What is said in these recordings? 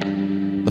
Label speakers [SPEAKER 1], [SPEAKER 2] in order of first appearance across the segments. [SPEAKER 1] The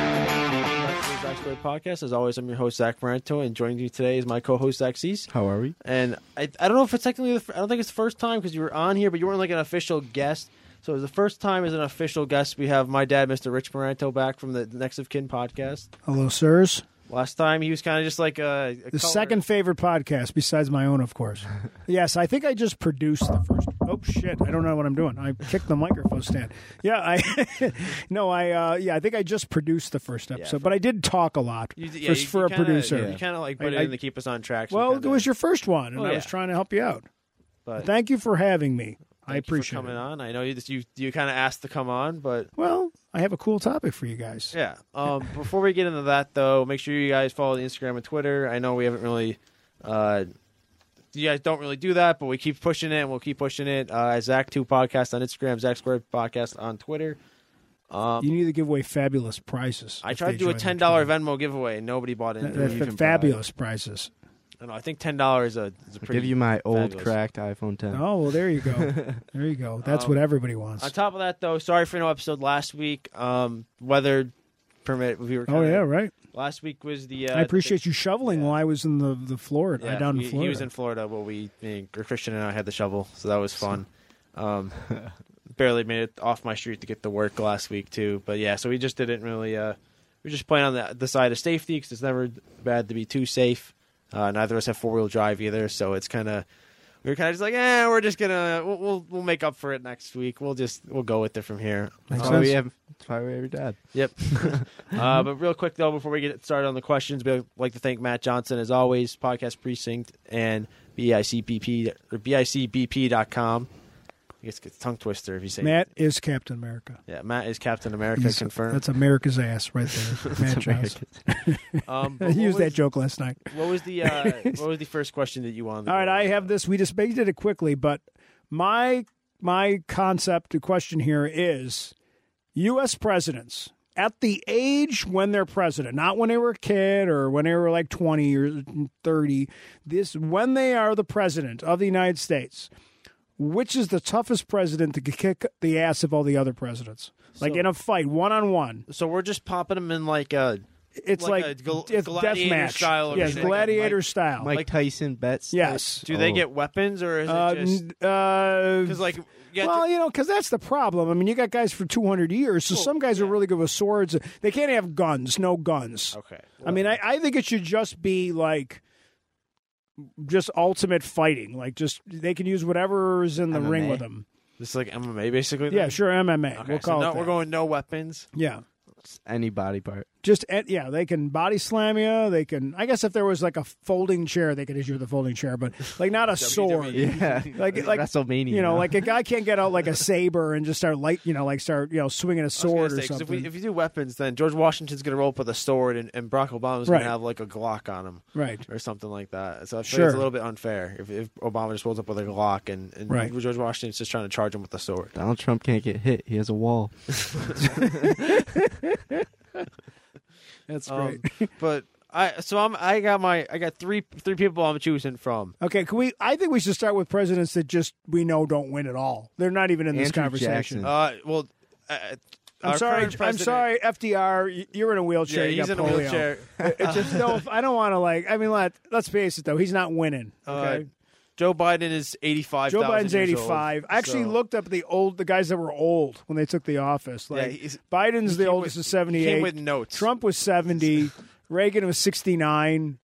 [SPEAKER 2] Back to the Backstory Podcast. As always, I'm your host Zach Maranto, and joining you today is my co-host Zach Cease.
[SPEAKER 3] How are we?
[SPEAKER 2] And I, I don't know if it's technically the, fir- I don't think it's the first time because you were on here, but you weren't like an official guest. So it's the first time as an official guest we have my dad, Mr. Rich Maranto, back from the Next of Kin podcast.
[SPEAKER 3] Hello, sirs.
[SPEAKER 2] Last time he was kind of just like a, a
[SPEAKER 3] The
[SPEAKER 2] color-
[SPEAKER 3] second favorite podcast, besides my own, of course. yes, I think I just produced the first. Oh shit! I don't know what I'm doing. I kicked the microphone stand. Yeah, I. no, I. Uh, yeah, I think I just produced the first episode, but I did talk a lot
[SPEAKER 2] You-
[SPEAKER 3] for,
[SPEAKER 2] yeah, you-
[SPEAKER 3] for
[SPEAKER 2] you
[SPEAKER 3] a
[SPEAKER 2] kinda-
[SPEAKER 3] producer.
[SPEAKER 2] You kind of like
[SPEAKER 3] I-
[SPEAKER 2] put it
[SPEAKER 3] I-
[SPEAKER 2] in to keep us on track. so
[SPEAKER 3] Well, it
[SPEAKER 2] kinda-
[SPEAKER 3] was your first one, and
[SPEAKER 2] Well,
[SPEAKER 3] I
[SPEAKER 2] yeah.
[SPEAKER 3] was trying to help you out.
[SPEAKER 2] but thank
[SPEAKER 3] Thank you for having me. I
[SPEAKER 2] you for
[SPEAKER 3] appreciate
[SPEAKER 2] coming
[SPEAKER 3] it.
[SPEAKER 2] on. I know you just, you you kind of asked to come on, but
[SPEAKER 3] Well, I have a cool topic for you guys.
[SPEAKER 2] Yeah. Um, before we get into that, though, make sure you guys follow the Instagram and Twitter. I know we haven't really, uh, you guys don't really do that, but we keep pushing it and we'll keep pushing it. Uh, Zach Two Podcast on Instagram, Zach Squared Podcast on Twitter.
[SPEAKER 3] you need to give away fabulous prizes.
[SPEAKER 2] Um, I
[SPEAKER 3] if
[SPEAKER 2] tried
[SPEAKER 3] they
[SPEAKER 2] to do a
[SPEAKER 3] join the
[SPEAKER 2] ten dollar Venmo giveaway and nobody bought
[SPEAKER 3] Th-
[SPEAKER 2] in.
[SPEAKER 3] th-
[SPEAKER 2] Even
[SPEAKER 3] fabulous prizes.
[SPEAKER 2] I don't know. I think ten dollars is a, is a
[SPEAKER 4] I'll
[SPEAKER 2] pretty.
[SPEAKER 4] give you my old
[SPEAKER 2] fabulous.
[SPEAKER 4] cracked iPhone 10.
[SPEAKER 3] Oh well, there you go. there you go. That's
[SPEAKER 2] Um,
[SPEAKER 3] what everybody wants.
[SPEAKER 2] On top of that, though, sorry for no episode last week. Um, weather permit. We were.
[SPEAKER 3] oh
[SPEAKER 2] kinda-
[SPEAKER 3] yeah, right.
[SPEAKER 2] Last week was the. Uh,
[SPEAKER 3] I appreciate you shoveling
[SPEAKER 2] yeah.
[SPEAKER 3] while I was in the the Florida,
[SPEAKER 2] Yeah,
[SPEAKER 3] down
[SPEAKER 2] he,
[SPEAKER 3] in
[SPEAKER 2] he
[SPEAKER 3] Florida.
[SPEAKER 2] was in Florida. Well, we me, Christian and I had the shovel, so that was fun. Um, barely made it off my street to get to work last week too. But yeah, so we just didn't really. Uh, we were just playing on the, the side of safety because it's never bad to be too safe. Uh, neither of us have four wheel drive either, so it's kind of. We were kind of just like, eh, we're just gonna we'll, we'll we'll make up for it next week. We'll just we'll go with it from here.
[SPEAKER 3] Makes
[SPEAKER 4] That's
[SPEAKER 2] Um,
[SPEAKER 4] why
[SPEAKER 3] sense.
[SPEAKER 4] we have. That's why we have your dad.
[SPEAKER 2] Yep. uh, but real quick though, before we get started on the questions, we'd like to thank Matt Johnson as always, Podcast Precinct and BICBP or BICBP.com. I guess it's a tongue twister if you say
[SPEAKER 3] Matt is Captain America.
[SPEAKER 2] Yeah, Matt is Captain America
[SPEAKER 3] He's-
[SPEAKER 2] confirmed.
[SPEAKER 3] That's America's ass right there. Matt Johnson.
[SPEAKER 2] Um,
[SPEAKER 3] I
[SPEAKER 2] but
[SPEAKER 3] used
[SPEAKER 2] what
[SPEAKER 3] that
[SPEAKER 2] was,
[SPEAKER 3] joke last night.
[SPEAKER 2] What was the uh, what was the first question that you wanted? to
[SPEAKER 3] All right,
[SPEAKER 2] go
[SPEAKER 3] I
[SPEAKER 2] with?
[SPEAKER 3] have this. We just debated it quickly, but my my concept, the question here is: U.S. presidents at the age when they're president, not when they were a kid or when they were like twenty or thirty. This when they are the president of the United States. Which is the toughest president to kick the ass of all the other presidents? Like
[SPEAKER 2] So-
[SPEAKER 3] in a fight, one on one.
[SPEAKER 2] So we're just popping them in like uh, a
[SPEAKER 3] It's
[SPEAKER 2] Like
[SPEAKER 3] like,
[SPEAKER 2] a gl-
[SPEAKER 3] it's death
[SPEAKER 2] gladiator
[SPEAKER 3] match.
[SPEAKER 2] style or
[SPEAKER 3] yes,
[SPEAKER 2] something like a
[SPEAKER 3] gladiator style.
[SPEAKER 4] Mike
[SPEAKER 2] Like-
[SPEAKER 4] Tyson bets.
[SPEAKER 3] yes.
[SPEAKER 2] do they
[SPEAKER 4] Oh.
[SPEAKER 2] get weapons or is it
[SPEAKER 3] Uh,
[SPEAKER 2] just
[SPEAKER 3] n- uh,
[SPEAKER 2] because like yeah,
[SPEAKER 3] well, you know, because that's the problem. I mean, you got guys for 200 years, so some guys are really good with swords. They can't have guns, no guns.
[SPEAKER 2] okay
[SPEAKER 3] I mean, I, I think it should just be like just ultimate fighting. Like, just they can use whatever is in the ring
[SPEAKER 4] MMA?
[SPEAKER 3] with them.
[SPEAKER 2] just like MMA basically then?
[SPEAKER 3] Yeah, sure, MMA.
[SPEAKER 2] okay,
[SPEAKER 3] we'll
[SPEAKER 2] so
[SPEAKER 3] call it.
[SPEAKER 2] no,
[SPEAKER 3] that.
[SPEAKER 2] we're going no weapons
[SPEAKER 3] yeah,
[SPEAKER 4] It's Any body part.
[SPEAKER 3] just eh, yeah, they can body slam you. They can. I guess if there was like a folding chair, they could issue the folding chair, but like not a sword.
[SPEAKER 2] WWE.
[SPEAKER 4] Yeah.
[SPEAKER 3] Like like
[SPEAKER 4] WrestleMania.
[SPEAKER 3] you know, like a guy can't get out like a saber and just start light, you know, like start you know swinging a
[SPEAKER 2] I was gonna
[SPEAKER 3] sword
[SPEAKER 2] say,
[SPEAKER 3] or
[SPEAKER 2] 'cause
[SPEAKER 3] something.
[SPEAKER 2] If, we, if you do weapons, then George Washington's going to roll up with a sword, and, and Barack Obama's
[SPEAKER 3] Right.
[SPEAKER 2] going to have like a Glock on him
[SPEAKER 3] right.
[SPEAKER 2] or something like that. So I feel
[SPEAKER 3] Sure.
[SPEAKER 2] it's a little bit unfair if, if Obama just rolls up with a Glock and, and
[SPEAKER 3] Right.
[SPEAKER 2] George Washington's just trying to charge him with a sword.
[SPEAKER 4] Donald Trump can't get hit. He has a wall.
[SPEAKER 3] That's
[SPEAKER 2] Um,
[SPEAKER 3] great.
[SPEAKER 2] but I so I'm I got my I got three three people I'm choosing from.
[SPEAKER 3] Okay, can we? I think we should start with presidents that just we know don't win at all. They're not even in this
[SPEAKER 4] Andrew
[SPEAKER 3] conversation.
[SPEAKER 4] Jackson.
[SPEAKER 2] Uh, well, uh,
[SPEAKER 3] Hmm. I'm
[SPEAKER 2] our
[SPEAKER 3] sorry.
[SPEAKER 2] current
[SPEAKER 3] I'm
[SPEAKER 2] president-
[SPEAKER 3] sorry, FDR. y- You're in a
[SPEAKER 2] Yeah,
[SPEAKER 3] wheelchair. you
[SPEAKER 2] he's in
[SPEAKER 3] got
[SPEAKER 2] a
[SPEAKER 3] polio.
[SPEAKER 2] wheelchair.
[SPEAKER 3] It's just no. I don't want to like. I mean, let let's face it though. He's not winning. Okay.
[SPEAKER 2] Uh, Joe Biden is 85.
[SPEAKER 3] Joe Biden's 85. I actually looked up the old the guys that were old when they took the office. Like
[SPEAKER 2] he's-
[SPEAKER 3] Biden's the oldest is 78.
[SPEAKER 2] Came with notes.
[SPEAKER 3] Trump was 70, Reagan was 69,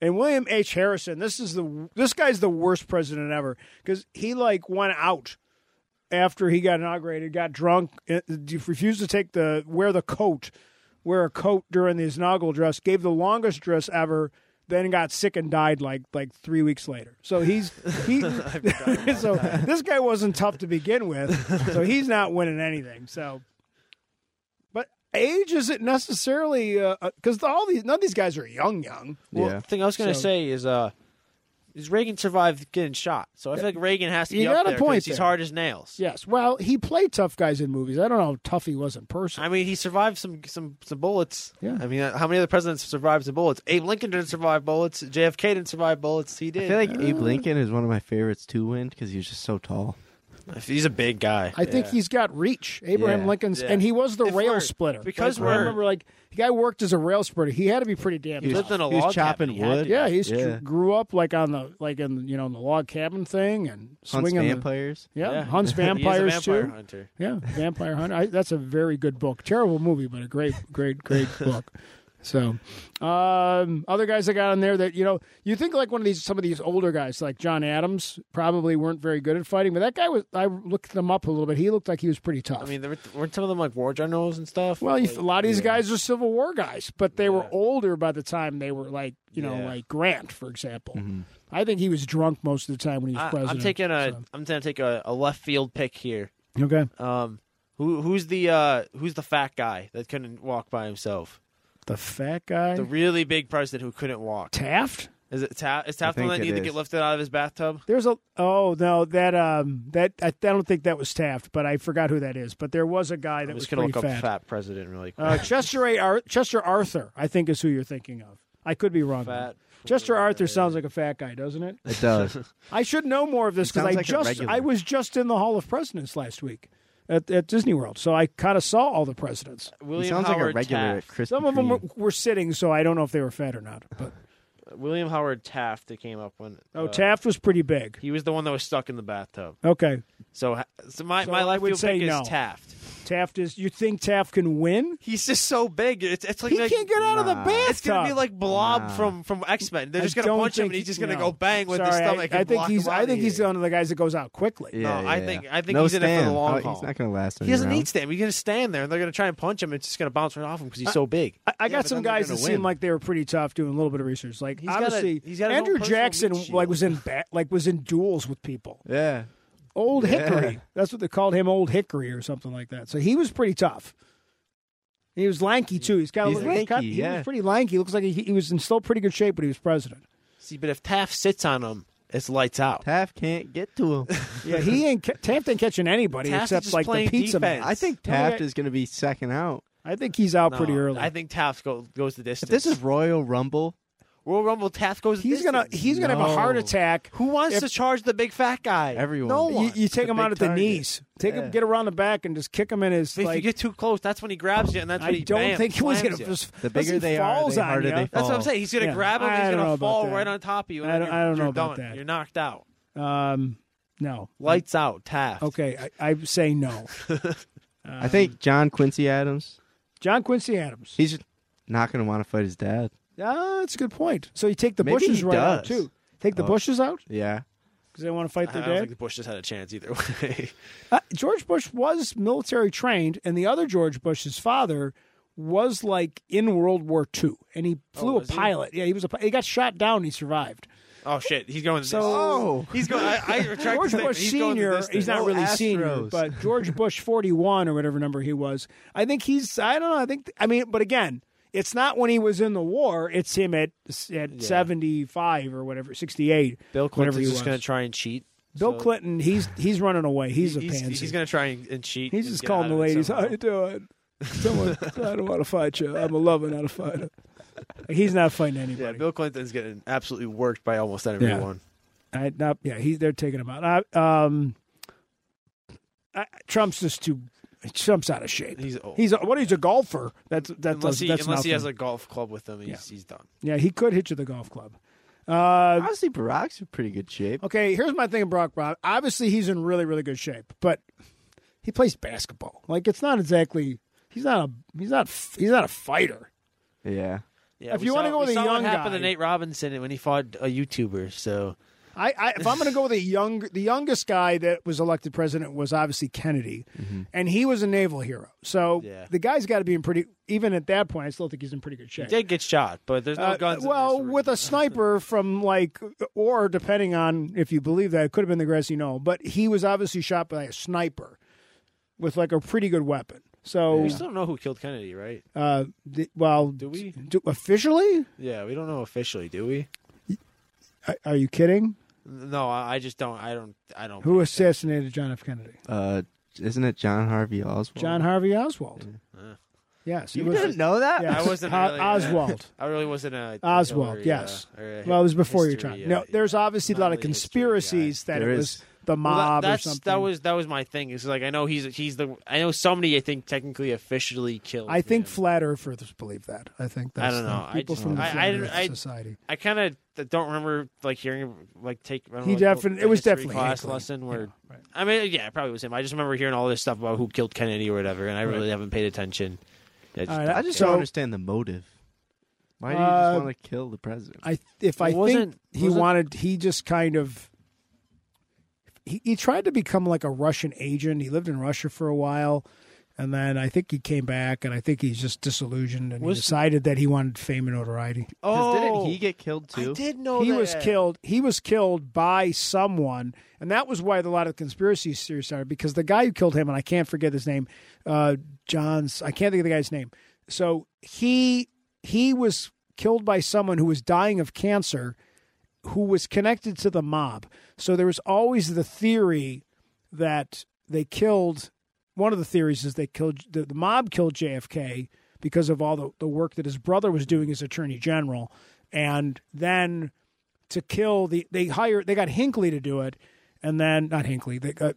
[SPEAKER 3] and William H. Harrison. This is the this guy's the worst president ever because he like went out after he got inaugurated, got drunk, eh, refused to take the wear the coat, wear a coat during his inaugural dress, gave the longest dress ever. then got sick and died like like three weeks later. So he's he so this guy wasn't tough to begin with. So he's not winning anything. So, but age isn't necessarily uh, because all these none of these guys are young young.
[SPEAKER 2] Well,
[SPEAKER 4] Yeah.
[SPEAKER 2] the thing I was gonna
[SPEAKER 3] So-
[SPEAKER 2] say is, uh, is Reagan survived getting shot? So I feel like Reagan has to.
[SPEAKER 3] You
[SPEAKER 2] be up
[SPEAKER 3] got a
[SPEAKER 2] there
[SPEAKER 3] point
[SPEAKER 2] 'cause He's
[SPEAKER 3] there.
[SPEAKER 2] hard as nails.
[SPEAKER 3] Yes. Well, he played tough guys in movies. I don't know how tough he was in person.
[SPEAKER 2] I mean, he survived some some some bullets.
[SPEAKER 3] Yeah.
[SPEAKER 2] I mean, uh, how many other presidents survived some bullets? Abe Lincoln didn't survive bullets. JFK didn't survive bullets. He did.
[SPEAKER 4] I feel like Abe Lincoln is one of my favorites to win because he was just so tall.
[SPEAKER 2] he's a big guy.
[SPEAKER 3] I think he's got reach. Abraham
[SPEAKER 4] Yeah.
[SPEAKER 3] Lincoln's,
[SPEAKER 2] Yeah.
[SPEAKER 3] and he was the
[SPEAKER 2] If
[SPEAKER 3] rail
[SPEAKER 2] we're-
[SPEAKER 3] splitter.
[SPEAKER 2] because
[SPEAKER 3] Like, I
[SPEAKER 2] we're-
[SPEAKER 3] remember, like the guy worked as a rail splitter. He had to be pretty damn.
[SPEAKER 4] He was,
[SPEAKER 3] tough.
[SPEAKER 2] lived in a
[SPEAKER 4] he was
[SPEAKER 2] log cabin,
[SPEAKER 4] chopping
[SPEAKER 2] he had to
[SPEAKER 4] wood.
[SPEAKER 2] be.
[SPEAKER 3] Yeah, he
[SPEAKER 4] yeah.
[SPEAKER 3] yeah. grew up like on the like in you know in the log cabin thing and
[SPEAKER 4] hunts
[SPEAKER 3] swinging. the-
[SPEAKER 4] vampires.
[SPEAKER 3] yeah,
[SPEAKER 2] Yeah.
[SPEAKER 3] hunts
[SPEAKER 2] He's a
[SPEAKER 3] vampires
[SPEAKER 2] vampire
[SPEAKER 3] too.
[SPEAKER 2] Hunter.
[SPEAKER 3] Yeah, Vampire Hunter. I, that's a very good book. Terrible movie, but a great, great, great book. So, um, other guys I got on there that you know you think like one of these some of these older guys like John Adams probably weren't very good at fighting, but that guy was. I looked them up a little bit. He looked like he was pretty tough.
[SPEAKER 2] I mean, there were, weren't some of them like war generals and stuff?
[SPEAKER 3] well, you,
[SPEAKER 2] Like,
[SPEAKER 3] a lot of these guys are Civil War guys, but they were older by the time they were like you know
[SPEAKER 2] Yeah.
[SPEAKER 3] like Grant, for example. I think he was drunk most of the time when he was
[SPEAKER 2] I,
[SPEAKER 3] president.
[SPEAKER 2] I'm taking a. am gonna take a, a left field pick here.
[SPEAKER 3] so- okay
[SPEAKER 2] Um, who who's the uh who's the fat guy that couldn't walk by himself?
[SPEAKER 3] the fat guy
[SPEAKER 2] The really big person who couldn't walk.
[SPEAKER 3] Taft.
[SPEAKER 2] Is it Ta- is Taft the
[SPEAKER 4] think
[SPEAKER 2] one that
[SPEAKER 4] it
[SPEAKER 2] needed to
[SPEAKER 4] is.
[SPEAKER 2] get lifted out of his bathtub?
[SPEAKER 3] There's a oh no that um that I, I don't think that was Taft, but I forgot who that is. But there was a guy that
[SPEAKER 2] I'm
[SPEAKER 3] was
[SPEAKER 2] just gonna
[SPEAKER 3] pretty
[SPEAKER 2] look
[SPEAKER 3] fat.
[SPEAKER 2] up fat president really quick.
[SPEAKER 3] Uh, Chester A. Ar- Chester Arthur, I think, is who you're thinking of. I could be wrong.
[SPEAKER 2] Fat
[SPEAKER 3] Chester Arthur sounds like a fat guy, doesn't it?
[SPEAKER 4] It does.
[SPEAKER 3] I should know more of this
[SPEAKER 4] He
[SPEAKER 3] because
[SPEAKER 4] sounds
[SPEAKER 3] I
[SPEAKER 4] like a
[SPEAKER 3] just
[SPEAKER 4] regular.
[SPEAKER 3] I was just in the Hall of Presidents last week at, at Disney World, so I kind of saw all the presidents.
[SPEAKER 2] William
[SPEAKER 4] he sounds
[SPEAKER 2] Howard
[SPEAKER 4] like a regular at
[SPEAKER 2] Taft.
[SPEAKER 4] Krispy
[SPEAKER 3] Some of them were,
[SPEAKER 4] Kreme.
[SPEAKER 3] were sitting, so I don't know if they were fat or not. But
[SPEAKER 2] William Howard Taft that came up when.
[SPEAKER 3] oh,
[SPEAKER 2] uh,
[SPEAKER 3] Taft was pretty big.
[SPEAKER 2] He was the one that was stuck in the bathtub.
[SPEAKER 3] Okay,
[SPEAKER 2] So, ha- so my
[SPEAKER 3] So
[SPEAKER 2] my
[SPEAKER 3] I
[SPEAKER 2] left
[SPEAKER 3] would
[SPEAKER 2] field
[SPEAKER 3] say
[SPEAKER 2] pick
[SPEAKER 3] no.
[SPEAKER 2] is Taft.
[SPEAKER 3] Taft is. You think Taft can win?
[SPEAKER 2] He's just so big. It's, it's like
[SPEAKER 3] He can't get out of the
[SPEAKER 4] Nah.
[SPEAKER 3] bathtub.
[SPEAKER 2] It's gonna be like Blob
[SPEAKER 4] Nah.
[SPEAKER 2] from from X Men. They're
[SPEAKER 3] I
[SPEAKER 2] just gonna
[SPEAKER 3] don't
[SPEAKER 2] punch him,
[SPEAKER 3] think-
[SPEAKER 2] and he's just gonna
[SPEAKER 3] no.
[SPEAKER 2] go bang with his
[SPEAKER 3] Sorry, I-
[SPEAKER 2] stomach.
[SPEAKER 3] I,
[SPEAKER 2] and
[SPEAKER 3] think
[SPEAKER 2] block
[SPEAKER 3] he's.
[SPEAKER 2] him
[SPEAKER 3] I
[SPEAKER 2] out
[SPEAKER 3] think
[SPEAKER 2] of
[SPEAKER 3] he's uh,
[SPEAKER 2] here.
[SPEAKER 3] one of the guys that goes out quickly.
[SPEAKER 4] Yeah,
[SPEAKER 2] No, I
[SPEAKER 4] yeah,
[SPEAKER 2] think-
[SPEAKER 4] yeah.
[SPEAKER 2] I think
[SPEAKER 4] No
[SPEAKER 2] he's in it for the
[SPEAKER 4] stand.
[SPEAKER 2] long
[SPEAKER 4] Oh,
[SPEAKER 2] haul.
[SPEAKER 4] He's not going to last.
[SPEAKER 2] He doesn't
[SPEAKER 4] around.
[SPEAKER 2] need stand. He's gonna stand there, and they're gonna try and punch him. It's just gonna bounce right off him because he's so big.
[SPEAKER 3] I, I
[SPEAKER 4] Yeah,
[SPEAKER 3] got
[SPEAKER 4] but
[SPEAKER 3] some
[SPEAKER 4] then they're
[SPEAKER 3] guys that
[SPEAKER 4] gonna
[SPEAKER 3] seem
[SPEAKER 4] win.
[SPEAKER 3] like they were pretty tough doing a little bit of research. Like
[SPEAKER 2] He's got a-
[SPEAKER 3] obviously,
[SPEAKER 2] he's got his own
[SPEAKER 3] Andrew
[SPEAKER 2] personal
[SPEAKER 3] Jackson
[SPEAKER 2] meat shield.
[SPEAKER 3] like was in bat, like was in duels with people.
[SPEAKER 4] Yeah.
[SPEAKER 3] Old
[SPEAKER 4] Yeah.
[SPEAKER 3] Hickory, that's what they called him, Old Hickory or something like that. So he was pretty tough. He was lanky too. He's kind
[SPEAKER 4] He's
[SPEAKER 3] of
[SPEAKER 4] lanky,
[SPEAKER 3] he
[SPEAKER 4] yeah.
[SPEAKER 3] was pretty lanky. Looks like he, he was in still pretty good shape when he was president.
[SPEAKER 2] See, but if Taft sits on him, it's lights out.
[SPEAKER 4] Taft can't get to him.
[SPEAKER 3] Yeah, he ain't ca- Taft ain't catching anybody
[SPEAKER 2] Taft is
[SPEAKER 3] except
[SPEAKER 2] just
[SPEAKER 3] like the
[SPEAKER 2] playing
[SPEAKER 3] pizza man.
[SPEAKER 2] defense.
[SPEAKER 4] I think
[SPEAKER 3] Don't
[SPEAKER 4] Taft
[SPEAKER 3] they-
[SPEAKER 4] is going to be second out.
[SPEAKER 3] I think he's out
[SPEAKER 2] No,
[SPEAKER 3] pretty early.
[SPEAKER 2] I think Taft go, goes the distance.
[SPEAKER 4] If this is Royal Rumble,
[SPEAKER 2] Royal Rumble, Taft goes. The
[SPEAKER 3] he's gonna
[SPEAKER 2] distance.
[SPEAKER 3] he's gonna have a heart
[SPEAKER 4] No.
[SPEAKER 3] attack.
[SPEAKER 2] Who wants
[SPEAKER 3] If-
[SPEAKER 2] to charge the big fat guy?
[SPEAKER 4] Everyone.
[SPEAKER 2] No
[SPEAKER 4] You-
[SPEAKER 2] one.
[SPEAKER 3] You, you
[SPEAKER 4] It's
[SPEAKER 3] take
[SPEAKER 4] a
[SPEAKER 3] him out
[SPEAKER 4] big
[SPEAKER 3] at the
[SPEAKER 4] target.
[SPEAKER 3] knees. Take him,
[SPEAKER 4] Yeah.
[SPEAKER 3] get around the back, and just kick him in his.
[SPEAKER 2] if
[SPEAKER 3] like,
[SPEAKER 2] you get too close, that's when he grabs you, and that's
[SPEAKER 3] I
[SPEAKER 2] when he
[SPEAKER 3] don't
[SPEAKER 2] bam,
[SPEAKER 3] think he was
[SPEAKER 2] slams
[SPEAKER 3] gonna.
[SPEAKER 2] you.
[SPEAKER 3] Just,
[SPEAKER 4] The bigger
[SPEAKER 3] unless he
[SPEAKER 4] they are,
[SPEAKER 3] falls
[SPEAKER 4] the
[SPEAKER 3] on
[SPEAKER 4] harder
[SPEAKER 3] you.
[SPEAKER 4] they
[SPEAKER 2] That's what I'm
[SPEAKER 4] Oh.
[SPEAKER 2] saying. He's gonna
[SPEAKER 3] Yeah.
[SPEAKER 2] grab him.
[SPEAKER 3] I
[SPEAKER 2] He's
[SPEAKER 3] don't know
[SPEAKER 2] gonna
[SPEAKER 3] about
[SPEAKER 2] fall
[SPEAKER 3] that.
[SPEAKER 2] right on top of you. and
[SPEAKER 3] I
[SPEAKER 2] then
[SPEAKER 3] don't- I don't
[SPEAKER 2] you're-
[SPEAKER 3] know
[SPEAKER 2] you're
[SPEAKER 3] about
[SPEAKER 2] done.
[SPEAKER 3] that.
[SPEAKER 2] You're knocked out.
[SPEAKER 3] Um, no.
[SPEAKER 2] Lights out. Taft.
[SPEAKER 3] Okay, I, I say no.
[SPEAKER 4] I think John Quincy Adams,
[SPEAKER 3] John Quincy Adams.
[SPEAKER 4] he's not going to want to fight his dad.
[SPEAKER 3] Ah, that's a good point. So you take the
[SPEAKER 4] Maybe
[SPEAKER 3] bushes
[SPEAKER 4] he
[SPEAKER 3] right out
[SPEAKER 4] does.
[SPEAKER 3] too. Take the
[SPEAKER 4] Oh.
[SPEAKER 3] bushes out
[SPEAKER 4] Yeah.
[SPEAKER 3] because they want to fight
[SPEAKER 2] I
[SPEAKER 3] their
[SPEAKER 2] don't think the
[SPEAKER 3] dad.
[SPEAKER 2] Bush just had a chance either way.
[SPEAKER 3] Uh, George Bush was military trained, and the other George Bush, his father, was like in World War II, and he flew a
[SPEAKER 2] Oh, was he?
[SPEAKER 3] pilot. Yeah, he was a. pi- He got shot down. and He survived.
[SPEAKER 2] oh shit, he's going.
[SPEAKER 3] So-
[SPEAKER 4] Oh.
[SPEAKER 2] he's going. I, I retract
[SPEAKER 3] George
[SPEAKER 2] the statement.
[SPEAKER 3] Bush
[SPEAKER 2] he's going the
[SPEAKER 3] Senior.
[SPEAKER 2] distance.
[SPEAKER 3] He's not
[SPEAKER 4] No
[SPEAKER 3] really senior,
[SPEAKER 4] Astros.
[SPEAKER 3] but George Bush forty-one or whatever number he was. I think he's. I don't know. I think. I mean, but again, it's not when he was in the war. It's him at at seventy-five or whatever, sixty-eight.
[SPEAKER 2] Bill
[SPEAKER 3] whatever he
[SPEAKER 2] Clinton's just
[SPEAKER 3] was.
[SPEAKER 2] going to try and cheat.
[SPEAKER 3] Bill
[SPEAKER 2] so-
[SPEAKER 3] Clinton. He's he's running away. He's a
[SPEAKER 2] he's,
[SPEAKER 3] pansy.
[SPEAKER 2] He's going to try and, and cheat.
[SPEAKER 3] He's
[SPEAKER 2] and
[SPEAKER 3] just
[SPEAKER 2] get
[SPEAKER 3] calling
[SPEAKER 2] out
[SPEAKER 3] the
[SPEAKER 2] of it
[SPEAKER 3] ladies.
[SPEAKER 2] somehow.
[SPEAKER 3] How you doing? Someone, I don't want to fight you. I'm a lover, not a fighter. He's not fighting anybody.
[SPEAKER 2] Yeah, Bill Clinton's getting absolutely worked by almost
[SPEAKER 3] Yeah.
[SPEAKER 2] everyone.
[SPEAKER 3] I not yeah, he they're taking him out. I, um, I, Trump's just too. Trump's out of shape.
[SPEAKER 2] He's old.
[SPEAKER 3] He's a, what? He's a golfer. That's that's
[SPEAKER 2] unless he
[SPEAKER 3] that's
[SPEAKER 2] unless he has
[SPEAKER 3] nothing.
[SPEAKER 2] a golf club with him, he's, he's done.
[SPEAKER 3] yeah. He could hit you the golf club. Uh,
[SPEAKER 4] Honestly, Barack's in pretty good shape.
[SPEAKER 3] okay, here's my thing, Brock. Bob. Obviously, he's in really really good shape, but he plays basketball. Like it's not exactly. He's not a. He's not. f- He's not a fighter.
[SPEAKER 4] Yeah.
[SPEAKER 2] Yeah,
[SPEAKER 3] If
[SPEAKER 2] we
[SPEAKER 3] you wanna
[SPEAKER 2] saw-
[SPEAKER 3] go with
[SPEAKER 2] we
[SPEAKER 3] a
[SPEAKER 2] saw
[SPEAKER 3] young
[SPEAKER 2] what happened
[SPEAKER 3] guy-
[SPEAKER 2] to Nate Robinson when he fought a YouTuber. So
[SPEAKER 3] I, I if I'm going to go with a young, the youngest guy that was elected president was obviously Kennedy, and he was a naval hero. So
[SPEAKER 2] Yeah.
[SPEAKER 3] the guy's got to be in pretty. Even at that point, I still think he's in pretty good shape.
[SPEAKER 2] Did get shot, but there's no
[SPEAKER 3] Uh,
[SPEAKER 2] guns. in
[SPEAKER 3] well,
[SPEAKER 2] this room.
[SPEAKER 3] with a sniper from like, or depending on if you believe that, it could have been the grassy knoll. But he was obviously shot by a sniper with like a pretty good weapon. So,
[SPEAKER 2] we still don't know who killed Kennedy, right?
[SPEAKER 3] uh, th- well,
[SPEAKER 2] Do we?
[SPEAKER 3] do, officially?
[SPEAKER 2] Yeah, we don't know officially, do we?
[SPEAKER 3] Are- Are you kidding?
[SPEAKER 2] No, I I just don't. I don't. I don't.
[SPEAKER 3] Who assassinated John F. Kennedy?
[SPEAKER 4] Uh, isn't it John Harvey Oswald?
[SPEAKER 2] Oh.
[SPEAKER 3] John Harvey Oswald.
[SPEAKER 2] Uh.
[SPEAKER 3] Yes,
[SPEAKER 4] you
[SPEAKER 3] it was-
[SPEAKER 4] didn't know that?
[SPEAKER 3] yes.
[SPEAKER 2] I wasn't
[SPEAKER 3] Ho-
[SPEAKER 2] really, uh,
[SPEAKER 3] Oswald.
[SPEAKER 2] I really wasn't a
[SPEAKER 3] Oswald,
[SPEAKER 2] Hillary,
[SPEAKER 3] yes.
[SPEAKER 2] uh, or a
[SPEAKER 3] Well, it was before your
[SPEAKER 2] history,
[SPEAKER 3] time.
[SPEAKER 2] uh,
[SPEAKER 3] no, there's
[SPEAKER 2] yeah.
[SPEAKER 3] obviously a
[SPEAKER 2] Not
[SPEAKER 3] lot of
[SPEAKER 2] really a history guy.
[SPEAKER 3] conspiracies that
[SPEAKER 4] There is.
[SPEAKER 3] it was the
[SPEAKER 2] Well, that-
[SPEAKER 3] mob or
[SPEAKER 2] that's-
[SPEAKER 3] something.
[SPEAKER 2] That was that was my thing. It's like I know he's he's the I know somebody I think technically officially killed.
[SPEAKER 3] I think
[SPEAKER 2] him.
[SPEAKER 3] flat earthers believe that. I think that's
[SPEAKER 2] don't
[SPEAKER 3] the
[SPEAKER 2] know. I
[SPEAKER 3] people
[SPEAKER 2] just-
[SPEAKER 3] from the
[SPEAKER 2] I- I
[SPEAKER 3] Flat
[SPEAKER 2] didn't-
[SPEAKER 3] Earth
[SPEAKER 2] I-
[SPEAKER 3] Society.
[SPEAKER 2] I kind of don't remember like hearing like take. I don't know,
[SPEAKER 3] He
[SPEAKER 2] like,
[SPEAKER 3] definite-
[SPEAKER 2] the
[SPEAKER 3] it was
[SPEAKER 2] history
[SPEAKER 3] definitely
[SPEAKER 2] class
[SPEAKER 3] Hinckley.
[SPEAKER 2] lesson where
[SPEAKER 3] Yeah, right.
[SPEAKER 2] I mean yeah it probably was him. I just remember hearing all this stuff about who killed Kennedy or whatever, and I really haven't paid attention. Yeah,
[SPEAKER 3] All right,
[SPEAKER 4] I just
[SPEAKER 3] So-
[SPEAKER 4] don't understand the motive. Why do you
[SPEAKER 3] Uh,
[SPEAKER 4] just want to kill the president?
[SPEAKER 3] I if I think
[SPEAKER 2] Wasn't-
[SPEAKER 3] he
[SPEAKER 2] wasn't-
[SPEAKER 3] wanted, he just kind of he, he tried to become like a Russian agent. He lived in Russia for a while, and then I think he came back, and I think he's just disillusioned, and
[SPEAKER 2] Was-
[SPEAKER 3] he decided that he wanted fame and notoriety.
[SPEAKER 4] 'Cause didn't
[SPEAKER 3] oh,
[SPEAKER 4] he get killed
[SPEAKER 2] I
[SPEAKER 4] too?
[SPEAKER 2] did know
[SPEAKER 3] he
[SPEAKER 2] that.
[SPEAKER 3] was killed. He was killed by someone, and that was why a lot of conspiracy theories started because the guy who killed him, and I can't forget his name, uh, John's. I can't think of the guy's name. So he he was killed by someone who was dying of cancer, who was connected to the mob. So there was always the theory that they killed. One of the theories is they killed the, the mob killed JFK because of all the, the work that his brother was doing as attorney general, and then to kill the they hired they got Hinckley to do it, and then not Hinckley they got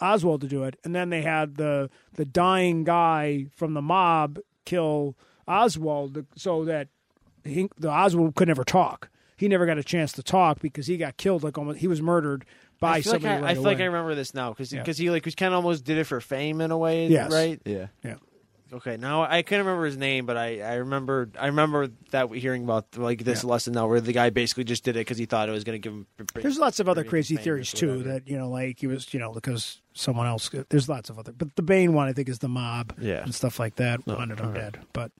[SPEAKER 3] Oswald to do it, and then they had the the dying guy from the mob kill Oswald to- so that Hink, the Oswald could never talk. He never got a chance to talk because he got killed like almost he was murdered by
[SPEAKER 2] I feel, like
[SPEAKER 3] somebody.
[SPEAKER 2] I,
[SPEAKER 3] right
[SPEAKER 2] I feel like
[SPEAKER 3] away.
[SPEAKER 2] I remember this now because
[SPEAKER 3] Yeah.
[SPEAKER 2] he like was kind of almost did it for fame in a way,
[SPEAKER 3] Yes.
[SPEAKER 2] right?
[SPEAKER 4] Yeah.
[SPEAKER 2] Okay, now I couldn't remember his name, but I I remember I remember that hearing about like this lesson now where the guy basically just did it because he thought it was going to give him.
[SPEAKER 3] There's lots of other
[SPEAKER 2] pretty
[SPEAKER 3] crazy
[SPEAKER 2] famous
[SPEAKER 3] theories
[SPEAKER 2] or
[SPEAKER 3] too
[SPEAKER 2] whatever.
[SPEAKER 3] that you know, like he was, you know, because someone else. There's lots of other, but the Bane one I think is the mob,
[SPEAKER 2] Yeah.
[SPEAKER 3] and stuff like that
[SPEAKER 2] No,
[SPEAKER 3] wanted him
[SPEAKER 2] all right.
[SPEAKER 3] dead. But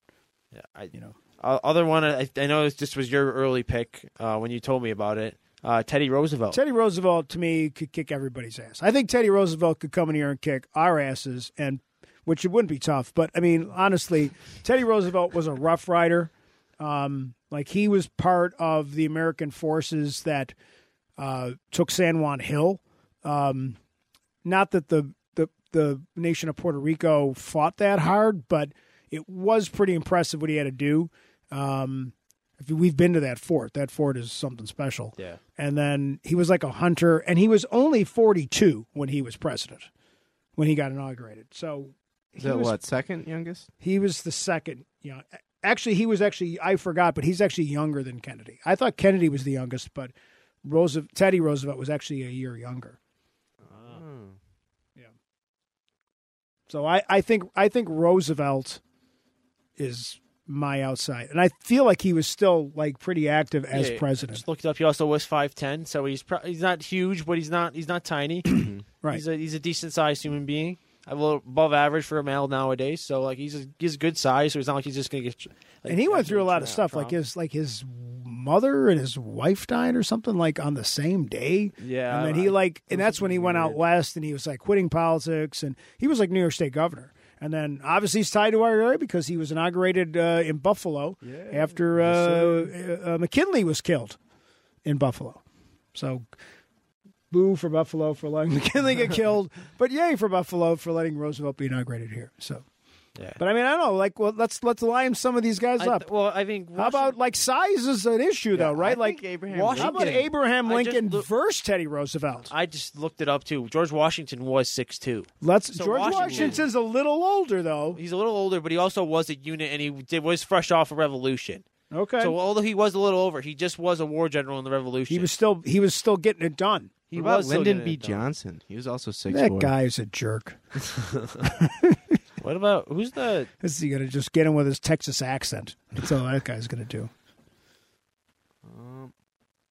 [SPEAKER 2] Yeah, I,
[SPEAKER 3] you know,
[SPEAKER 2] uh, other one I, I know this just was your early pick uh, when you told me about it. Uh, Teddy Roosevelt.
[SPEAKER 3] Teddy Roosevelt to me could kick everybody's ass. I think Teddy Roosevelt could come in here and kick our asses, and which it wouldn't be tough. But I mean, honestly, Teddy Roosevelt was a rough rider. Um, like he was part of the American forces that uh, took San Juan Hill. Um, not that the, the the nation of Puerto Rico fought that hard, but it was pretty impressive what he had to do. Um, if we've been to that fort. That fort is something special
[SPEAKER 2] yeah,
[SPEAKER 3] and then he was like a hunter and he was only 42 when he was president when he got inaugurated so
[SPEAKER 4] Is
[SPEAKER 3] he
[SPEAKER 4] that
[SPEAKER 3] was,
[SPEAKER 4] what second youngest?
[SPEAKER 3] he was the second you know actually he was actually i forgot but he's actually younger than kennedy i thought kennedy was the youngest but roosevelt teddy roosevelt was actually a year younger
[SPEAKER 2] Ah.
[SPEAKER 3] so i, I think i think roosevelt is my outside and i feel like he was still like pretty active as
[SPEAKER 2] Yeah,
[SPEAKER 3] president
[SPEAKER 2] Just looked up. He also was five ten, so he's pro- he's not huge, but he's not he's not tiny.
[SPEAKER 3] right
[SPEAKER 2] He's a he's a decent sized human being. I'm a little above average for a male nowadays, so like he's a, he's a good size. So it's not like he's just gonna get. tr- like,
[SPEAKER 3] and he went through a lot of
[SPEAKER 2] tra-
[SPEAKER 3] stuff like
[SPEAKER 2] trauma.
[SPEAKER 3] his like his mother and his wife died or something like on the same day
[SPEAKER 2] Yeah,
[SPEAKER 3] and then
[SPEAKER 2] I-
[SPEAKER 3] he like and that's when he went out west and he was like quitting politics and he was like new york state governor and then obviously he's tied to our area because he was inaugurated uh, in buffalo after uh, uh, mckinley was killed in buffalo so boo for buffalo for letting mckinley get killed but yay for buffalo for letting roosevelt be inaugurated here so
[SPEAKER 2] Yeah.
[SPEAKER 3] but i mean i don't know like well let's let's line some of these guys
[SPEAKER 2] I,
[SPEAKER 3] up
[SPEAKER 2] th- well, I think
[SPEAKER 3] how about
[SPEAKER 2] Washington-
[SPEAKER 3] like size is an issue though, right? like
[SPEAKER 4] Abraham
[SPEAKER 3] how about
[SPEAKER 2] Lincoln.
[SPEAKER 3] Abraham
[SPEAKER 2] I just
[SPEAKER 3] Lincoln
[SPEAKER 2] loo-
[SPEAKER 3] versus Teddy Roosevelt?
[SPEAKER 2] I just looked it up too. George Washington was six two.
[SPEAKER 3] Let's
[SPEAKER 2] So
[SPEAKER 3] George
[SPEAKER 2] Washington-
[SPEAKER 3] Washington's a little older though.
[SPEAKER 2] He's a little older, but he also was a unit, and he did, was fresh off a revolution.
[SPEAKER 3] Okay,
[SPEAKER 2] So although he was a little over, he just was a war general in the revolution.
[SPEAKER 3] he was still he was still getting it done.
[SPEAKER 2] He
[SPEAKER 4] What about
[SPEAKER 3] Oh,
[SPEAKER 2] was still
[SPEAKER 4] Lyndon
[SPEAKER 2] getting
[SPEAKER 4] B.
[SPEAKER 2] it done.
[SPEAKER 4] Johnson? He was also six
[SPEAKER 3] That
[SPEAKER 4] four.
[SPEAKER 3] guy's a jerk.
[SPEAKER 2] What about who's the?
[SPEAKER 3] Is he gonna just get him with his Texas accent? That's all that guy's gonna do.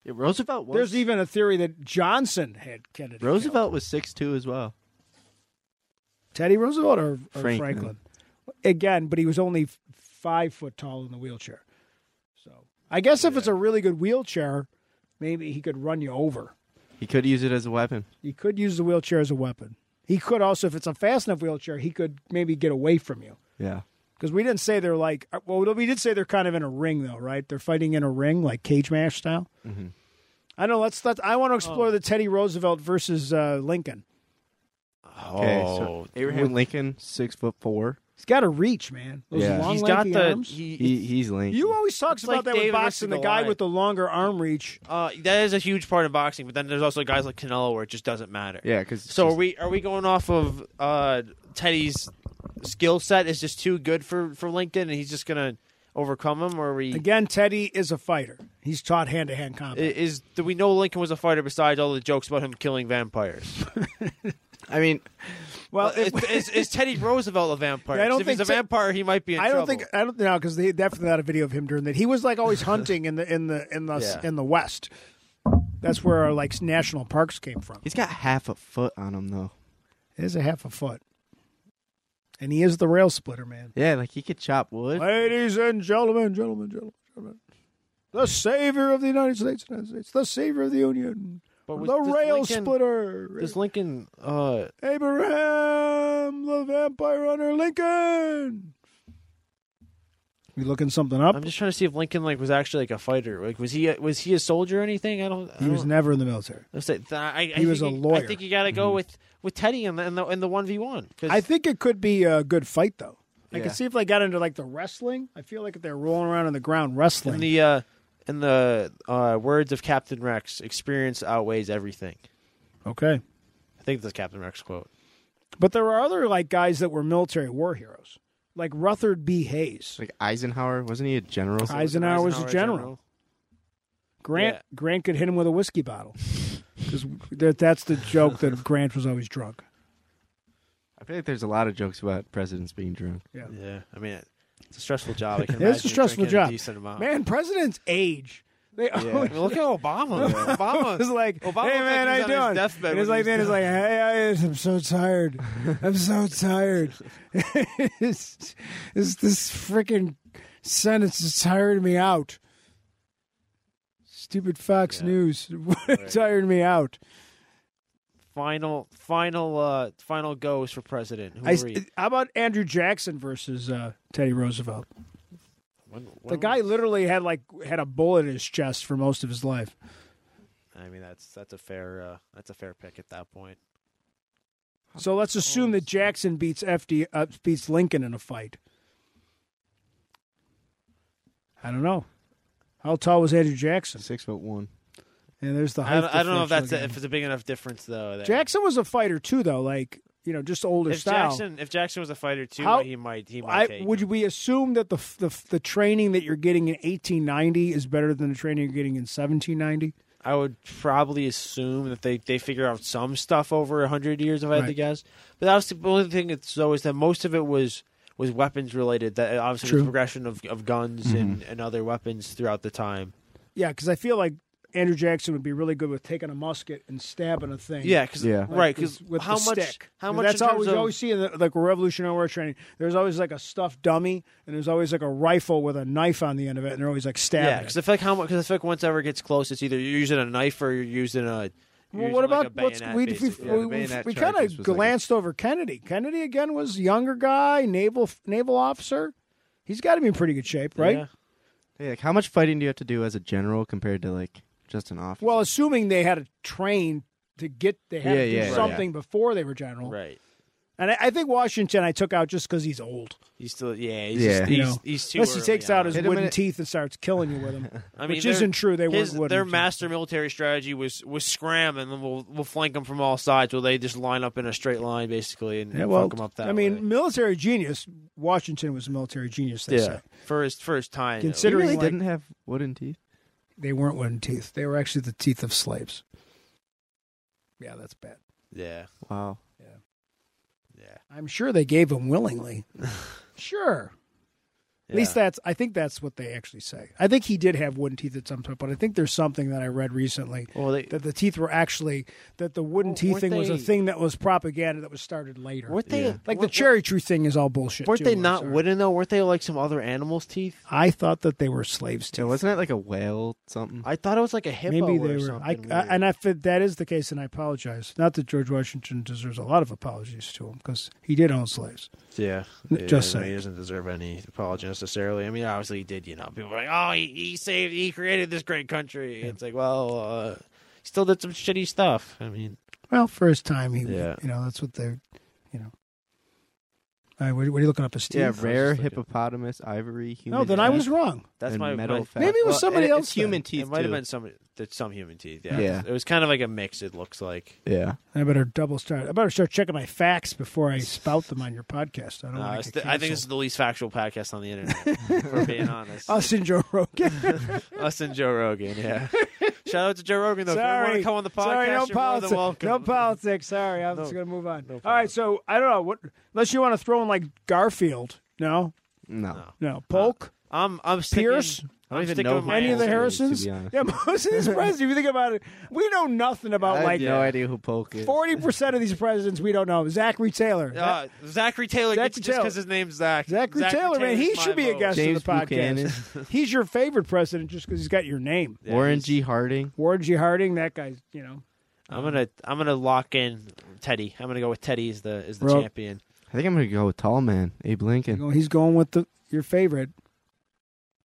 [SPEAKER 4] Yeah, Roosevelt was.
[SPEAKER 3] There's even a theory that Johnson had Kennedy. killed.
[SPEAKER 4] Roosevelt was six two as well.
[SPEAKER 3] Teddy Roosevelt or, or Franklin.
[SPEAKER 4] Franklin.
[SPEAKER 3] Again, but he was only f- five foot tall in the wheelchair. So I guess if it's a really good wheelchair, maybe he could run you over.
[SPEAKER 4] He could use it as a weapon.
[SPEAKER 3] He could use the wheelchair as a weapon. He could also, if it's a fast enough wheelchair, he could maybe get away from you.
[SPEAKER 4] Yeah.
[SPEAKER 3] Because we didn't say they're like, uh, well, we did say they're kind of in a ring though, right? They're fighting in a ring, like cage match style.
[SPEAKER 4] Mm-hmm.
[SPEAKER 3] I don't know. Let's let I want to explore
[SPEAKER 4] Oh.
[SPEAKER 3] the Teddy Roosevelt versus uh, Lincoln.
[SPEAKER 4] Okay.
[SPEAKER 2] Oh,
[SPEAKER 4] So Abraham Lincoln, six foot four.
[SPEAKER 3] He's got a reach, man. Those
[SPEAKER 4] Yeah.
[SPEAKER 3] long,
[SPEAKER 2] he's got
[SPEAKER 3] lanky
[SPEAKER 2] the
[SPEAKER 3] arms.
[SPEAKER 2] he-
[SPEAKER 4] He, he's Lincoln.
[SPEAKER 3] You always talks
[SPEAKER 2] It's
[SPEAKER 3] about
[SPEAKER 2] like
[SPEAKER 3] that with
[SPEAKER 2] David
[SPEAKER 3] boxing, the
[SPEAKER 2] versus
[SPEAKER 3] guy
[SPEAKER 2] Goliath.
[SPEAKER 3] with the longer arm reach.
[SPEAKER 2] uh, that is a huge part of boxing. But then there's also guys like Canelo where it just doesn't matter.
[SPEAKER 4] yeah, because
[SPEAKER 2] So are we are we going off of uh, Teddy's skill set is just too good for for Lincoln, and he's just gonna overcome him, or are we?
[SPEAKER 3] Again, Teddy is a fighter. He's taught hand to hand
[SPEAKER 2] i-
[SPEAKER 3] combat.
[SPEAKER 2] Is do we know Lincoln was a fighter besides all the jokes about him killing vampires?
[SPEAKER 4] I mean,
[SPEAKER 3] well,
[SPEAKER 2] is,
[SPEAKER 3] it,
[SPEAKER 2] is, is Teddy Roosevelt a vampire?
[SPEAKER 3] Yeah, I don't
[SPEAKER 2] 'Cause if he's
[SPEAKER 3] think
[SPEAKER 2] a
[SPEAKER 3] Ted-
[SPEAKER 2] vampire, he might be. In
[SPEAKER 3] I don't
[SPEAKER 2] trouble.
[SPEAKER 3] think I don't know because they definitely had a video of him during that. He was like always hunting in the in the in the
[SPEAKER 2] Yeah.
[SPEAKER 3] in the West. That's where our like national parks came from.
[SPEAKER 4] he's got half a foot on him though.
[SPEAKER 3] It is a half a foot, and he is the rail splitter man.
[SPEAKER 4] Yeah, like he could chop wood.
[SPEAKER 3] Ladies and gentlemen, gentlemen, gentlemen, gentlemen, the savior of the United States, United States, the savior of the Union,
[SPEAKER 2] But was-
[SPEAKER 3] the
[SPEAKER 2] does
[SPEAKER 3] rail
[SPEAKER 2] Lincoln-
[SPEAKER 3] splitter.
[SPEAKER 2] Does Lincoln? Uh,
[SPEAKER 3] Abraham the Vampire Hunter Lincoln. You looking something up?
[SPEAKER 2] I'm just trying to see if Lincoln like was actually like a fighter. Like was he was he a soldier or anything? I don't. I
[SPEAKER 3] he was
[SPEAKER 2] don't-
[SPEAKER 3] never in the military.
[SPEAKER 2] Let's say- th- I, I
[SPEAKER 3] He was
[SPEAKER 2] think
[SPEAKER 3] a
[SPEAKER 2] you-
[SPEAKER 3] lawyer.
[SPEAKER 2] I think you got to
[SPEAKER 3] Mm-hmm.
[SPEAKER 2] go with with Teddy in the in the, in the 1v1. 'cause-
[SPEAKER 3] I think it could be a good fight though. I
[SPEAKER 4] Yeah.
[SPEAKER 3] could see if they got into like the wrestling. I feel like if they're rolling around on the ground wrestling.
[SPEAKER 2] in the uh, in the uh, words of Captain Rex, experience outweighs everything.
[SPEAKER 3] okay,
[SPEAKER 2] I think that's Captain Rex quote.
[SPEAKER 3] but there are other like guys that were military war heroes, like Rutherford B. Hayes.
[SPEAKER 4] Like Eisenhower, wasn't he a general?
[SPEAKER 3] I- Eisenhower was a general. Grant
[SPEAKER 2] Yeah.
[SPEAKER 3] Grant could hit him with a whiskey bottle because that, that's the joke that Grant was always drunk.
[SPEAKER 4] I feel like there's a lot of jokes about presidents being drunk.
[SPEAKER 2] Yeah, I mean, it's a stressful job. I can
[SPEAKER 3] It's a
[SPEAKER 2] imagine
[SPEAKER 3] stressful
[SPEAKER 2] drinking a
[SPEAKER 3] job.
[SPEAKER 2] decent amount.
[SPEAKER 3] Man, presidents age. They
[SPEAKER 2] I
[SPEAKER 3] always
[SPEAKER 2] mean, look at Obama. man.
[SPEAKER 3] Obama was
[SPEAKER 2] Obama.
[SPEAKER 3] like,
[SPEAKER 2] Obama
[SPEAKER 3] "Hey
[SPEAKER 2] looked
[SPEAKER 3] man,
[SPEAKER 2] like he was on
[SPEAKER 3] how you
[SPEAKER 2] his
[SPEAKER 3] doing?"
[SPEAKER 2] deathbed
[SPEAKER 3] And
[SPEAKER 2] when
[SPEAKER 3] it's
[SPEAKER 2] he
[SPEAKER 3] like,
[SPEAKER 2] was
[SPEAKER 3] then it's
[SPEAKER 2] done.
[SPEAKER 3] like, "Hey, I, I'm so tired. I'm so tired. it's, it's, this freaking sentence is tiring me out. Stupid Fox
[SPEAKER 2] Yeah.
[SPEAKER 3] News tired me out.
[SPEAKER 2] Final, final, uh, final goes for president. Who
[SPEAKER 3] I,
[SPEAKER 2] are you?
[SPEAKER 3] how about Andrew Jackson versus uh, Teddy Roosevelt?
[SPEAKER 2] When- when
[SPEAKER 3] The
[SPEAKER 2] was-
[SPEAKER 3] guy literally had like had a bullet in his chest for most of his life.
[SPEAKER 2] I mean, that's that's a fair uh, that's a fair pick at that point.
[SPEAKER 3] So
[SPEAKER 2] Oh,
[SPEAKER 3] let's assume that Jackson beats FD uh, beats Lincoln in a fight. I don't know. How tall was Andrew Jackson?
[SPEAKER 4] Six foot one.
[SPEAKER 3] And there's the height.
[SPEAKER 2] I don't, I don't know if that's
[SPEAKER 3] differential
[SPEAKER 2] a, if
[SPEAKER 3] again.
[SPEAKER 2] it's a big enough difference though. there.
[SPEAKER 3] Jackson was a fighter too, though. Like you know, just older
[SPEAKER 2] if
[SPEAKER 3] style.
[SPEAKER 2] Jackson if Jackson was a fighter too,
[SPEAKER 3] How-
[SPEAKER 2] he might he might
[SPEAKER 3] I,
[SPEAKER 2] take.
[SPEAKER 3] would
[SPEAKER 2] him.
[SPEAKER 3] we assume that the, f- the f- the training that you're getting in 1890 is better than the training you're getting in 1790?
[SPEAKER 2] I would probably assume that they, they figure out some stuff over hundred years if I had to
[SPEAKER 3] Right.
[SPEAKER 2] guess. But that was the only thing that's though is that most of it was was weapons related. That obviously
[SPEAKER 3] True. Mm-hmm.
[SPEAKER 2] was progression of, of guns and, and other weapons throughout the time.
[SPEAKER 3] Yeah, because I feel like Andrew Jackson would be really good with taking a musket and stabbing a thing.
[SPEAKER 2] Yeah, because
[SPEAKER 4] Yeah.
[SPEAKER 2] right, because
[SPEAKER 3] with- with
[SPEAKER 2] how
[SPEAKER 3] the
[SPEAKER 2] much
[SPEAKER 3] stick.
[SPEAKER 2] how
[SPEAKER 3] And
[SPEAKER 2] much
[SPEAKER 3] That's
[SPEAKER 2] in
[SPEAKER 3] how
[SPEAKER 2] terms
[SPEAKER 3] we
[SPEAKER 2] of,
[SPEAKER 3] always see in the, like Revolutionary War training. There's always like a stuffed dummy, and there's always like a rifle with a knife on the end of it, and they're always like
[SPEAKER 2] yeah,
[SPEAKER 3] stabbing.
[SPEAKER 2] because
[SPEAKER 3] it.
[SPEAKER 2] I feel like how much because I feel like once ever gets close, it's either you're using a knife or you're using a. you're
[SPEAKER 3] Well,
[SPEAKER 2] using
[SPEAKER 3] what
[SPEAKER 2] like
[SPEAKER 3] about
[SPEAKER 2] a
[SPEAKER 3] what's
[SPEAKER 2] bayonet,
[SPEAKER 3] we we,
[SPEAKER 2] basically.
[SPEAKER 4] Yeah, the
[SPEAKER 3] we,
[SPEAKER 4] bayonet
[SPEAKER 3] kind
[SPEAKER 4] charges
[SPEAKER 3] of
[SPEAKER 4] was like a-
[SPEAKER 3] glanced over Kennedy. Kennedy again was a younger guy, naval naval officer. He's got to be in pretty good shape, right?
[SPEAKER 2] Yeah.
[SPEAKER 4] Hey, like how much fighting do you have to do as a general compared to like just an officer?
[SPEAKER 3] Well, assuming they had to train to get they had
[SPEAKER 4] Yeah,
[SPEAKER 3] to do
[SPEAKER 4] yeah,
[SPEAKER 3] something before they were general,
[SPEAKER 2] Right.
[SPEAKER 3] and I, I think Washington I took out just because he's old.
[SPEAKER 2] He's still yeah. He's
[SPEAKER 4] Yeah.
[SPEAKER 2] Just,
[SPEAKER 3] You
[SPEAKER 2] he's,
[SPEAKER 3] know,
[SPEAKER 2] he's too.
[SPEAKER 3] Unless he
[SPEAKER 2] early
[SPEAKER 3] takes
[SPEAKER 2] on.
[SPEAKER 3] out his
[SPEAKER 4] Hit him in
[SPEAKER 3] wooden
[SPEAKER 4] it.
[SPEAKER 3] teeth and starts killing you with them.
[SPEAKER 2] I mean,
[SPEAKER 3] which
[SPEAKER 2] their-
[SPEAKER 3] isn't true. They
[SPEAKER 2] his,
[SPEAKER 3] weren't wooden.
[SPEAKER 2] their master military strategy was was scram, and then we'll we'll flank them from all sides. Where they just line up in a straight line, basically, and,
[SPEAKER 3] Yeah,
[SPEAKER 2] and
[SPEAKER 3] well,
[SPEAKER 2] fuck them up that
[SPEAKER 3] I mean,
[SPEAKER 2] way.
[SPEAKER 3] military genius. Washington was a military genius. They say
[SPEAKER 2] for his first time. at
[SPEAKER 4] he
[SPEAKER 3] Considering-
[SPEAKER 4] really
[SPEAKER 3] like-
[SPEAKER 4] didn't have wooden teeth.
[SPEAKER 3] they weren't wooden teeth; they were actually the teeth of slaves. Yeah, that's bad.
[SPEAKER 2] least. yeah,
[SPEAKER 4] Wow.
[SPEAKER 2] yeah,
[SPEAKER 3] I'm sure they gave them willingly. sure, At least that's I think that's what they actually say. I think he did have wooden teeth at some point, but I think there's something that I read recently
[SPEAKER 2] Well, they-
[SPEAKER 3] that the teeth were actually that the wooden
[SPEAKER 2] Well,
[SPEAKER 3] teeth
[SPEAKER 2] weren't
[SPEAKER 3] thing was a
[SPEAKER 2] they-
[SPEAKER 3] thing that was propaganda that was started later.
[SPEAKER 2] Weren't they
[SPEAKER 3] like the
[SPEAKER 2] weren't-
[SPEAKER 3] cherry tree thing is all bullshit.
[SPEAKER 2] Weren't
[SPEAKER 3] too,
[SPEAKER 2] they
[SPEAKER 3] I'm
[SPEAKER 2] not
[SPEAKER 3] sorry.
[SPEAKER 2] wooden though? Weren't they like some other animal's teeth?
[SPEAKER 3] I thought that they were slaves
[SPEAKER 4] Yeah,
[SPEAKER 3] too.
[SPEAKER 4] wasn't it like a whale something?
[SPEAKER 2] I thought it was like a hippo
[SPEAKER 3] Mm. Maybe
[SPEAKER 2] or
[SPEAKER 3] they were. I,
[SPEAKER 2] something.
[SPEAKER 3] I,
[SPEAKER 2] weird.
[SPEAKER 3] and if it, that is the case, then I apologize. Not that George Washington deserves a lot of apologies to him because he did own slaves.
[SPEAKER 2] Yeah,
[SPEAKER 3] N-
[SPEAKER 2] Yeah,
[SPEAKER 3] just
[SPEAKER 2] I mean, he
[SPEAKER 3] saying.
[SPEAKER 2] doesn't deserve any apology necessarily. I mean, obviously he did. You know, people are like, "Oh, he, he saved, he created this great country." It's like, well, uh, he still did some shitty stuff. I mean,
[SPEAKER 3] Well, for his time, he,
[SPEAKER 2] Yeah.
[SPEAKER 3] you know, that's what they, you know. All right, what, what are you looking up, as Steve?
[SPEAKER 4] yeah,
[SPEAKER 2] was
[SPEAKER 4] rare
[SPEAKER 2] just like-
[SPEAKER 4] hippopotamus, ivory, human.
[SPEAKER 3] no, then I
[SPEAKER 4] head,
[SPEAKER 3] was wrong.
[SPEAKER 2] that's
[SPEAKER 4] and
[SPEAKER 2] my
[SPEAKER 4] metal.
[SPEAKER 2] my-
[SPEAKER 4] fa-
[SPEAKER 3] Maybe it was
[SPEAKER 4] Well,
[SPEAKER 3] somebody
[SPEAKER 4] it-
[SPEAKER 3] else
[SPEAKER 4] It's human teeth.
[SPEAKER 2] It might have
[SPEAKER 4] too.
[SPEAKER 2] been some that's some human teeth. Yeah,
[SPEAKER 4] Yeah.
[SPEAKER 2] it was kind of like a mix. It looks like.
[SPEAKER 4] Yeah.
[SPEAKER 3] I better double start. I better start checking my facts before I spout them on your podcast. I don't.
[SPEAKER 2] Uh,
[SPEAKER 3] wanna
[SPEAKER 2] I,
[SPEAKER 3] get
[SPEAKER 2] st- I think this is
[SPEAKER 3] canceled.
[SPEAKER 2] the least factual podcast on the internet. for being honest, us,
[SPEAKER 3] us and Joe Rogan.
[SPEAKER 2] and Joe Rogan. Yeah, shout out to Joe Rogan though. if you want
[SPEAKER 3] Sorry,
[SPEAKER 2] to come on the podcast,
[SPEAKER 3] sorry, no
[SPEAKER 2] you're more
[SPEAKER 3] politics.
[SPEAKER 2] than welcome.
[SPEAKER 3] No politics. Sorry, I'm
[SPEAKER 2] No-
[SPEAKER 3] just gonna move on.
[SPEAKER 2] no
[SPEAKER 3] All right, so I don't know what unless you want to throw in like Garfield. No,
[SPEAKER 4] No.
[SPEAKER 2] No.
[SPEAKER 3] no, Polk.
[SPEAKER 2] I'm I'm sticking,
[SPEAKER 3] Pierce?
[SPEAKER 2] I'm
[SPEAKER 4] I don't even
[SPEAKER 2] sticking
[SPEAKER 4] know
[SPEAKER 2] with
[SPEAKER 4] who
[SPEAKER 2] my
[SPEAKER 3] Any of the
[SPEAKER 2] answer.
[SPEAKER 4] Harris-
[SPEAKER 3] Harrisons?
[SPEAKER 4] to be honest.
[SPEAKER 3] Yeah, most of these presidents. If you think about it, we know nothing
[SPEAKER 4] I
[SPEAKER 3] about
[SPEAKER 4] have
[SPEAKER 3] like
[SPEAKER 4] no idea who Polk is.
[SPEAKER 3] forty percent of these presidents. We don't know. Zachary Taylor.
[SPEAKER 2] Uh, Zachary Taylor
[SPEAKER 3] Zachary
[SPEAKER 2] gets it just
[SPEAKER 3] Taylor.
[SPEAKER 2] because his name's Zach.
[SPEAKER 3] Zachary, Taylor, man, he
[SPEAKER 2] Taylor's my
[SPEAKER 3] should be a
[SPEAKER 2] vote.
[SPEAKER 3] guest
[SPEAKER 4] James
[SPEAKER 3] of the podcast.
[SPEAKER 4] Buchanan.
[SPEAKER 3] he's your favorite president just because he's got your name.
[SPEAKER 2] Yeah,
[SPEAKER 4] Warren
[SPEAKER 2] he's-
[SPEAKER 4] G. Harding.
[SPEAKER 3] Warren G. Harding, that guy's, you know.
[SPEAKER 2] I'm gonna I'm gonna lock in Teddy. I'm gonna go with Teddy as the is the
[SPEAKER 3] Rob-
[SPEAKER 2] champion.
[SPEAKER 4] I think I'm gonna go with Tall Man, Abe Lincoln.
[SPEAKER 3] He's going with the your favorite.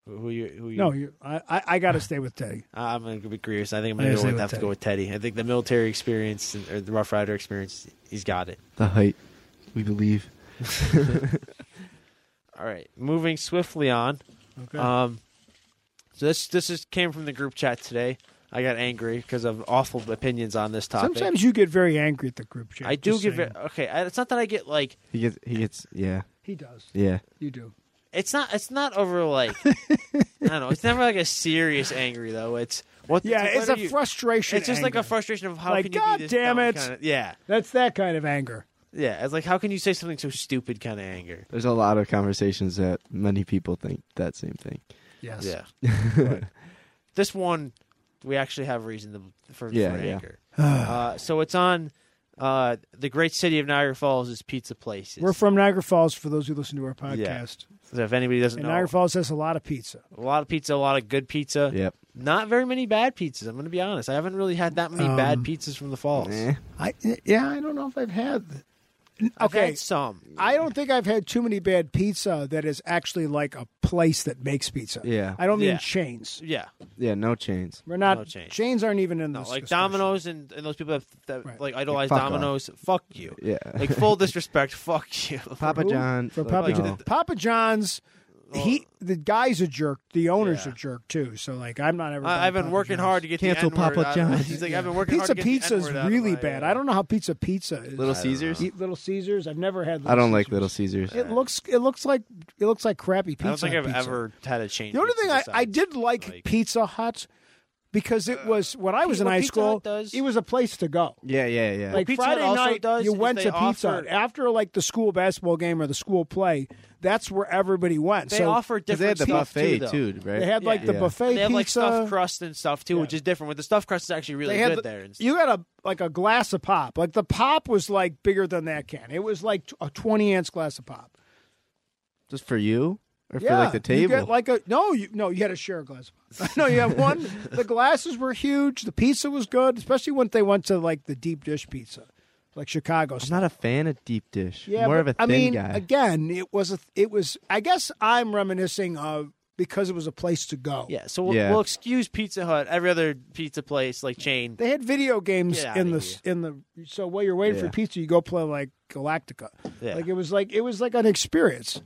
[SPEAKER 2] Who who you? Who you?
[SPEAKER 3] No, you, I, I, I got to stay with Teddy.
[SPEAKER 2] I- I'm gonna be curious. I think I'm gonna
[SPEAKER 3] I
[SPEAKER 2] go
[SPEAKER 3] say
[SPEAKER 2] with,
[SPEAKER 3] with
[SPEAKER 2] have to
[SPEAKER 3] Teddy.
[SPEAKER 2] go with Teddy. I think the military experience and- or the Rough Rider experience, he's got it.
[SPEAKER 4] The height. We believe.
[SPEAKER 2] All right, moving swiftly on.
[SPEAKER 3] Okay.
[SPEAKER 2] Um, so this this is came from the group chat today. I got angry because of awful opinions on this topic.
[SPEAKER 3] Sometimes you get very angry at the group chat.
[SPEAKER 2] I do
[SPEAKER 3] just
[SPEAKER 2] give
[SPEAKER 3] saying.
[SPEAKER 2] it. Okay, I- it's not that I get like
[SPEAKER 4] He gets. He gets. Yeah.
[SPEAKER 3] He does.
[SPEAKER 4] Yeah.
[SPEAKER 3] You do.
[SPEAKER 2] It's not. It's not over like I don't know. It's never like a serious angry though. It's what.
[SPEAKER 3] Yeah,
[SPEAKER 2] what
[SPEAKER 3] it's
[SPEAKER 2] are
[SPEAKER 3] a
[SPEAKER 2] you-
[SPEAKER 3] frustration.
[SPEAKER 2] It's just like a
[SPEAKER 3] anger.
[SPEAKER 2] frustration of how
[SPEAKER 3] Like,
[SPEAKER 2] can you
[SPEAKER 3] "God
[SPEAKER 2] be this
[SPEAKER 3] damn
[SPEAKER 2] dumb
[SPEAKER 3] it."
[SPEAKER 2] Kinda, yeah,
[SPEAKER 3] That's that kind of anger.
[SPEAKER 2] yeah. It's like how can you say something so stupid? Kind of anger.
[SPEAKER 4] There's a lot of conversations that many people think that same thing.
[SPEAKER 3] Yes.
[SPEAKER 2] Yeah. this one, we actually have reason to, for,
[SPEAKER 4] Yeah,
[SPEAKER 2] for
[SPEAKER 4] yeah.
[SPEAKER 2] anger. uh, so it's on uh, the great city of Niagara Falls is pizza places.
[SPEAKER 3] We're from Niagara Falls for those who listen to our podcast.
[SPEAKER 2] so if anybody doesn't
[SPEAKER 3] And
[SPEAKER 2] know,
[SPEAKER 3] Niagara Falls has a lot of pizza.
[SPEAKER 2] a lot of pizza, a lot of good pizza.
[SPEAKER 4] Yep.
[SPEAKER 2] Not very many bad pizzas. I'm going to be honest. I haven't really had that many
[SPEAKER 3] Um,
[SPEAKER 2] bad pizzas from the falls.
[SPEAKER 4] Eh.
[SPEAKER 3] I yeah, I don't know if I've had.
[SPEAKER 2] I've
[SPEAKER 3] Okay,
[SPEAKER 2] had some.
[SPEAKER 3] I don't think I've had too many bad pizza that is actually like a place that makes pizza.
[SPEAKER 4] Yeah.
[SPEAKER 3] I don't mean
[SPEAKER 2] Yeah.
[SPEAKER 3] chains.
[SPEAKER 2] Yeah,
[SPEAKER 4] Yeah. No chains.
[SPEAKER 3] We're not
[SPEAKER 2] No chains.
[SPEAKER 3] chains aren't even in
[SPEAKER 2] no,
[SPEAKER 3] this.
[SPEAKER 2] like
[SPEAKER 3] discussion.
[SPEAKER 2] Domino's and, and those people that, that
[SPEAKER 3] Right.
[SPEAKER 2] like idolize
[SPEAKER 4] fuck off.
[SPEAKER 2] Domino's. Fuck you.
[SPEAKER 4] Yeah.
[SPEAKER 2] Like full disrespect. Fuck you.
[SPEAKER 4] Papa
[SPEAKER 3] Who-
[SPEAKER 4] John.
[SPEAKER 3] For
[SPEAKER 4] like,
[SPEAKER 3] Papa
[SPEAKER 4] no.
[SPEAKER 3] John. Papa John's he the guy's a jerk. The owner's
[SPEAKER 2] Yeah.
[SPEAKER 3] a jerk too. So like I'm not ever.
[SPEAKER 2] I,
[SPEAKER 3] buying
[SPEAKER 2] I've been
[SPEAKER 3] Papa
[SPEAKER 2] working
[SPEAKER 3] John's.
[SPEAKER 2] hard to get
[SPEAKER 4] Cancel
[SPEAKER 2] the N-word
[SPEAKER 4] Papa
[SPEAKER 2] out of-
[SPEAKER 4] John's.
[SPEAKER 2] He's like, I've been working
[SPEAKER 3] Pizza
[SPEAKER 2] hard to get the
[SPEAKER 3] Pizza is
[SPEAKER 2] N-word out of
[SPEAKER 3] really
[SPEAKER 2] my,
[SPEAKER 3] bad.
[SPEAKER 2] uh,
[SPEAKER 3] I don't know how Pizza Pizza is.
[SPEAKER 4] Little
[SPEAKER 2] don't
[SPEAKER 4] Caesars.
[SPEAKER 3] Eat Little Caesars. I've never had. Little
[SPEAKER 4] I don't like
[SPEAKER 3] Caesars.
[SPEAKER 4] Little Caesars.
[SPEAKER 3] It looks it looks like it looks like crappy pizza.
[SPEAKER 2] I don't think I've
[SPEAKER 3] Hut pizza.
[SPEAKER 2] ever had a change.
[SPEAKER 3] The only thing I, I did like,
[SPEAKER 2] like- uh,
[SPEAKER 3] Pizza Hut because it was when I was in
[SPEAKER 2] what
[SPEAKER 3] high
[SPEAKER 2] Pizza
[SPEAKER 3] school,
[SPEAKER 2] Hut does-
[SPEAKER 3] it was a place to go.
[SPEAKER 4] Yeah. Yeah. Yeah.
[SPEAKER 3] Like
[SPEAKER 2] Pizza Hut
[SPEAKER 3] Friday
[SPEAKER 2] also
[SPEAKER 3] night,
[SPEAKER 2] does
[SPEAKER 3] you
[SPEAKER 2] is
[SPEAKER 3] went
[SPEAKER 2] they
[SPEAKER 3] to Pizza Hut
[SPEAKER 2] offer-
[SPEAKER 3] after like the school basketball game or the school play. That's where everybody went.
[SPEAKER 2] They
[SPEAKER 3] so
[SPEAKER 2] offer
[SPEAKER 4] 'Cause
[SPEAKER 2] different
[SPEAKER 4] they had the
[SPEAKER 2] stuff
[SPEAKER 4] buffet
[SPEAKER 2] too, though.
[SPEAKER 4] too, right?
[SPEAKER 3] they had like the
[SPEAKER 4] Yeah.
[SPEAKER 3] buffet
[SPEAKER 2] They have
[SPEAKER 3] pizza.
[SPEAKER 2] like stuffed crust and stuff too, which is different. With the stuffed crust, is actually really
[SPEAKER 3] they had
[SPEAKER 2] good
[SPEAKER 3] the-
[SPEAKER 2] there. And stuff.
[SPEAKER 3] you had a like a glass of pop. Like the pop was like bigger than that can. It was like a twenty ounce glass of pop.
[SPEAKER 4] Just for you or
[SPEAKER 3] yeah,
[SPEAKER 4] for like the
[SPEAKER 3] you
[SPEAKER 4] table.
[SPEAKER 3] get like a no, you no, you had to share a glass. of pop. no, you had one. The glasses were huge. The pizza was good, especially when they went to like the deep dish pizza, like Chicago.
[SPEAKER 4] I'm
[SPEAKER 3] style.
[SPEAKER 4] not a fan of deep dish.
[SPEAKER 3] Yeah,
[SPEAKER 4] More
[SPEAKER 3] but,
[SPEAKER 4] of a thin
[SPEAKER 3] I mean,
[SPEAKER 4] guy.
[SPEAKER 3] again, it was a, it was. I guess I'm reminiscing of because it was a place to go.
[SPEAKER 2] yeah, so we'll,
[SPEAKER 4] Yeah.
[SPEAKER 2] we'll excuse Pizza Hut, every other pizza place like chain.
[SPEAKER 3] They had video games
[SPEAKER 2] Get outta
[SPEAKER 3] in the
[SPEAKER 2] here.
[SPEAKER 3] in the so while you're waiting for
[SPEAKER 4] Yeah.
[SPEAKER 3] pizza, you go play like Galactica.
[SPEAKER 2] Yeah.
[SPEAKER 3] Like it was like it was like an experience.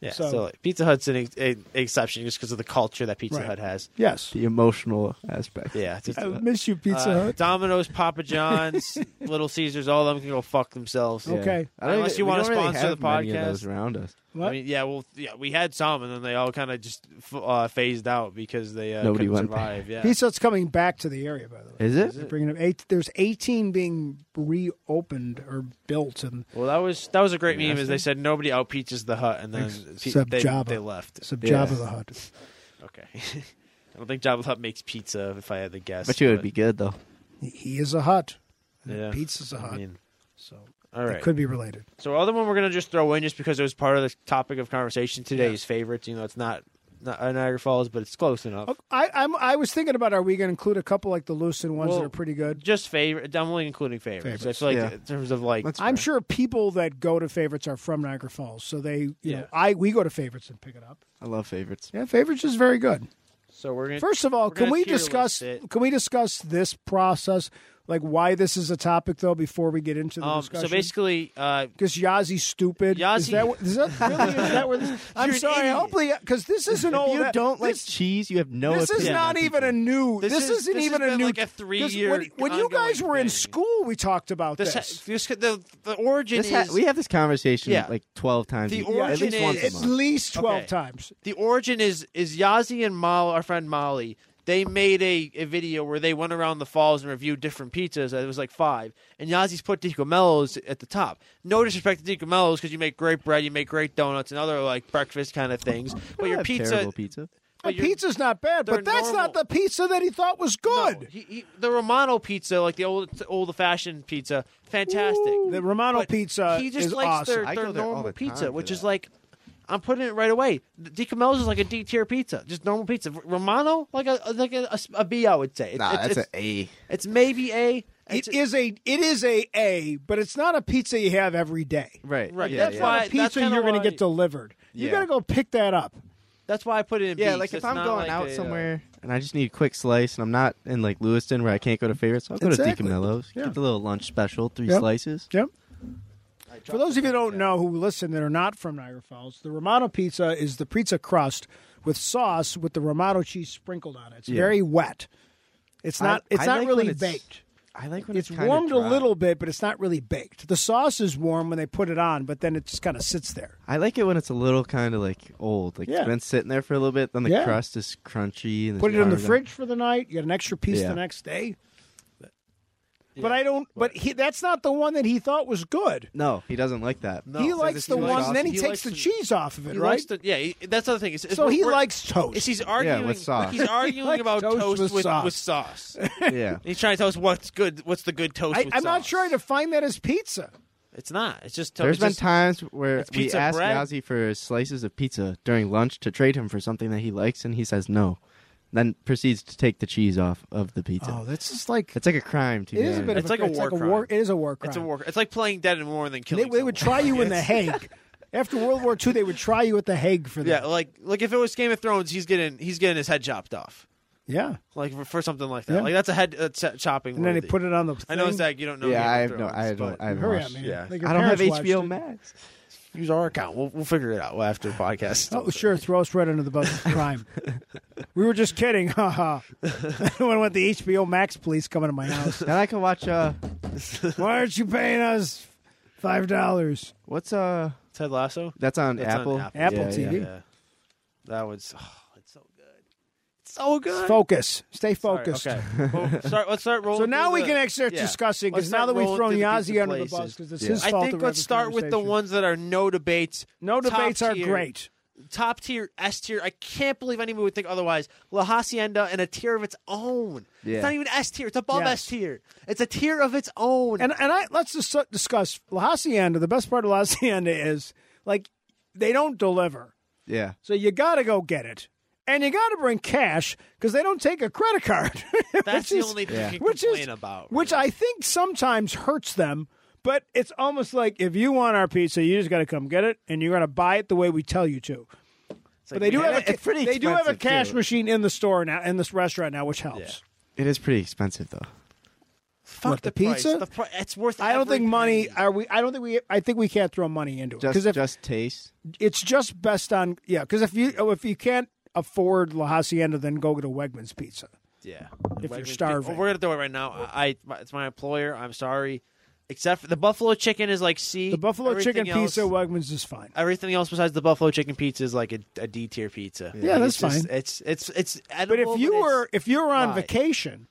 [SPEAKER 2] yeah,
[SPEAKER 3] so-
[SPEAKER 2] so, like, Pizza Hut's an, ex- an exception just because of the culture that Pizza
[SPEAKER 3] Right.
[SPEAKER 2] Hut has.
[SPEAKER 3] Yes,
[SPEAKER 4] the emotional aspect.
[SPEAKER 2] Yeah, it's just,
[SPEAKER 3] I miss you, Pizza
[SPEAKER 2] uh,
[SPEAKER 3] Hut.
[SPEAKER 2] Domino's, Papa John's, Little Caesars, all of them can go fuck themselves.
[SPEAKER 4] Yeah.
[SPEAKER 3] Okay.
[SPEAKER 4] I don't
[SPEAKER 2] Unless
[SPEAKER 4] even-
[SPEAKER 2] you
[SPEAKER 4] we
[SPEAKER 2] wanna
[SPEAKER 4] don't really
[SPEAKER 2] sponsor
[SPEAKER 4] have
[SPEAKER 2] the
[SPEAKER 4] many of those
[SPEAKER 2] podcast.
[SPEAKER 4] around us.
[SPEAKER 3] What?
[SPEAKER 2] I mean, yeah, well, yeah, we had some, and then they all kind of just f- uh, phased out because they uh,
[SPEAKER 4] Nobody
[SPEAKER 2] couldn't
[SPEAKER 4] went there.
[SPEAKER 2] survive. Yeah,
[SPEAKER 3] Pizza Hut's coming back to the area, by the way.
[SPEAKER 4] Is it?
[SPEAKER 3] They're bringing up eight. There's 18 being reopened or built, and
[SPEAKER 2] well, that was that was a great meme. Is they said nobody outpeaches the hut, and then P-
[SPEAKER 3] Sub
[SPEAKER 2] they,
[SPEAKER 3] Jabba.
[SPEAKER 2] they left.
[SPEAKER 3] Sub
[SPEAKER 4] Yeah.
[SPEAKER 3] Jabba the Hutt.
[SPEAKER 2] Okay. I don't think Jabba the Hutt makes pizza, if I had to guess.
[SPEAKER 4] But you would be good though.
[SPEAKER 3] He- He is a Hutt. and
[SPEAKER 2] Yeah.
[SPEAKER 3] Pizza's a Hutt.
[SPEAKER 2] I mean,
[SPEAKER 3] so
[SPEAKER 2] all
[SPEAKER 3] it
[SPEAKER 2] right.
[SPEAKER 3] could be related.
[SPEAKER 2] So other one we're gonna just throw in just because it was part of the topic of conversation today is favorites. You know, it's not, not uh, Niagara Falls, but it's close enough.
[SPEAKER 3] Oh, I I'm, I was thinking about are we going to include a couple like the Lucent ones
[SPEAKER 2] Well,
[SPEAKER 3] that are pretty good.
[SPEAKER 2] Just favorite. I'm only including favorites.
[SPEAKER 3] Favorites,
[SPEAKER 2] I feel like
[SPEAKER 4] yeah.
[SPEAKER 2] in terms of like
[SPEAKER 4] That's-
[SPEAKER 3] I'm sure people that go to favorites are from Niagara Falls, so they you
[SPEAKER 2] Yeah.
[SPEAKER 3] know I we go to favorites and pick it up.
[SPEAKER 4] I love favorites.
[SPEAKER 3] Yeah, favorites is very good.
[SPEAKER 2] so we're gonna
[SPEAKER 3] First of all,
[SPEAKER 2] We're
[SPEAKER 3] can
[SPEAKER 2] gonna
[SPEAKER 3] we
[SPEAKER 2] tier list
[SPEAKER 3] discuss
[SPEAKER 2] it.
[SPEAKER 3] can we discuss this process like why this is a topic though before we get into the
[SPEAKER 2] um,
[SPEAKER 3] discussion?
[SPEAKER 2] so basically uh,
[SPEAKER 3] because Yazzie's stupid. Is
[SPEAKER 2] Yazzie-
[SPEAKER 3] that, what- is that really is that where this, I'm
[SPEAKER 2] You're an
[SPEAKER 3] sorry.
[SPEAKER 2] idiot.
[SPEAKER 3] Hopefully, because this isn't
[SPEAKER 4] If
[SPEAKER 3] old.
[SPEAKER 4] you don't like
[SPEAKER 3] this,
[SPEAKER 4] cheese, you have no.
[SPEAKER 3] this is
[SPEAKER 4] opinion on
[SPEAKER 3] not even
[SPEAKER 4] people.
[SPEAKER 3] a new. This,
[SPEAKER 2] This is-
[SPEAKER 3] isn't
[SPEAKER 2] this has
[SPEAKER 3] even a
[SPEAKER 2] been
[SPEAKER 3] new.
[SPEAKER 2] like a
[SPEAKER 3] 'cause
[SPEAKER 2] three-year
[SPEAKER 3] When, when you guys
[SPEAKER 2] ongoing
[SPEAKER 3] were in
[SPEAKER 2] thing.
[SPEAKER 3] school, we talked about this.
[SPEAKER 2] this, this the the origin
[SPEAKER 4] This
[SPEAKER 2] is
[SPEAKER 4] ha- we have this conversation
[SPEAKER 2] Yeah.
[SPEAKER 4] like twelve times.
[SPEAKER 2] The
[SPEAKER 4] a- yeah, at
[SPEAKER 2] origin
[SPEAKER 4] least once
[SPEAKER 2] is-
[SPEAKER 4] a
[SPEAKER 3] at
[SPEAKER 4] month.
[SPEAKER 3] least twelve
[SPEAKER 2] Okay.
[SPEAKER 3] times.
[SPEAKER 2] the origin is is Yazi and Molly, our friend Molly. They made a, a video where they went around the falls and reviewed different pizzas. It was like five, and Yazzie's put Mellows at the top. No disrespect to Mellows because you make great bread, you make great donuts, and other like breakfast kind of things. But
[SPEAKER 4] I
[SPEAKER 2] your
[SPEAKER 4] have
[SPEAKER 2] pizza,
[SPEAKER 4] terrible pizza.
[SPEAKER 3] The
[SPEAKER 2] but your,
[SPEAKER 3] pizza's not bad,
[SPEAKER 2] they're
[SPEAKER 3] but that's
[SPEAKER 2] normal.
[SPEAKER 3] not the pizza that he thought was good.
[SPEAKER 2] no, he, he, the Romano pizza, like the old old fashioned pizza, fantastic.
[SPEAKER 3] The Romano
[SPEAKER 2] But
[SPEAKER 3] pizza
[SPEAKER 2] He just
[SPEAKER 3] is
[SPEAKER 2] likes
[SPEAKER 3] awesome.
[SPEAKER 2] their,
[SPEAKER 4] I
[SPEAKER 2] their
[SPEAKER 4] go there all
[SPEAKER 2] normal
[SPEAKER 4] the time
[SPEAKER 2] pizza,
[SPEAKER 4] for
[SPEAKER 2] which is
[SPEAKER 4] that.
[SPEAKER 2] like I'm putting it right away. DiCamel's is like a D tier pizza, just normal pizza. Romano, like a like a, a s- a B, I would say. It's,
[SPEAKER 4] Nah,
[SPEAKER 2] it's,
[SPEAKER 4] that's an
[SPEAKER 2] it's,
[SPEAKER 4] A.
[SPEAKER 2] it's maybe A. It's,
[SPEAKER 3] It is a it is a A, but it's not a pizza you have every day.
[SPEAKER 4] Right.
[SPEAKER 2] Right,
[SPEAKER 4] Yeah.
[SPEAKER 2] that's
[SPEAKER 4] yeah.
[SPEAKER 2] why-
[SPEAKER 3] Not a
[SPEAKER 2] that's
[SPEAKER 3] pizza
[SPEAKER 2] kinda
[SPEAKER 3] you're going
[SPEAKER 2] why-
[SPEAKER 3] to get delivered. You
[SPEAKER 4] Yeah.
[SPEAKER 3] got to go pick that up.
[SPEAKER 2] that's why I put it in.
[SPEAKER 4] Yeah,
[SPEAKER 2] Beats.
[SPEAKER 4] like if
[SPEAKER 2] It's
[SPEAKER 4] I'm
[SPEAKER 2] not
[SPEAKER 4] going
[SPEAKER 2] like
[SPEAKER 4] out
[SPEAKER 2] a, uh,
[SPEAKER 4] somewhere and I just need a quick slice and I'm not in like Lewiston where I can't go to favorites, I'll go to
[SPEAKER 3] Exactly.
[SPEAKER 4] DiCamello's.
[SPEAKER 3] Yeah.
[SPEAKER 4] Get the little lunch special, three
[SPEAKER 3] Yep.
[SPEAKER 4] slices.
[SPEAKER 3] Yep. For those of you who don't know who listen that are not from Niagara Falls, the Romano pizza is the pizza crust with sauce with the Romano cheese sprinkled on it. It's
[SPEAKER 4] Yeah.
[SPEAKER 3] very wet. It's not
[SPEAKER 4] I-
[SPEAKER 3] it's
[SPEAKER 4] I
[SPEAKER 3] not
[SPEAKER 4] like
[SPEAKER 3] really
[SPEAKER 4] when it's-
[SPEAKER 3] baked.
[SPEAKER 4] I like when
[SPEAKER 3] It's
[SPEAKER 4] it's, kinda
[SPEAKER 3] warmed a
[SPEAKER 4] dry.
[SPEAKER 3] little bit, but it's not really baked. The sauce is warm when they put it on, but then it just kind of sits there.
[SPEAKER 4] I like it when it's a little kind of like old. Like
[SPEAKER 3] Yeah.
[SPEAKER 4] it's been sitting there for a little bit, then the
[SPEAKER 3] Yeah.
[SPEAKER 4] crust is crunchy. And
[SPEAKER 3] Put it in the
[SPEAKER 4] hard.
[SPEAKER 3] fridge for the night. You get an extra piece
[SPEAKER 4] Yeah.
[SPEAKER 3] the next day. But I don't. But he, that's not the one that he thought was good.
[SPEAKER 4] No, he doesn't like that.
[SPEAKER 2] No.
[SPEAKER 3] he
[SPEAKER 2] So
[SPEAKER 3] likes
[SPEAKER 2] this-
[SPEAKER 3] the
[SPEAKER 2] he
[SPEAKER 3] one,
[SPEAKER 2] likes-
[SPEAKER 3] and then he,
[SPEAKER 2] he
[SPEAKER 3] takes
[SPEAKER 2] likes
[SPEAKER 3] the
[SPEAKER 2] the-
[SPEAKER 3] cheese off of it,
[SPEAKER 2] He
[SPEAKER 3] right?
[SPEAKER 2] likes the, yeah, he- that's the other thing. It's, it's
[SPEAKER 3] so he
[SPEAKER 2] we're-
[SPEAKER 3] likes
[SPEAKER 2] It's,
[SPEAKER 3] toast.
[SPEAKER 2] he's arguing.
[SPEAKER 4] with sauce.
[SPEAKER 2] He's arguing
[SPEAKER 3] likes
[SPEAKER 2] about
[SPEAKER 3] toast
[SPEAKER 2] toast
[SPEAKER 3] with
[SPEAKER 2] with
[SPEAKER 3] sauce.
[SPEAKER 2] with sauce.
[SPEAKER 4] Yeah.
[SPEAKER 2] He's trying to tell us what's good. What's the good toast?
[SPEAKER 3] I,
[SPEAKER 2] with
[SPEAKER 3] I'm not
[SPEAKER 2] sauce.
[SPEAKER 3] trying to find that as pizza.
[SPEAKER 2] It's not. It's just.
[SPEAKER 4] There's
[SPEAKER 2] it's
[SPEAKER 4] been
[SPEAKER 2] just,
[SPEAKER 4] times where
[SPEAKER 2] it's
[SPEAKER 4] we
[SPEAKER 2] pizza
[SPEAKER 4] asked
[SPEAKER 2] bread.
[SPEAKER 4] Yazzie for slices of pizza during lunch to trade him for something that he likes, and he says no. Then proceeds to take the cheese off of the pizza.
[SPEAKER 3] Oh, that's just like
[SPEAKER 4] It's like a crime to
[SPEAKER 3] it is a
[SPEAKER 4] me.
[SPEAKER 3] bit
[SPEAKER 2] It's
[SPEAKER 3] of a,
[SPEAKER 2] like a
[SPEAKER 3] it's
[SPEAKER 2] war
[SPEAKER 3] like a
[SPEAKER 2] crime.
[SPEAKER 3] war. It is a war crime.
[SPEAKER 2] It's a war. It's like playing dead and more than
[SPEAKER 3] They,
[SPEAKER 2] killing.
[SPEAKER 3] they would
[SPEAKER 2] someone.
[SPEAKER 3] try you in the Hague. After World War II, they would try you at the Hague for
[SPEAKER 2] Yeah,
[SPEAKER 3] that.
[SPEAKER 2] like like if it was Game of Thrones, he's getting he's getting his head chopped off,
[SPEAKER 3] Yeah,
[SPEAKER 2] like for, for something like that.
[SPEAKER 3] Yeah.
[SPEAKER 2] Like that's a head uh, ch- chopping.
[SPEAKER 3] and then they
[SPEAKER 2] worthy.
[SPEAKER 3] put it on the.
[SPEAKER 2] I know,
[SPEAKER 3] thing.
[SPEAKER 2] Zach, you don't know.
[SPEAKER 4] yeah,
[SPEAKER 2] Game
[SPEAKER 4] I
[SPEAKER 2] of
[SPEAKER 4] have no,
[SPEAKER 2] Through.
[SPEAKER 4] I don't, I haven't
[SPEAKER 3] Hurry up,
[SPEAKER 4] watched-
[SPEAKER 3] man!
[SPEAKER 2] yeah.
[SPEAKER 3] Like your
[SPEAKER 4] I don't have
[SPEAKER 3] parents watched
[SPEAKER 4] HBO
[SPEAKER 3] it.
[SPEAKER 4] Max.
[SPEAKER 2] Use our account. We'll we'll figure it out after the podcast.
[SPEAKER 3] Oh, sure. Throw us right under the bus with crime. we were just kidding. Ha ha. I don't want the HBO Max police coming to my house.
[SPEAKER 4] Then I can watch. Uh,
[SPEAKER 3] Why aren't you paying us five dollars?
[SPEAKER 4] what's uh?
[SPEAKER 2] Ted Lasso.
[SPEAKER 4] That's on
[SPEAKER 2] That's on
[SPEAKER 4] Apple.
[SPEAKER 2] Apple.
[SPEAKER 3] Apple
[SPEAKER 4] Yeah,
[SPEAKER 3] TV.
[SPEAKER 4] yeah.
[SPEAKER 2] Yeah, that was. Oh, it's so good. It's so good.
[SPEAKER 3] Focus.
[SPEAKER 2] Sorry,
[SPEAKER 3] Stay focused.
[SPEAKER 2] okay. Well, start, let's start rolling.
[SPEAKER 3] So now
[SPEAKER 2] through
[SPEAKER 3] we
[SPEAKER 2] the-
[SPEAKER 3] can start
[SPEAKER 2] yeah.
[SPEAKER 3] discussing
[SPEAKER 2] Let's
[SPEAKER 3] because now
[SPEAKER 2] start
[SPEAKER 3] that we've
[SPEAKER 2] rolling
[SPEAKER 3] thrown
[SPEAKER 2] through the
[SPEAKER 3] Yazzie
[SPEAKER 2] pizza
[SPEAKER 3] under the bus
[SPEAKER 2] places.
[SPEAKER 3] because it's
[SPEAKER 4] Yeah.
[SPEAKER 3] his
[SPEAKER 2] I
[SPEAKER 3] fault.
[SPEAKER 2] think
[SPEAKER 3] that we're
[SPEAKER 2] let's
[SPEAKER 3] having
[SPEAKER 2] start with the
[SPEAKER 3] conversation.
[SPEAKER 2] ones that are no debates.
[SPEAKER 3] No
[SPEAKER 2] top
[SPEAKER 3] debates are
[SPEAKER 2] tier.
[SPEAKER 3] great.
[SPEAKER 2] top tier, S tier. I can't believe anyone would think otherwise. La Hacienda and a tier of its own.
[SPEAKER 4] Yeah.
[SPEAKER 2] It's not even S tier. It's above
[SPEAKER 3] Yes.
[SPEAKER 2] S tier. It's a tier of its own.
[SPEAKER 3] And uh, and I let's just discuss La Hacienda. The best part of La Hacienda is like they don't deliver.
[SPEAKER 4] Yeah.
[SPEAKER 3] So you got to go get it. And you got to bring cash because they don't take a credit card.
[SPEAKER 2] that's
[SPEAKER 3] Which
[SPEAKER 2] the
[SPEAKER 3] is-
[SPEAKER 2] only thing
[SPEAKER 4] yeah.
[SPEAKER 2] you can
[SPEAKER 3] which
[SPEAKER 2] complain
[SPEAKER 3] is
[SPEAKER 2] about.
[SPEAKER 3] which
[SPEAKER 2] really.
[SPEAKER 3] I think sometimes hurts them. But it's almost like if you want our pizza, you just got to come get it, and you're going to buy it the way we tell you to.
[SPEAKER 2] It's
[SPEAKER 3] But
[SPEAKER 2] like
[SPEAKER 3] they do
[SPEAKER 2] we
[SPEAKER 3] have a
[SPEAKER 2] had-
[SPEAKER 4] it's
[SPEAKER 3] ca-
[SPEAKER 4] pretty
[SPEAKER 3] they do have a
[SPEAKER 4] expensive,
[SPEAKER 3] cash
[SPEAKER 4] too.
[SPEAKER 3] machine in the store now in this restaurant now, which helps.
[SPEAKER 4] It is pretty expensive though.
[SPEAKER 2] fuck
[SPEAKER 3] what, the
[SPEAKER 2] price.
[SPEAKER 3] pizza?
[SPEAKER 2] The pri- it's worth.
[SPEAKER 3] I don't
[SPEAKER 2] every
[SPEAKER 3] think money.
[SPEAKER 2] penny.
[SPEAKER 3] Are we? I don't think we. I think we can't throw money into it
[SPEAKER 4] Just,
[SPEAKER 3] because if
[SPEAKER 4] just taste.
[SPEAKER 3] it's just best on yeah. Because if you oh, if you can't afford La Hacienda, then go get a Wegmans pizza.
[SPEAKER 2] Yeah.
[SPEAKER 3] you're
[SPEAKER 2] Wegmans pi-
[SPEAKER 3] starving.
[SPEAKER 2] Oh, we're gonna do it right now. I, I my- it's my employer. I'm sorry. Except for the buffalo chicken is like C.
[SPEAKER 3] The buffalo
[SPEAKER 2] Everything
[SPEAKER 3] chicken
[SPEAKER 2] else-
[SPEAKER 3] pizza Wegmans is fine.
[SPEAKER 2] Everything else besides the buffalo chicken pizza is like a, a D tier pizza.
[SPEAKER 4] Yeah,
[SPEAKER 2] Like,
[SPEAKER 3] that's
[SPEAKER 2] it's just-
[SPEAKER 3] fine.
[SPEAKER 2] It's it's it's. Edible,
[SPEAKER 3] But if you
[SPEAKER 2] it's-
[SPEAKER 3] were if you were on
[SPEAKER 2] Why?
[SPEAKER 3] vacation,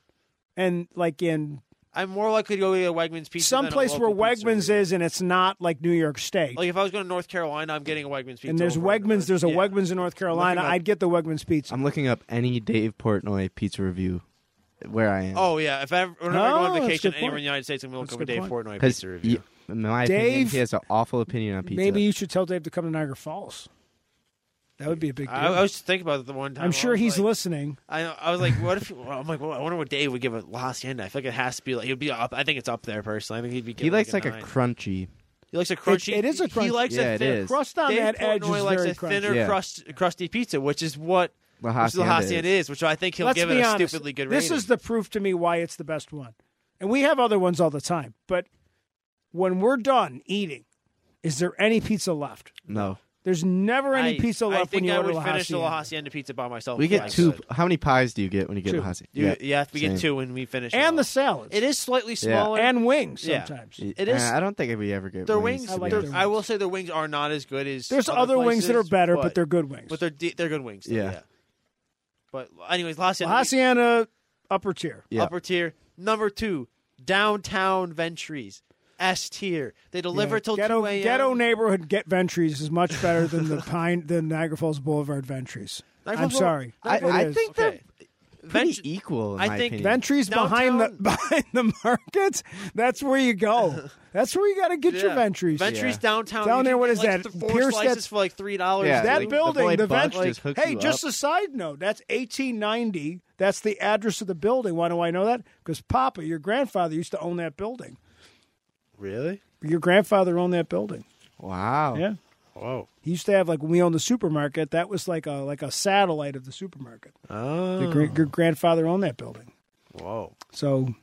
[SPEAKER 3] and like in
[SPEAKER 2] I'm more likely to go get a Wegmans pizza. than a
[SPEAKER 3] Someplace where
[SPEAKER 2] local
[SPEAKER 3] Wegmans
[SPEAKER 2] pizzeria.
[SPEAKER 3] is, and it's not like New York Steak.
[SPEAKER 2] Like if I was going to North Carolina, I'm getting a Wegmans pizza.
[SPEAKER 3] and there's
[SPEAKER 2] over another.
[SPEAKER 3] Wegmans. There's a
[SPEAKER 2] Yeah.
[SPEAKER 3] Wegmans in North Carolina.
[SPEAKER 4] up-
[SPEAKER 3] I'd get the Wegmans pizza.
[SPEAKER 4] I'm looking up any Dave Portnoy pizza review where I am.
[SPEAKER 2] Oh yeah, if I ever, whenever I
[SPEAKER 3] Oh,
[SPEAKER 2] go on
[SPEAKER 3] that's a
[SPEAKER 2] vacation
[SPEAKER 3] good
[SPEAKER 2] anywhere in
[SPEAKER 3] point.
[SPEAKER 2] the United States, I'm going to
[SPEAKER 3] That's
[SPEAKER 2] look
[SPEAKER 3] a
[SPEAKER 2] over
[SPEAKER 3] good
[SPEAKER 2] Dave
[SPEAKER 3] point.
[SPEAKER 2] Portnoy
[SPEAKER 4] 'Cause
[SPEAKER 2] pizza review.
[SPEAKER 4] y- in my opinion,
[SPEAKER 3] Dave-
[SPEAKER 4] he has an awful opinion on pizza.
[SPEAKER 3] Maybe you should tell Dave to come to Niagara Falls. That would be a big deal.
[SPEAKER 2] I, I was just thinking about it the one time.
[SPEAKER 3] I'm sure
[SPEAKER 2] I was
[SPEAKER 3] he's
[SPEAKER 2] like,
[SPEAKER 3] listening.
[SPEAKER 2] I, I was like, what if? well, I'm like, well, I wonder what Dave would give a La Hacienda. I feel like it has to be like he'd be up. I think it's up there personally. I think he'd be.
[SPEAKER 4] He
[SPEAKER 2] giving,
[SPEAKER 4] likes like
[SPEAKER 2] a
[SPEAKER 4] a
[SPEAKER 2] nine.
[SPEAKER 4] crunchy.
[SPEAKER 2] he likes a crunchy.
[SPEAKER 3] it is a
[SPEAKER 2] He
[SPEAKER 3] crunchy-
[SPEAKER 2] likes
[SPEAKER 4] Yeah,
[SPEAKER 2] a
[SPEAKER 4] it
[SPEAKER 2] thin,
[SPEAKER 4] is.
[SPEAKER 3] Crust on
[SPEAKER 2] Dave
[SPEAKER 3] that edge is
[SPEAKER 2] Portnoy likes
[SPEAKER 3] very
[SPEAKER 2] a
[SPEAKER 3] crunchy.
[SPEAKER 2] thinner
[SPEAKER 4] Yeah.
[SPEAKER 2] crust, crusty pizza, which is what
[SPEAKER 4] La
[SPEAKER 2] which La
[SPEAKER 4] Hacienda is.
[SPEAKER 2] Hacienda is. which I think he'll
[SPEAKER 3] Let's
[SPEAKER 2] give
[SPEAKER 3] be
[SPEAKER 2] it a
[SPEAKER 3] honest.
[SPEAKER 2] stupidly good
[SPEAKER 3] this
[SPEAKER 2] rating.
[SPEAKER 3] is the proof to me why it's the best one. And we have other ones all the time. But when we're done eating, is there any pizza left?
[SPEAKER 4] No,
[SPEAKER 3] There's never any
[SPEAKER 2] I-
[SPEAKER 3] pizza
[SPEAKER 2] I
[SPEAKER 3] left
[SPEAKER 2] think
[SPEAKER 3] when you
[SPEAKER 2] I
[SPEAKER 3] order
[SPEAKER 2] would
[SPEAKER 3] La
[SPEAKER 2] finish the La
[SPEAKER 3] Hacienda.
[SPEAKER 2] Hacienda pizza by myself.
[SPEAKER 4] we
[SPEAKER 2] if I
[SPEAKER 4] get two.
[SPEAKER 2] could.
[SPEAKER 4] How many pies do you get when you get
[SPEAKER 3] Two.
[SPEAKER 4] La Hacienda?
[SPEAKER 2] You, you have to get
[SPEAKER 4] same.
[SPEAKER 2] two when we finish. it
[SPEAKER 3] And
[SPEAKER 2] all.
[SPEAKER 3] the salads.
[SPEAKER 2] It is slightly
[SPEAKER 4] Yeah.
[SPEAKER 2] smaller.
[SPEAKER 3] And wings
[SPEAKER 2] Yeah.
[SPEAKER 3] sometimes.
[SPEAKER 2] It is-
[SPEAKER 4] Uh, I don't think we ever get
[SPEAKER 2] their
[SPEAKER 4] wings.
[SPEAKER 2] wings,
[SPEAKER 4] to
[SPEAKER 3] I
[SPEAKER 4] be
[SPEAKER 3] like
[SPEAKER 2] their-
[SPEAKER 4] honest.
[SPEAKER 3] their
[SPEAKER 2] I will
[SPEAKER 3] wings.
[SPEAKER 2] say their wings are not as good as.
[SPEAKER 3] There's
[SPEAKER 2] other
[SPEAKER 3] other wings that are
[SPEAKER 2] places,
[SPEAKER 3] better, but,
[SPEAKER 2] but
[SPEAKER 3] they're good wings.
[SPEAKER 2] but they're de- they're good wings. Though, yeah.
[SPEAKER 4] Yeah.
[SPEAKER 2] But anyways, La Hacienda,
[SPEAKER 3] La Hacienda, upper tier.
[SPEAKER 4] Yeah.
[SPEAKER 2] upper tier. Number two, downtown Ventries, S tier. They deliver
[SPEAKER 3] Yeah,
[SPEAKER 2] till
[SPEAKER 3] ghetto,
[SPEAKER 2] two a.m.
[SPEAKER 3] ghetto neighborhood get ventries is much better than the pine than Niagara Falls Boulevard ventries.
[SPEAKER 2] Niagara
[SPEAKER 3] I'm
[SPEAKER 2] Falls-
[SPEAKER 3] sorry.
[SPEAKER 4] I,
[SPEAKER 3] It
[SPEAKER 4] I
[SPEAKER 3] is.
[SPEAKER 4] think
[SPEAKER 2] Okay.
[SPEAKER 4] they're pretty
[SPEAKER 2] Vent-
[SPEAKER 4] equal. In
[SPEAKER 2] I
[SPEAKER 4] my
[SPEAKER 2] think
[SPEAKER 4] opinion.
[SPEAKER 3] ventries behind the
[SPEAKER 2] Downtown-
[SPEAKER 3] behind the markets. That's where you go. That's where you got to get your
[SPEAKER 2] Yeah.
[SPEAKER 3] ventries.
[SPEAKER 2] Ventries
[SPEAKER 4] Yeah.
[SPEAKER 2] downtown.
[SPEAKER 3] Down
[SPEAKER 2] you
[SPEAKER 3] there,
[SPEAKER 2] can
[SPEAKER 3] what
[SPEAKER 2] get,
[SPEAKER 3] is
[SPEAKER 2] like
[SPEAKER 3] that?
[SPEAKER 2] th- Four
[SPEAKER 3] Pierce,
[SPEAKER 2] slices
[SPEAKER 3] that's-
[SPEAKER 2] for like three dollars.
[SPEAKER 4] Yeah,
[SPEAKER 3] That
[SPEAKER 4] like, the
[SPEAKER 3] building,
[SPEAKER 4] boy
[SPEAKER 3] the,
[SPEAKER 4] Buck just
[SPEAKER 3] ventries.
[SPEAKER 4] hooks
[SPEAKER 3] Hey,
[SPEAKER 4] you
[SPEAKER 3] just
[SPEAKER 4] up.
[SPEAKER 3] a side note. That's 1890. That's the address of the building. Why do I know that? Because Papa, your grandfather, used to own that building.
[SPEAKER 2] really?
[SPEAKER 3] Your grandfather owned that building.
[SPEAKER 4] Wow.
[SPEAKER 3] Yeah.
[SPEAKER 2] Whoa.
[SPEAKER 3] He used to have like when we owned the supermarket, that was like a like a satellite of the supermarket. Your,
[SPEAKER 2] Oh.
[SPEAKER 3] gr- your grandfather owned that building.
[SPEAKER 2] Whoa.
[SPEAKER 3] So,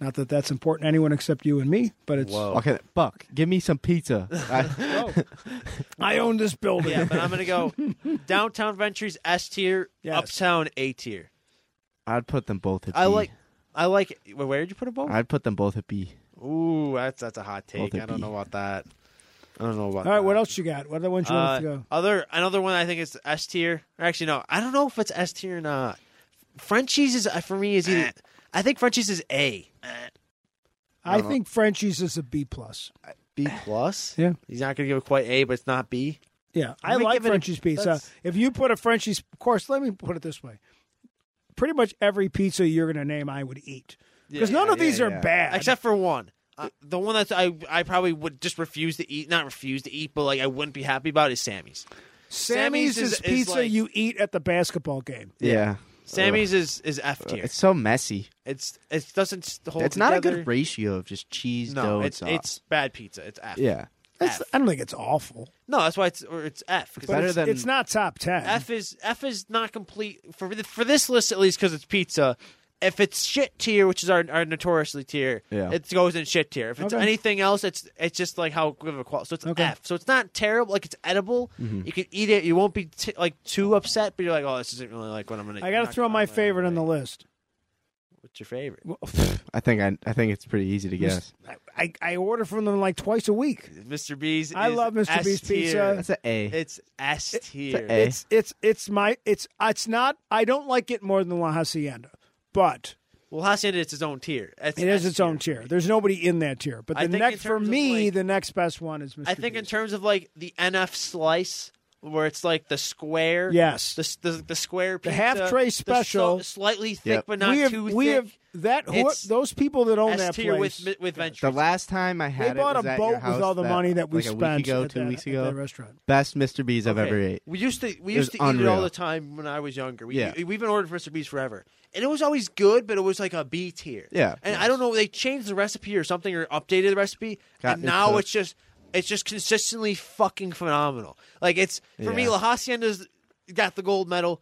[SPEAKER 3] not that that's important to anyone except you and me, but it's.
[SPEAKER 2] Whoa.
[SPEAKER 4] Okay, Buck, give me some pizza. I,
[SPEAKER 3] Whoa. I own this building.
[SPEAKER 2] Yeah, but I'm gonna go downtown Ventures S tier,
[SPEAKER 3] Yes.
[SPEAKER 2] uptown A tier.
[SPEAKER 4] I'd put them both at B.
[SPEAKER 2] I like, I like. wait, Where did you put a both?
[SPEAKER 4] I'd put them both at B.
[SPEAKER 2] Ooh, that's that's a hot
[SPEAKER 4] Both
[SPEAKER 2] take.
[SPEAKER 4] at
[SPEAKER 2] I don't
[SPEAKER 4] B.
[SPEAKER 2] know about that. I don't know about.
[SPEAKER 3] All right,
[SPEAKER 2] that.
[SPEAKER 3] what else you got? What other ones you
[SPEAKER 2] Uh,
[SPEAKER 3] want to go?
[SPEAKER 2] Other another one I think is S tier. Actually, no, I don't know if it's S tier or not. Frenchies is uh, for me is either. I think Frenchies is A.
[SPEAKER 3] I think Frenchie's is a B plus.
[SPEAKER 2] B plus.
[SPEAKER 3] Yeah.
[SPEAKER 2] he's not gonna give it quite A, but it's not B.
[SPEAKER 3] Yeah,
[SPEAKER 2] Let
[SPEAKER 3] I
[SPEAKER 2] me
[SPEAKER 3] like
[SPEAKER 2] give it a-
[SPEAKER 3] Frenchie's pizza.
[SPEAKER 2] that's-
[SPEAKER 3] If you put a Frenchie's, of course, let me put it this way: pretty much every pizza you're going to name, I would eat because
[SPEAKER 2] Yeah,
[SPEAKER 3] none of
[SPEAKER 4] yeah,
[SPEAKER 3] these are
[SPEAKER 4] yeah.
[SPEAKER 3] bad.
[SPEAKER 2] except for one. Uh, the one that I I probably would just refuse to eat, not refuse to eat, but like I wouldn't be happy about is Sammy's.
[SPEAKER 3] Sammy's,
[SPEAKER 2] Sammy's is- is
[SPEAKER 3] is, pizza
[SPEAKER 2] like-
[SPEAKER 3] you eat at the basketball game.
[SPEAKER 4] Yeah.
[SPEAKER 2] Sammy's is is F
[SPEAKER 4] Ugh.
[SPEAKER 2] tier.
[SPEAKER 4] It's so messy.
[SPEAKER 2] It's it doesn't hold.
[SPEAKER 4] It's not a
[SPEAKER 2] together.
[SPEAKER 4] good ratio of just cheese, dough,
[SPEAKER 2] No,
[SPEAKER 4] and
[SPEAKER 2] it's
[SPEAKER 4] sauce.
[SPEAKER 2] it's bad pizza. It's F.
[SPEAKER 4] yeah.
[SPEAKER 3] That's,
[SPEAKER 2] F.
[SPEAKER 3] I don't think it's awful,
[SPEAKER 2] No, that's why it's or it's F. 'cause
[SPEAKER 3] but
[SPEAKER 4] Better
[SPEAKER 3] it's,
[SPEAKER 4] than-
[SPEAKER 3] it's not top ten.
[SPEAKER 2] F is F is not complete for the, for this list at least because it's pizza. If it's shit tier, which is our, our notoriously tier,
[SPEAKER 4] Yeah.
[SPEAKER 2] it goes in shit tier. If it's
[SPEAKER 3] Okay.
[SPEAKER 2] anything else, it's it's just like how good of a quality. So it's
[SPEAKER 3] Okay. Mm-hmm.
[SPEAKER 2] F. So it's not terrible. Like it's edible. You can eat it. You won't be t- like too upset, but you're like, oh, this isn't really like what I'm gonna.
[SPEAKER 3] I got to
[SPEAKER 2] not
[SPEAKER 3] throw
[SPEAKER 2] gonna-
[SPEAKER 3] my
[SPEAKER 2] I'm gonna
[SPEAKER 3] favorite on the
[SPEAKER 2] like."
[SPEAKER 3] list.
[SPEAKER 2] What's your favorite?
[SPEAKER 3] Well,
[SPEAKER 4] I think I, I think it's pretty easy to guess.
[SPEAKER 3] I, I order from them like twice a week.
[SPEAKER 2] Mr. B's.
[SPEAKER 3] I
[SPEAKER 2] is
[SPEAKER 3] love Mr. B's
[SPEAKER 2] S tier.
[SPEAKER 3] pizza.
[SPEAKER 4] That's an A.
[SPEAKER 2] It's S tier.
[SPEAKER 4] A.
[SPEAKER 3] It's it's it's my it's it's not. I don't like it more than La Hacienda, but
[SPEAKER 2] Well, Hacienda, it's its own tier. It's
[SPEAKER 3] it is
[SPEAKER 2] S
[SPEAKER 3] its own
[SPEAKER 2] tier.
[SPEAKER 3] tier. There's nobody in that tier. But
[SPEAKER 2] I
[SPEAKER 3] the
[SPEAKER 2] think in
[SPEAKER 3] next for
[SPEAKER 2] terms of,
[SPEAKER 3] me,
[SPEAKER 2] like-
[SPEAKER 3] the next best one is Mr.
[SPEAKER 2] I think in
[SPEAKER 3] B's.
[SPEAKER 2] terms of like the NF slice, where it's like the square,
[SPEAKER 3] Yes.
[SPEAKER 2] the the, the square, pizza,
[SPEAKER 3] half tray
[SPEAKER 2] the so-
[SPEAKER 3] special.
[SPEAKER 2] slightly thick
[SPEAKER 4] Yep.
[SPEAKER 2] but not
[SPEAKER 3] we have
[SPEAKER 2] too
[SPEAKER 3] we
[SPEAKER 2] thick.
[SPEAKER 3] have that who,
[SPEAKER 2] It's
[SPEAKER 3] those people that own that
[SPEAKER 2] S tier with
[SPEAKER 3] place.
[SPEAKER 2] mi- with
[SPEAKER 4] The
[SPEAKER 2] ventures.
[SPEAKER 4] last time I
[SPEAKER 3] they
[SPEAKER 4] had
[SPEAKER 3] bought
[SPEAKER 4] it
[SPEAKER 3] a
[SPEAKER 4] was at
[SPEAKER 3] boat
[SPEAKER 4] your house
[SPEAKER 3] with all the money that we
[SPEAKER 4] like
[SPEAKER 3] spent
[SPEAKER 4] a week ago,
[SPEAKER 3] at
[SPEAKER 4] two
[SPEAKER 3] that-
[SPEAKER 4] weeks
[SPEAKER 3] at that
[SPEAKER 4] ago.
[SPEAKER 3] restaurant.
[SPEAKER 4] Best Mr. B's I've
[SPEAKER 2] Okay.
[SPEAKER 4] ever ate.
[SPEAKER 2] We used to we
[SPEAKER 4] It
[SPEAKER 2] used to eat
[SPEAKER 4] was
[SPEAKER 2] it all
[SPEAKER 4] unreal.
[SPEAKER 2] the time when I was younger. We
[SPEAKER 4] Yeah.
[SPEAKER 2] we- we've been ordering for Mr. Beast forever, and it was always good, but it was like a B tier.
[SPEAKER 4] Yeah.
[SPEAKER 2] and I don't know they changed the recipe or something or updated the recipe,
[SPEAKER 4] Got
[SPEAKER 2] and
[SPEAKER 4] new
[SPEAKER 2] now
[SPEAKER 4] cook.
[SPEAKER 2] it's just it's just consistently fucking phenomenal. Like it's for me,
[SPEAKER 4] Yeah.
[SPEAKER 2] La Hacienda's got the gold medal.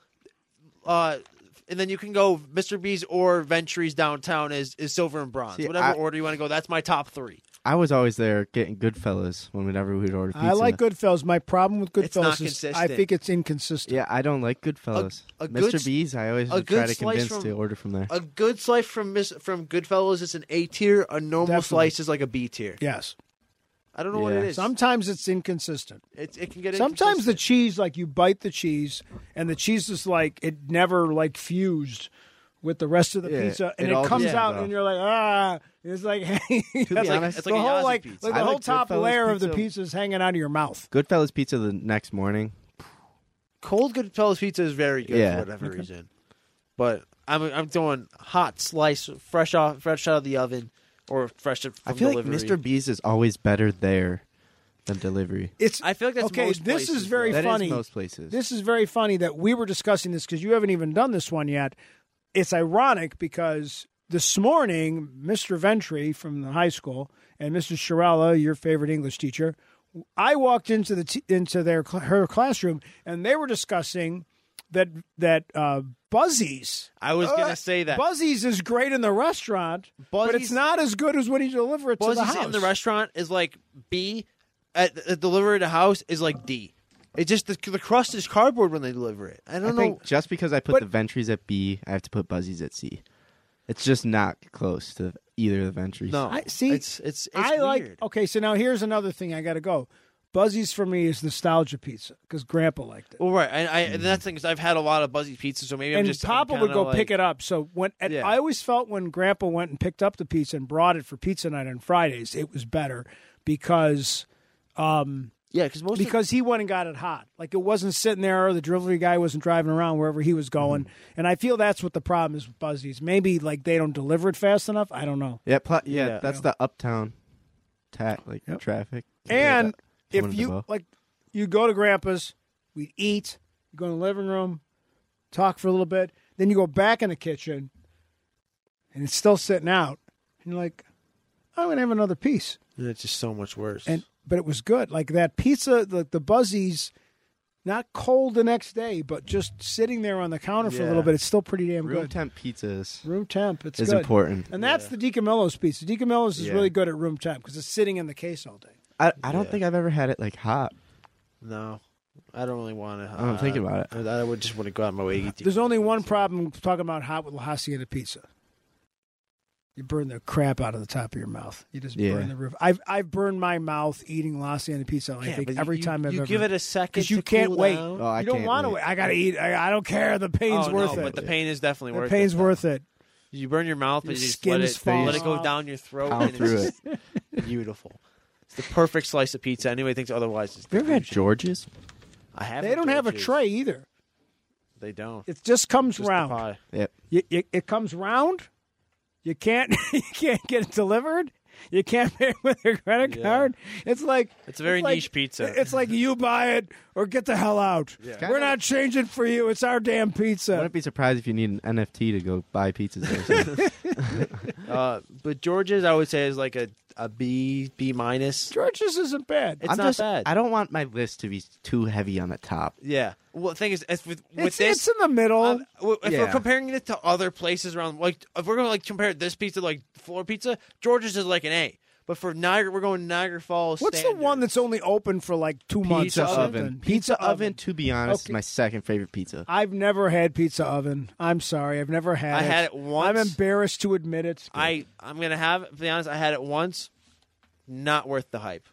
[SPEAKER 2] Uh, and then you can go Mr. B's or Ventries downtown is, is silver and bronze.
[SPEAKER 4] See,
[SPEAKER 2] Whatever
[SPEAKER 4] I-
[SPEAKER 2] order you want to go, that's my top three.
[SPEAKER 4] I was always there getting Goodfellas when whenever we'd order pizza.
[SPEAKER 3] I like Goodfellas. My problem with
[SPEAKER 2] It's not
[SPEAKER 3] Goodfellas is I
[SPEAKER 2] consistent.
[SPEAKER 3] think it's inconsistent.
[SPEAKER 4] Yeah, I don't like Goodfellas.
[SPEAKER 2] a
[SPEAKER 4] Mr.
[SPEAKER 2] good s-
[SPEAKER 4] B's, I always
[SPEAKER 2] a
[SPEAKER 4] would try
[SPEAKER 2] good
[SPEAKER 4] to
[SPEAKER 2] slice
[SPEAKER 4] convince
[SPEAKER 2] from-
[SPEAKER 4] to order from there.
[SPEAKER 2] A good slice from Miss, from Goodfellas is an A tier. A normal
[SPEAKER 3] Definitely.
[SPEAKER 2] slice is like a B tier.
[SPEAKER 3] Yes.
[SPEAKER 2] I don't know what
[SPEAKER 4] Yeah.
[SPEAKER 2] it is.
[SPEAKER 3] Sometimes it's inconsistent.
[SPEAKER 2] it, it can get
[SPEAKER 3] Sometimes the
[SPEAKER 2] inconsistent.
[SPEAKER 3] cheese, like you bite the cheese, and the cheese is like it never like fused with the rest of the
[SPEAKER 4] Yeah,
[SPEAKER 3] pizza, and
[SPEAKER 4] it
[SPEAKER 3] it,
[SPEAKER 4] all
[SPEAKER 3] comes
[SPEAKER 4] just-
[SPEAKER 3] out,
[SPEAKER 4] yeah.
[SPEAKER 3] and you're like, ah, it's like, hey,
[SPEAKER 4] be honest,
[SPEAKER 3] the whole like, like the
[SPEAKER 4] I
[SPEAKER 3] whole
[SPEAKER 4] like
[SPEAKER 3] top
[SPEAKER 4] Goodfellas
[SPEAKER 3] layer of the
[SPEAKER 4] pizza.
[SPEAKER 3] pizza is hanging out of your mouth.
[SPEAKER 4] Goodfellas pizza the next morning.
[SPEAKER 2] cold Goodfellas pizza is very good
[SPEAKER 4] Yeah.
[SPEAKER 2] for whatever reason. But I'm I'm doing hot slice, fresh off, fresh out of the oven, or fresh from
[SPEAKER 4] I feel
[SPEAKER 2] delivery.
[SPEAKER 4] like Mr. B's is always better there than delivery.
[SPEAKER 3] It's
[SPEAKER 2] I feel like that's
[SPEAKER 3] okay.
[SPEAKER 2] most
[SPEAKER 3] this
[SPEAKER 2] places,
[SPEAKER 3] is very
[SPEAKER 2] though.
[SPEAKER 4] That is
[SPEAKER 3] funny.
[SPEAKER 4] most places.
[SPEAKER 3] This is very funny that we were discussing this because you haven't even done this one yet. It's ironic because this morning, Mr. Ventry from the high school and Mrs. Shirella, your favorite English teacher, I walked into the t- into their cl- her classroom and they were discussing that that uh, Buzzies.
[SPEAKER 2] I was
[SPEAKER 3] Uh,
[SPEAKER 2] gonna say that
[SPEAKER 3] Buzzies is great in the restaurant, but it's
[SPEAKER 2] Buzzies-
[SPEAKER 3] not as good as when you deliver it to the
[SPEAKER 2] Buzzies
[SPEAKER 3] house.
[SPEAKER 2] in the restaurant is like B, at, at delivery to house is like D. It's just the, the crust is cardboard when they deliver it. I
[SPEAKER 4] I
[SPEAKER 2] don't know.
[SPEAKER 4] think just because I put
[SPEAKER 3] But-
[SPEAKER 4] the ventries at B, I have to put buzzies at C. It's just not close to either of the ventries.
[SPEAKER 2] no,
[SPEAKER 3] I- see,
[SPEAKER 2] It's it's, it's
[SPEAKER 3] I
[SPEAKER 2] weird.
[SPEAKER 3] like. Okay, so now here's another thing I got to go. Buzzies for me is nostalgia pizza because Grandpa liked it,
[SPEAKER 2] Well, right, and I and that's the thing is I've had a lot of Buzzy pizza, so maybe I'm
[SPEAKER 3] Hmm. and
[SPEAKER 2] just
[SPEAKER 3] Papa
[SPEAKER 2] I'm
[SPEAKER 3] would go
[SPEAKER 2] kinda
[SPEAKER 3] pick
[SPEAKER 2] like-
[SPEAKER 3] it up. So when and
[SPEAKER 2] Yeah.
[SPEAKER 3] I always felt when Grandpa went and picked up the pizza and brought it for pizza night on Fridays, it was better because
[SPEAKER 2] Yeah, because most
[SPEAKER 3] because he went and got it hot. Like it wasn't sitting there, or the delivery guy wasn't driving around wherever he was going.
[SPEAKER 2] Mm-hmm.
[SPEAKER 3] And I feel that's what the problem is with Buzzies. Maybe like they don't deliver it fast enough. I don't know.
[SPEAKER 4] Yeah, pl- yeah,
[SPEAKER 2] Yeah.
[SPEAKER 4] that's the uptown tat like traffic.
[SPEAKER 3] And
[SPEAKER 4] One
[SPEAKER 3] if
[SPEAKER 4] of the
[SPEAKER 3] you
[SPEAKER 4] bow.
[SPEAKER 3] like, you go to grandpa's, we'd eat, you go in the living room, talk for a little bit, then you go back in the kitchen, and it's still sitting out, and you're like, I'm gonna have another piece,
[SPEAKER 2] of, it's just so much worse.
[SPEAKER 3] and but it was good, like that pizza, like the buzzies. Not cold the next day, but just sitting there on the counter for a little
[SPEAKER 2] Yeah.
[SPEAKER 3] bit, it's still pretty damn
[SPEAKER 4] room
[SPEAKER 3] good.
[SPEAKER 4] temp pizzas
[SPEAKER 3] room temp, it's
[SPEAKER 4] is
[SPEAKER 3] good.
[SPEAKER 4] important.
[SPEAKER 3] And that's the DiCamillo's pizza. DiCamillo's is
[SPEAKER 4] Yeah.
[SPEAKER 3] really good at room temp because it's sitting in the case all day.
[SPEAKER 4] I, I don't
[SPEAKER 2] Yeah.
[SPEAKER 4] think I've ever had it like hot.
[SPEAKER 2] no, I don't really want to.
[SPEAKER 4] I'm thinking about it.
[SPEAKER 2] I, I would just want to go out of my way to eat.
[SPEAKER 3] There's only one problem talking about hot with La Hacienda pizza. You burn the crap out of the top of your mouth. You just
[SPEAKER 4] Yeah.
[SPEAKER 3] burn the roof. I've I've burned my mouth eating La Hacienda pizza. I
[SPEAKER 2] Yeah,
[SPEAKER 3] think
[SPEAKER 2] but
[SPEAKER 3] every
[SPEAKER 2] you-
[SPEAKER 3] time I've
[SPEAKER 2] you
[SPEAKER 3] ever
[SPEAKER 2] give it a second.
[SPEAKER 3] because you
[SPEAKER 2] to
[SPEAKER 3] can't
[SPEAKER 2] cool
[SPEAKER 3] wait.
[SPEAKER 2] down.
[SPEAKER 4] Oh, I
[SPEAKER 3] you don't
[SPEAKER 4] can't
[SPEAKER 3] want to
[SPEAKER 4] wait.
[SPEAKER 3] wait. I gotta eat. I, I don't care. The pain's
[SPEAKER 2] Oh, no,
[SPEAKER 3] worth it.
[SPEAKER 2] But the pain is definitely
[SPEAKER 3] The
[SPEAKER 2] worth
[SPEAKER 3] pain's
[SPEAKER 2] it. though.
[SPEAKER 3] worth it.
[SPEAKER 2] You burn your mouth, but
[SPEAKER 3] Your
[SPEAKER 2] you just let
[SPEAKER 3] skin's
[SPEAKER 2] it, let it
[SPEAKER 3] falling
[SPEAKER 2] go
[SPEAKER 3] ow.
[SPEAKER 2] down your throat.
[SPEAKER 4] Pound
[SPEAKER 2] and
[SPEAKER 4] through
[SPEAKER 2] it's just beautiful. It's the perfect slice of pizza. Anyone thinks otherwise is
[SPEAKER 4] You ever had George's?
[SPEAKER 2] I have.
[SPEAKER 3] They don't have a tray either.
[SPEAKER 2] They don't.
[SPEAKER 3] It just comes
[SPEAKER 2] Just the
[SPEAKER 3] round.
[SPEAKER 2] pie.
[SPEAKER 4] Yep.
[SPEAKER 3] You, you, it comes round. You can't you can't get it delivered. You can't pay with your credit
[SPEAKER 2] Yeah.
[SPEAKER 3] card. It's like
[SPEAKER 2] It's a very
[SPEAKER 3] like-
[SPEAKER 2] niche pizza.
[SPEAKER 3] It's like you buy it or get the hell out. We're
[SPEAKER 4] Kinda-
[SPEAKER 3] not changing for you. It's our damn
[SPEAKER 4] I
[SPEAKER 3] pizza.
[SPEAKER 4] wouldn't be surprised if you need an NFT to go buy pizzas there. so.
[SPEAKER 2] Uh, but George's, I would say, is like a, a B B minus.
[SPEAKER 3] George's isn't bad.
[SPEAKER 2] It's
[SPEAKER 4] I'm
[SPEAKER 2] not
[SPEAKER 4] just,
[SPEAKER 2] bad.
[SPEAKER 4] I don't want my list to be too heavy on the top.
[SPEAKER 2] yeah. Well, the thing is, it's with, with
[SPEAKER 3] it's,
[SPEAKER 2] this,
[SPEAKER 3] it's in the middle.
[SPEAKER 2] Um, w- if we're
[SPEAKER 4] Yeah.
[SPEAKER 2] comparing it to other places around, like if we're gonna like compare this pizza to, like floor pizza, George's is like an A. But for Niagara, we're going Niagara Falls.
[SPEAKER 3] What's the one
[SPEAKER 2] standard.
[SPEAKER 3] that's only open for like two months?
[SPEAKER 4] Pizza
[SPEAKER 3] or something?
[SPEAKER 4] oven. Pizza oven, to be honest,
[SPEAKER 3] Okay.
[SPEAKER 4] is my second favorite pizza.
[SPEAKER 3] I've never had pizza oven. I'm sorry, I've never had.
[SPEAKER 2] I
[SPEAKER 3] it.
[SPEAKER 2] had it once.
[SPEAKER 3] I'm embarrassed to admit it.
[SPEAKER 2] I I'm gonna have. To be honest, I had it once. Not worth the hype.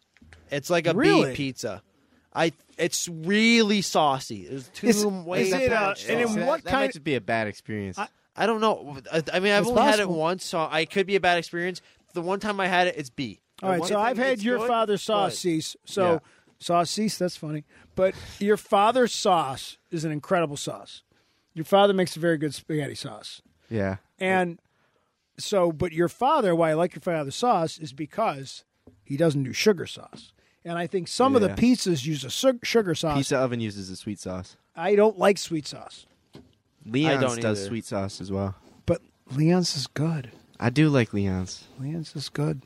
[SPEAKER 2] It's like a B
[SPEAKER 3] Really?
[SPEAKER 2] pizza. I. It's really saucy. There's two
[SPEAKER 3] Is-
[SPEAKER 2] ways.
[SPEAKER 3] is
[SPEAKER 2] of
[SPEAKER 3] it, uh,
[SPEAKER 2] ranch
[SPEAKER 3] and in
[SPEAKER 2] sauce.
[SPEAKER 4] that,
[SPEAKER 3] what
[SPEAKER 4] that
[SPEAKER 3] kind-
[SPEAKER 4] might just be a bad experience.
[SPEAKER 3] I-
[SPEAKER 2] I don't know. I, I mean, I've
[SPEAKER 3] It's
[SPEAKER 2] only had it
[SPEAKER 3] possible.
[SPEAKER 2] once, so I it could be a bad experience. The one time I had it, it's B.
[SPEAKER 3] All right, so I've had your father's sauce cease. So
[SPEAKER 4] Yeah.
[SPEAKER 3] sauce cease. That's funny. But your father's sauce is an incredible sauce. Your father makes a very good spaghetti sauce.
[SPEAKER 4] yeah.
[SPEAKER 3] And so, but your father, why I like your father's sauce is because he doesn't do sugar sauce. And I think some of the
[SPEAKER 4] Yeah.
[SPEAKER 3] pizzas use a su- sugar sauce.
[SPEAKER 4] Pizza oven uses a sweet sauce.
[SPEAKER 3] I don't like sweet sauce,
[SPEAKER 4] Leon's
[SPEAKER 2] don't
[SPEAKER 4] does
[SPEAKER 2] either.
[SPEAKER 4] sweet sauce as well.
[SPEAKER 3] but Leon's is good.
[SPEAKER 4] I do like Leon's.
[SPEAKER 3] Leon's is good.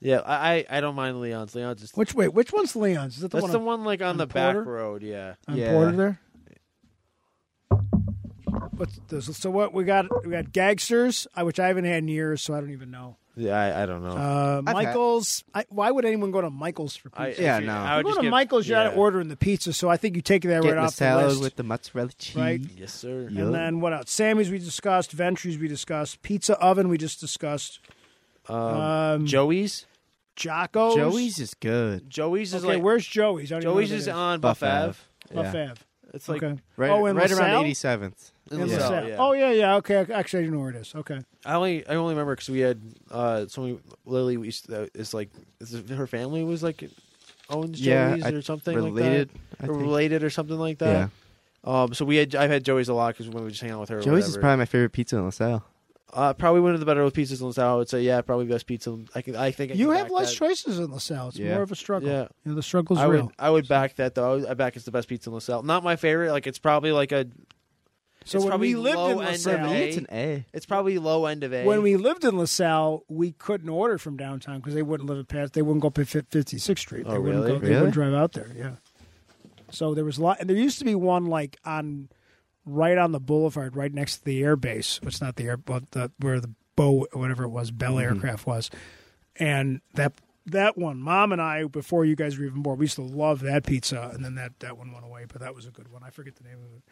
[SPEAKER 2] Yeah, I I- I don't mind Leon's. Leon's is
[SPEAKER 3] Which wait, which one's Leon's? Is that the
[SPEAKER 2] that's
[SPEAKER 3] one
[SPEAKER 2] the
[SPEAKER 3] on,
[SPEAKER 2] one like on, the
[SPEAKER 3] Porter?
[SPEAKER 2] back road. Yeah,
[SPEAKER 3] on
[SPEAKER 4] Yeah.
[SPEAKER 3] Porter there? What's this? So what we got? We got Gagsters, I- which I haven't had in years, so I don't even know.
[SPEAKER 2] yeah. I, I don't know.
[SPEAKER 3] Uh,
[SPEAKER 4] had-
[SPEAKER 3] Michael's. I, why would anyone go to Michael's for pizza?
[SPEAKER 2] I,
[SPEAKER 4] Yeah,
[SPEAKER 2] if you-
[SPEAKER 4] no.
[SPEAKER 2] I
[SPEAKER 3] you
[SPEAKER 2] would
[SPEAKER 3] go
[SPEAKER 2] just
[SPEAKER 3] to
[SPEAKER 2] give-
[SPEAKER 3] Michael's, you're not
[SPEAKER 2] yeah.
[SPEAKER 3] ordering the pizza, so I think you take that
[SPEAKER 4] Get
[SPEAKER 3] right
[SPEAKER 4] the
[SPEAKER 3] off the
[SPEAKER 4] salad
[SPEAKER 3] list.
[SPEAKER 4] with the mozzarella cheese.
[SPEAKER 3] Right.
[SPEAKER 2] Yes, sir.
[SPEAKER 4] Yeah.
[SPEAKER 3] and then what else? Sammy's we discussed, Ventries we discussed, Pizza Oven we just discussed, um,
[SPEAKER 2] Joey's.
[SPEAKER 3] Jocko's.
[SPEAKER 4] Joey's is good.
[SPEAKER 2] Joey's is
[SPEAKER 3] Okay,
[SPEAKER 2] like
[SPEAKER 3] where's Joey's? I don't even know
[SPEAKER 2] Joey's
[SPEAKER 3] where
[SPEAKER 2] is
[SPEAKER 3] that
[SPEAKER 2] on Buff Ave.
[SPEAKER 4] Ave. Yeah.
[SPEAKER 3] Buff Ave.
[SPEAKER 2] It's like
[SPEAKER 3] okay.
[SPEAKER 4] Right,
[SPEAKER 3] oh, in
[SPEAKER 4] right
[SPEAKER 3] LaSalle?
[SPEAKER 4] around 87th.
[SPEAKER 2] in
[SPEAKER 3] In
[SPEAKER 2] LaSalle,
[SPEAKER 3] LaSalle.
[SPEAKER 2] yeah.
[SPEAKER 3] Oh yeah, yeah. Okay, actually, I know where it is. Okay.
[SPEAKER 2] I only I only remember because we had uh so many Lily we used to, is like is it- her family was like owns
[SPEAKER 4] Yeah,
[SPEAKER 2] Joey's
[SPEAKER 4] I-
[SPEAKER 2] or something like
[SPEAKER 4] Related, I
[SPEAKER 2] that or
[SPEAKER 4] think.
[SPEAKER 2] related or something like that. Um, so we had I've had Joey's a lot because when we just hang out with her. or
[SPEAKER 4] Joey's is
[SPEAKER 2] whatever.
[SPEAKER 4] probably my favorite pizza in LaSalle.
[SPEAKER 2] uh, probably one of the better pizzas in LaSalle. I would say yeah, probably best pizza. I can I think I
[SPEAKER 3] You
[SPEAKER 2] can
[SPEAKER 3] have
[SPEAKER 2] back
[SPEAKER 3] less
[SPEAKER 2] that.
[SPEAKER 3] choices in LaSalle. It's
[SPEAKER 4] Yeah.
[SPEAKER 3] more of a struggle.
[SPEAKER 2] Yeah.
[SPEAKER 3] Yeah, the struggle's
[SPEAKER 2] I
[SPEAKER 3] real.
[SPEAKER 2] would I would back that though. I, would, I back it's the best pizza in LaSalle. Not my favorite. Like it's probably like a
[SPEAKER 3] so
[SPEAKER 2] it's
[SPEAKER 3] when
[SPEAKER 2] probably
[SPEAKER 3] we lived
[SPEAKER 2] low
[SPEAKER 3] in
[SPEAKER 2] end of
[SPEAKER 3] LaSalle,
[SPEAKER 2] A.
[SPEAKER 4] It's an A.
[SPEAKER 2] it's probably low end of a.
[SPEAKER 3] when we lived in LaSalle, we couldn't order from downtown because they wouldn't live past. They wouldn't go up at Fifty Sixth Street.
[SPEAKER 2] Oh,
[SPEAKER 3] they wouldn't
[SPEAKER 2] really?
[SPEAKER 3] Go, they
[SPEAKER 4] Really?
[SPEAKER 3] wouldn't drive out there. Yeah. So there was a lot, and there used to be one like on right on the boulevard, right next to the air base. It's not the air, but the where the Bo whatever it was, Bell
[SPEAKER 2] Mm-hmm.
[SPEAKER 3] Aircraft was, and that that one, Mom and I, before you guys were even born, we used to love that pizza, and then that that one went away, but that was a good one. I forget the name of it.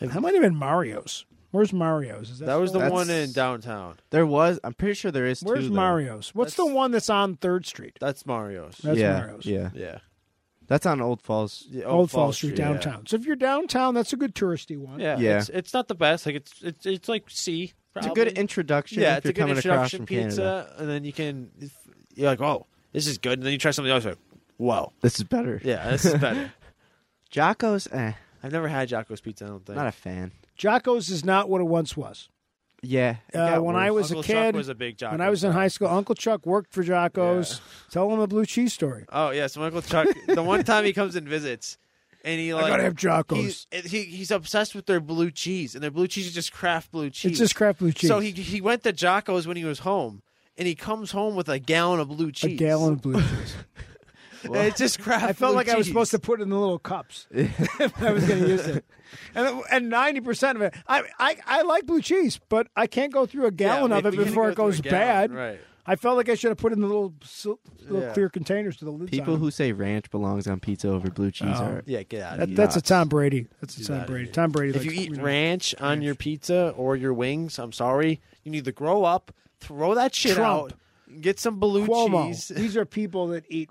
[SPEAKER 3] That might have been Mario's. Where's Mario's? Is that
[SPEAKER 2] that was the
[SPEAKER 3] still-
[SPEAKER 4] That's-
[SPEAKER 2] one in downtown.
[SPEAKER 4] There was. I'm pretty sure there is.
[SPEAKER 3] Where's
[SPEAKER 4] two, though.
[SPEAKER 3] Mario's? What's the
[SPEAKER 2] That's-
[SPEAKER 3] one that's on Third Street?
[SPEAKER 2] That's Mario's.
[SPEAKER 3] That's
[SPEAKER 4] yeah,
[SPEAKER 3] Mario's.
[SPEAKER 4] yeah.
[SPEAKER 2] yeah.
[SPEAKER 4] That's on Old Falls.
[SPEAKER 2] Yeah,
[SPEAKER 3] Old Fall Street,
[SPEAKER 2] yeah.
[SPEAKER 3] downtown. So if you're downtown, that's a good touristy one.
[SPEAKER 2] Yeah,
[SPEAKER 4] Yeah.
[SPEAKER 2] It's, it's not the best. Like it's it's it's like C.
[SPEAKER 4] It's a
[SPEAKER 2] probably.
[SPEAKER 4] good introduction.
[SPEAKER 2] yeah.
[SPEAKER 4] if
[SPEAKER 2] It's
[SPEAKER 4] you're
[SPEAKER 2] a good
[SPEAKER 4] coming across
[SPEAKER 2] introduction
[SPEAKER 4] from
[SPEAKER 2] pizza,
[SPEAKER 4] Canada.
[SPEAKER 2] and then you can if- you're like, oh, this is good, and then you try something else, like, whoa,
[SPEAKER 4] This is better.
[SPEAKER 2] yeah, this is better.
[SPEAKER 4] Jocko's, eh,
[SPEAKER 2] I've never had Jocko's Pizza. I don't think.
[SPEAKER 4] not a fan.
[SPEAKER 3] Jocko's is not what it once was.
[SPEAKER 4] Yeah. it
[SPEAKER 3] Uh,
[SPEAKER 4] got
[SPEAKER 3] when I
[SPEAKER 4] worse.
[SPEAKER 3] was
[SPEAKER 2] Uncle
[SPEAKER 3] a
[SPEAKER 2] Chuck
[SPEAKER 3] kid,
[SPEAKER 2] was a big Jocko.
[SPEAKER 3] when I was in high school, Uncle Chuck worked for Jocko's. Tell him the blue cheese story.
[SPEAKER 2] Oh yeah, so Uncle Chuck. the one time he comes and visits, and he like
[SPEAKER 3] I gotta have
[SPEAKER 2] he's,
[SPEAKER 3] Jocko's.
[SPEAKER 2] he, he's obsessed with their blue cheese, and their blue cheese is just craft blue cheese.
[SPEAKER 3] It's just craft blue cheese.
[SPEAKER 2] So he he went to Jocko's when he was home, and he comes home with a gallon of blue
[SPEAKER 3] a
[SPEAKER 2] cheese.
[SPEAKER 3] gallon of blue cheese.
[SPEAKER 2] And It's just craft.
[SPEAKER 3] I felt
[SPEAKER 2] blue
[SPEAKER 3] like I was
[SPEAKER 2] cheese.
[SPEAKER 3] supposed to put it in the little cups. if I was going to use it, and and ninety percent of it. I, I I like blue cheese, but I can't go through a gallon
[SPEAKER 2] Yeah,
[SPEAKER 3] of it
[SPEAKER 2] we can't
[SPEAKER 3] before
[SPEAKER 2] go
[SPEAKER 3] it goes
[SPEAKER 2] through a gallon,
[SPEAKER 3] bad.
[SPEAKER 2] Right.
[SPEAKER 3] I felt like I should have put it in the little sil- little
[SPEAKER 2] Yeah.
[SPEAKER 3] clear containers to the lids.
[SPEAKER 4] People
[SPEAKER 3] on it.
[SPEAKER 4] who say ranch belongs on pizza over blue cheese
[SPEAKER 3] Oh.
[SPEAKER 4] are.
[SPEAKER 2] Yeah, get out.
[SPEAKER 3] that, that's a
[SPEAKER 4] nuts.
[SPEAKER 3] Tom Brady. That's a
[SPEAKER 2] He's
[SPEAKER 3] Tom
[SPEAKER 2] outta
[SPEAKER 3] Brady.
[SPEAKER 2] here.
[SPEAKER 3] Tom Brady.
[SPEAKER 2] If
[SPEAKER 3] likes,
[SPEAKER 2] you eat
[SPEAKER 3] know,
[SPEAKER 2] ranch on your pizza or your wings, I'm sorry, you need to grow up, throw that shit
[SPEAKER 3] Trump.
[SPEAKER 2] out, get some blue
[SPEAKER 3] Cuomo.
[SPEAKER 2] cheese.
[SPEAKER 3] These are people that eat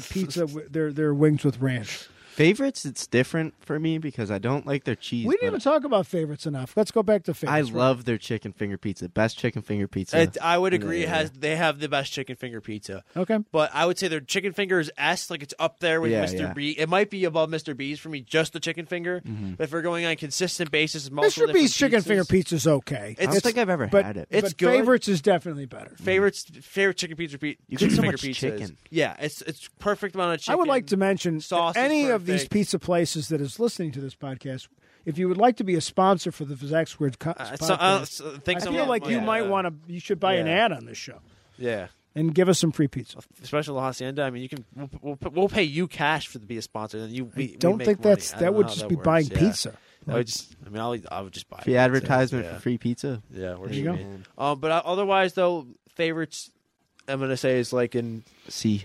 [SPEAKER 3] pizza, wi- their their wings with ranch.
[SPEAKER 4] Favorites, it's different for me because I don't like their cheese.
[SPEAKER 3] We didn't even
[SPEAKER 4] but
[SPEAKER 3] talk about favorites enough. Let's go back to
[SPEAKER 4] I
[SPEAKER 3] favorites. right?
[SPEAKER 4] love their chicken finger pizza. Best chicken finger pizza.
[SPEAKER 2] It, I would agree.
[SPEAKER 4] Yeah.
[SPEAKER 2] Has they have the best chicken finger pizza,
[SPEAKER 3] Okay.
[SPEAKER 2] but I would say their chicken finger is S, like it's up there with
[SPEAKER 4] Yeah,
[SPEAKER 2] Mr.
[SPEAKER 4] yeah.
[SPEAKER 2] B. It might be above Mr. B's for me, just the chicken finger. But if we're going on a consistent basis, multiple
[SPEAKER 3] Mr. Mm-hmm. B's
[SPEAKER 2] different
[SPEAKER 3] chicken
[SPEAKER 2] pizzas-
[SPEAKER 3] finger pizza is okay.
[SPEAKER 4] I
[SPEAKER 2] It's-
[SPEAKER 4] don't think I've ever
[SPEAKER 3] but
[SPEAKER 4] had it.
[SPEAKER 2] it's
[SPEAKER 3] but
[SPEAKER 2] good.
[SPEAKER 3] favorites is definitely better.
[SPEAKER 2] favorites favorite chicken pizza pe-
[SPEAKER 4] You
[SPEAKER 2] chicken
[SPEAKER 4] get so
[SPEAKER 2] finger
[SPEAKER 4] much
[SPEAKER 2] pizza Is,
[SPEAKER 4] chicken.
[SPEAKER 2] yeah, it's it's perfect amount of chicken.
[SPEAKER 3] I would like to mention that
[SPEAKER 2] sauce is
[SPEAKER 3] any of these
[SPEAKER 2] perfect.
[SPEAKER 3] pizza places that is listening to this podcast. If you would like to be a sponsor for the Zach's Weird Co-
[SPEAKER 2] Uh,
[SPEAKER 3] podcast,
[SPEAKER 2] so, uh, so, think
[SPEAKER 3] I feel
[SPEAKER 2] someone-
[SPEAKER 3] like you
[SPEAKER 2] yeah.
[SPEAKER 3] might want to. You should buy an
[SPEAKER 2] Yeah.
[SPEAKER 3] ad on this show
[SPEAKER 2] Yeah.
[SPEAKER 3] and give us some free pizza.
[SPEAKER 2] Special La Hacienda. I mean, you can we'll, we'll, pay- we'll pay you cash for to be a sponsor, and you. We,
[SPEAKER 3] I
[SPEAKER 2] we
[SPEAKER 3] don't
[SPEAKER 2] make
[SPEAKER 3] think
[SPEAKER 2] money.
[SPEAKER 3] that's
[SPEAKER 2] I
[SPEAKER 3] that
[SPEAKER 2] don't
[SPEAKER 3] would
[SPEAKER 2] know how
[SPEAKER 3] just
[SPEAKER 2] that
[SPEAKER 3] be
[SPEAKER 2] works.
[SPEAKER 3] buying
[SPEAKER 2] Yeah.
[SPEAKER 3] pizza.
[SPEAKER 2] I would just. I mean, I'll, I would just buy
[SPEAKER 4] Free
[SPEAKER 2] it.
[SPEAKER 4] advertisement
[SPEAKER 2] Yeah.
[SPEAKER 4] for free pizza.
[SPEAKER 2] Yeah, we're
[SPEAKER 3] There you
[SPEAKER 2] just-
[SPEAKER 3] go.
[SPEAKER 2] Um, but I, otherwise, though, favorites. I'm gonna say is like in.
[SPEAKER 4] See,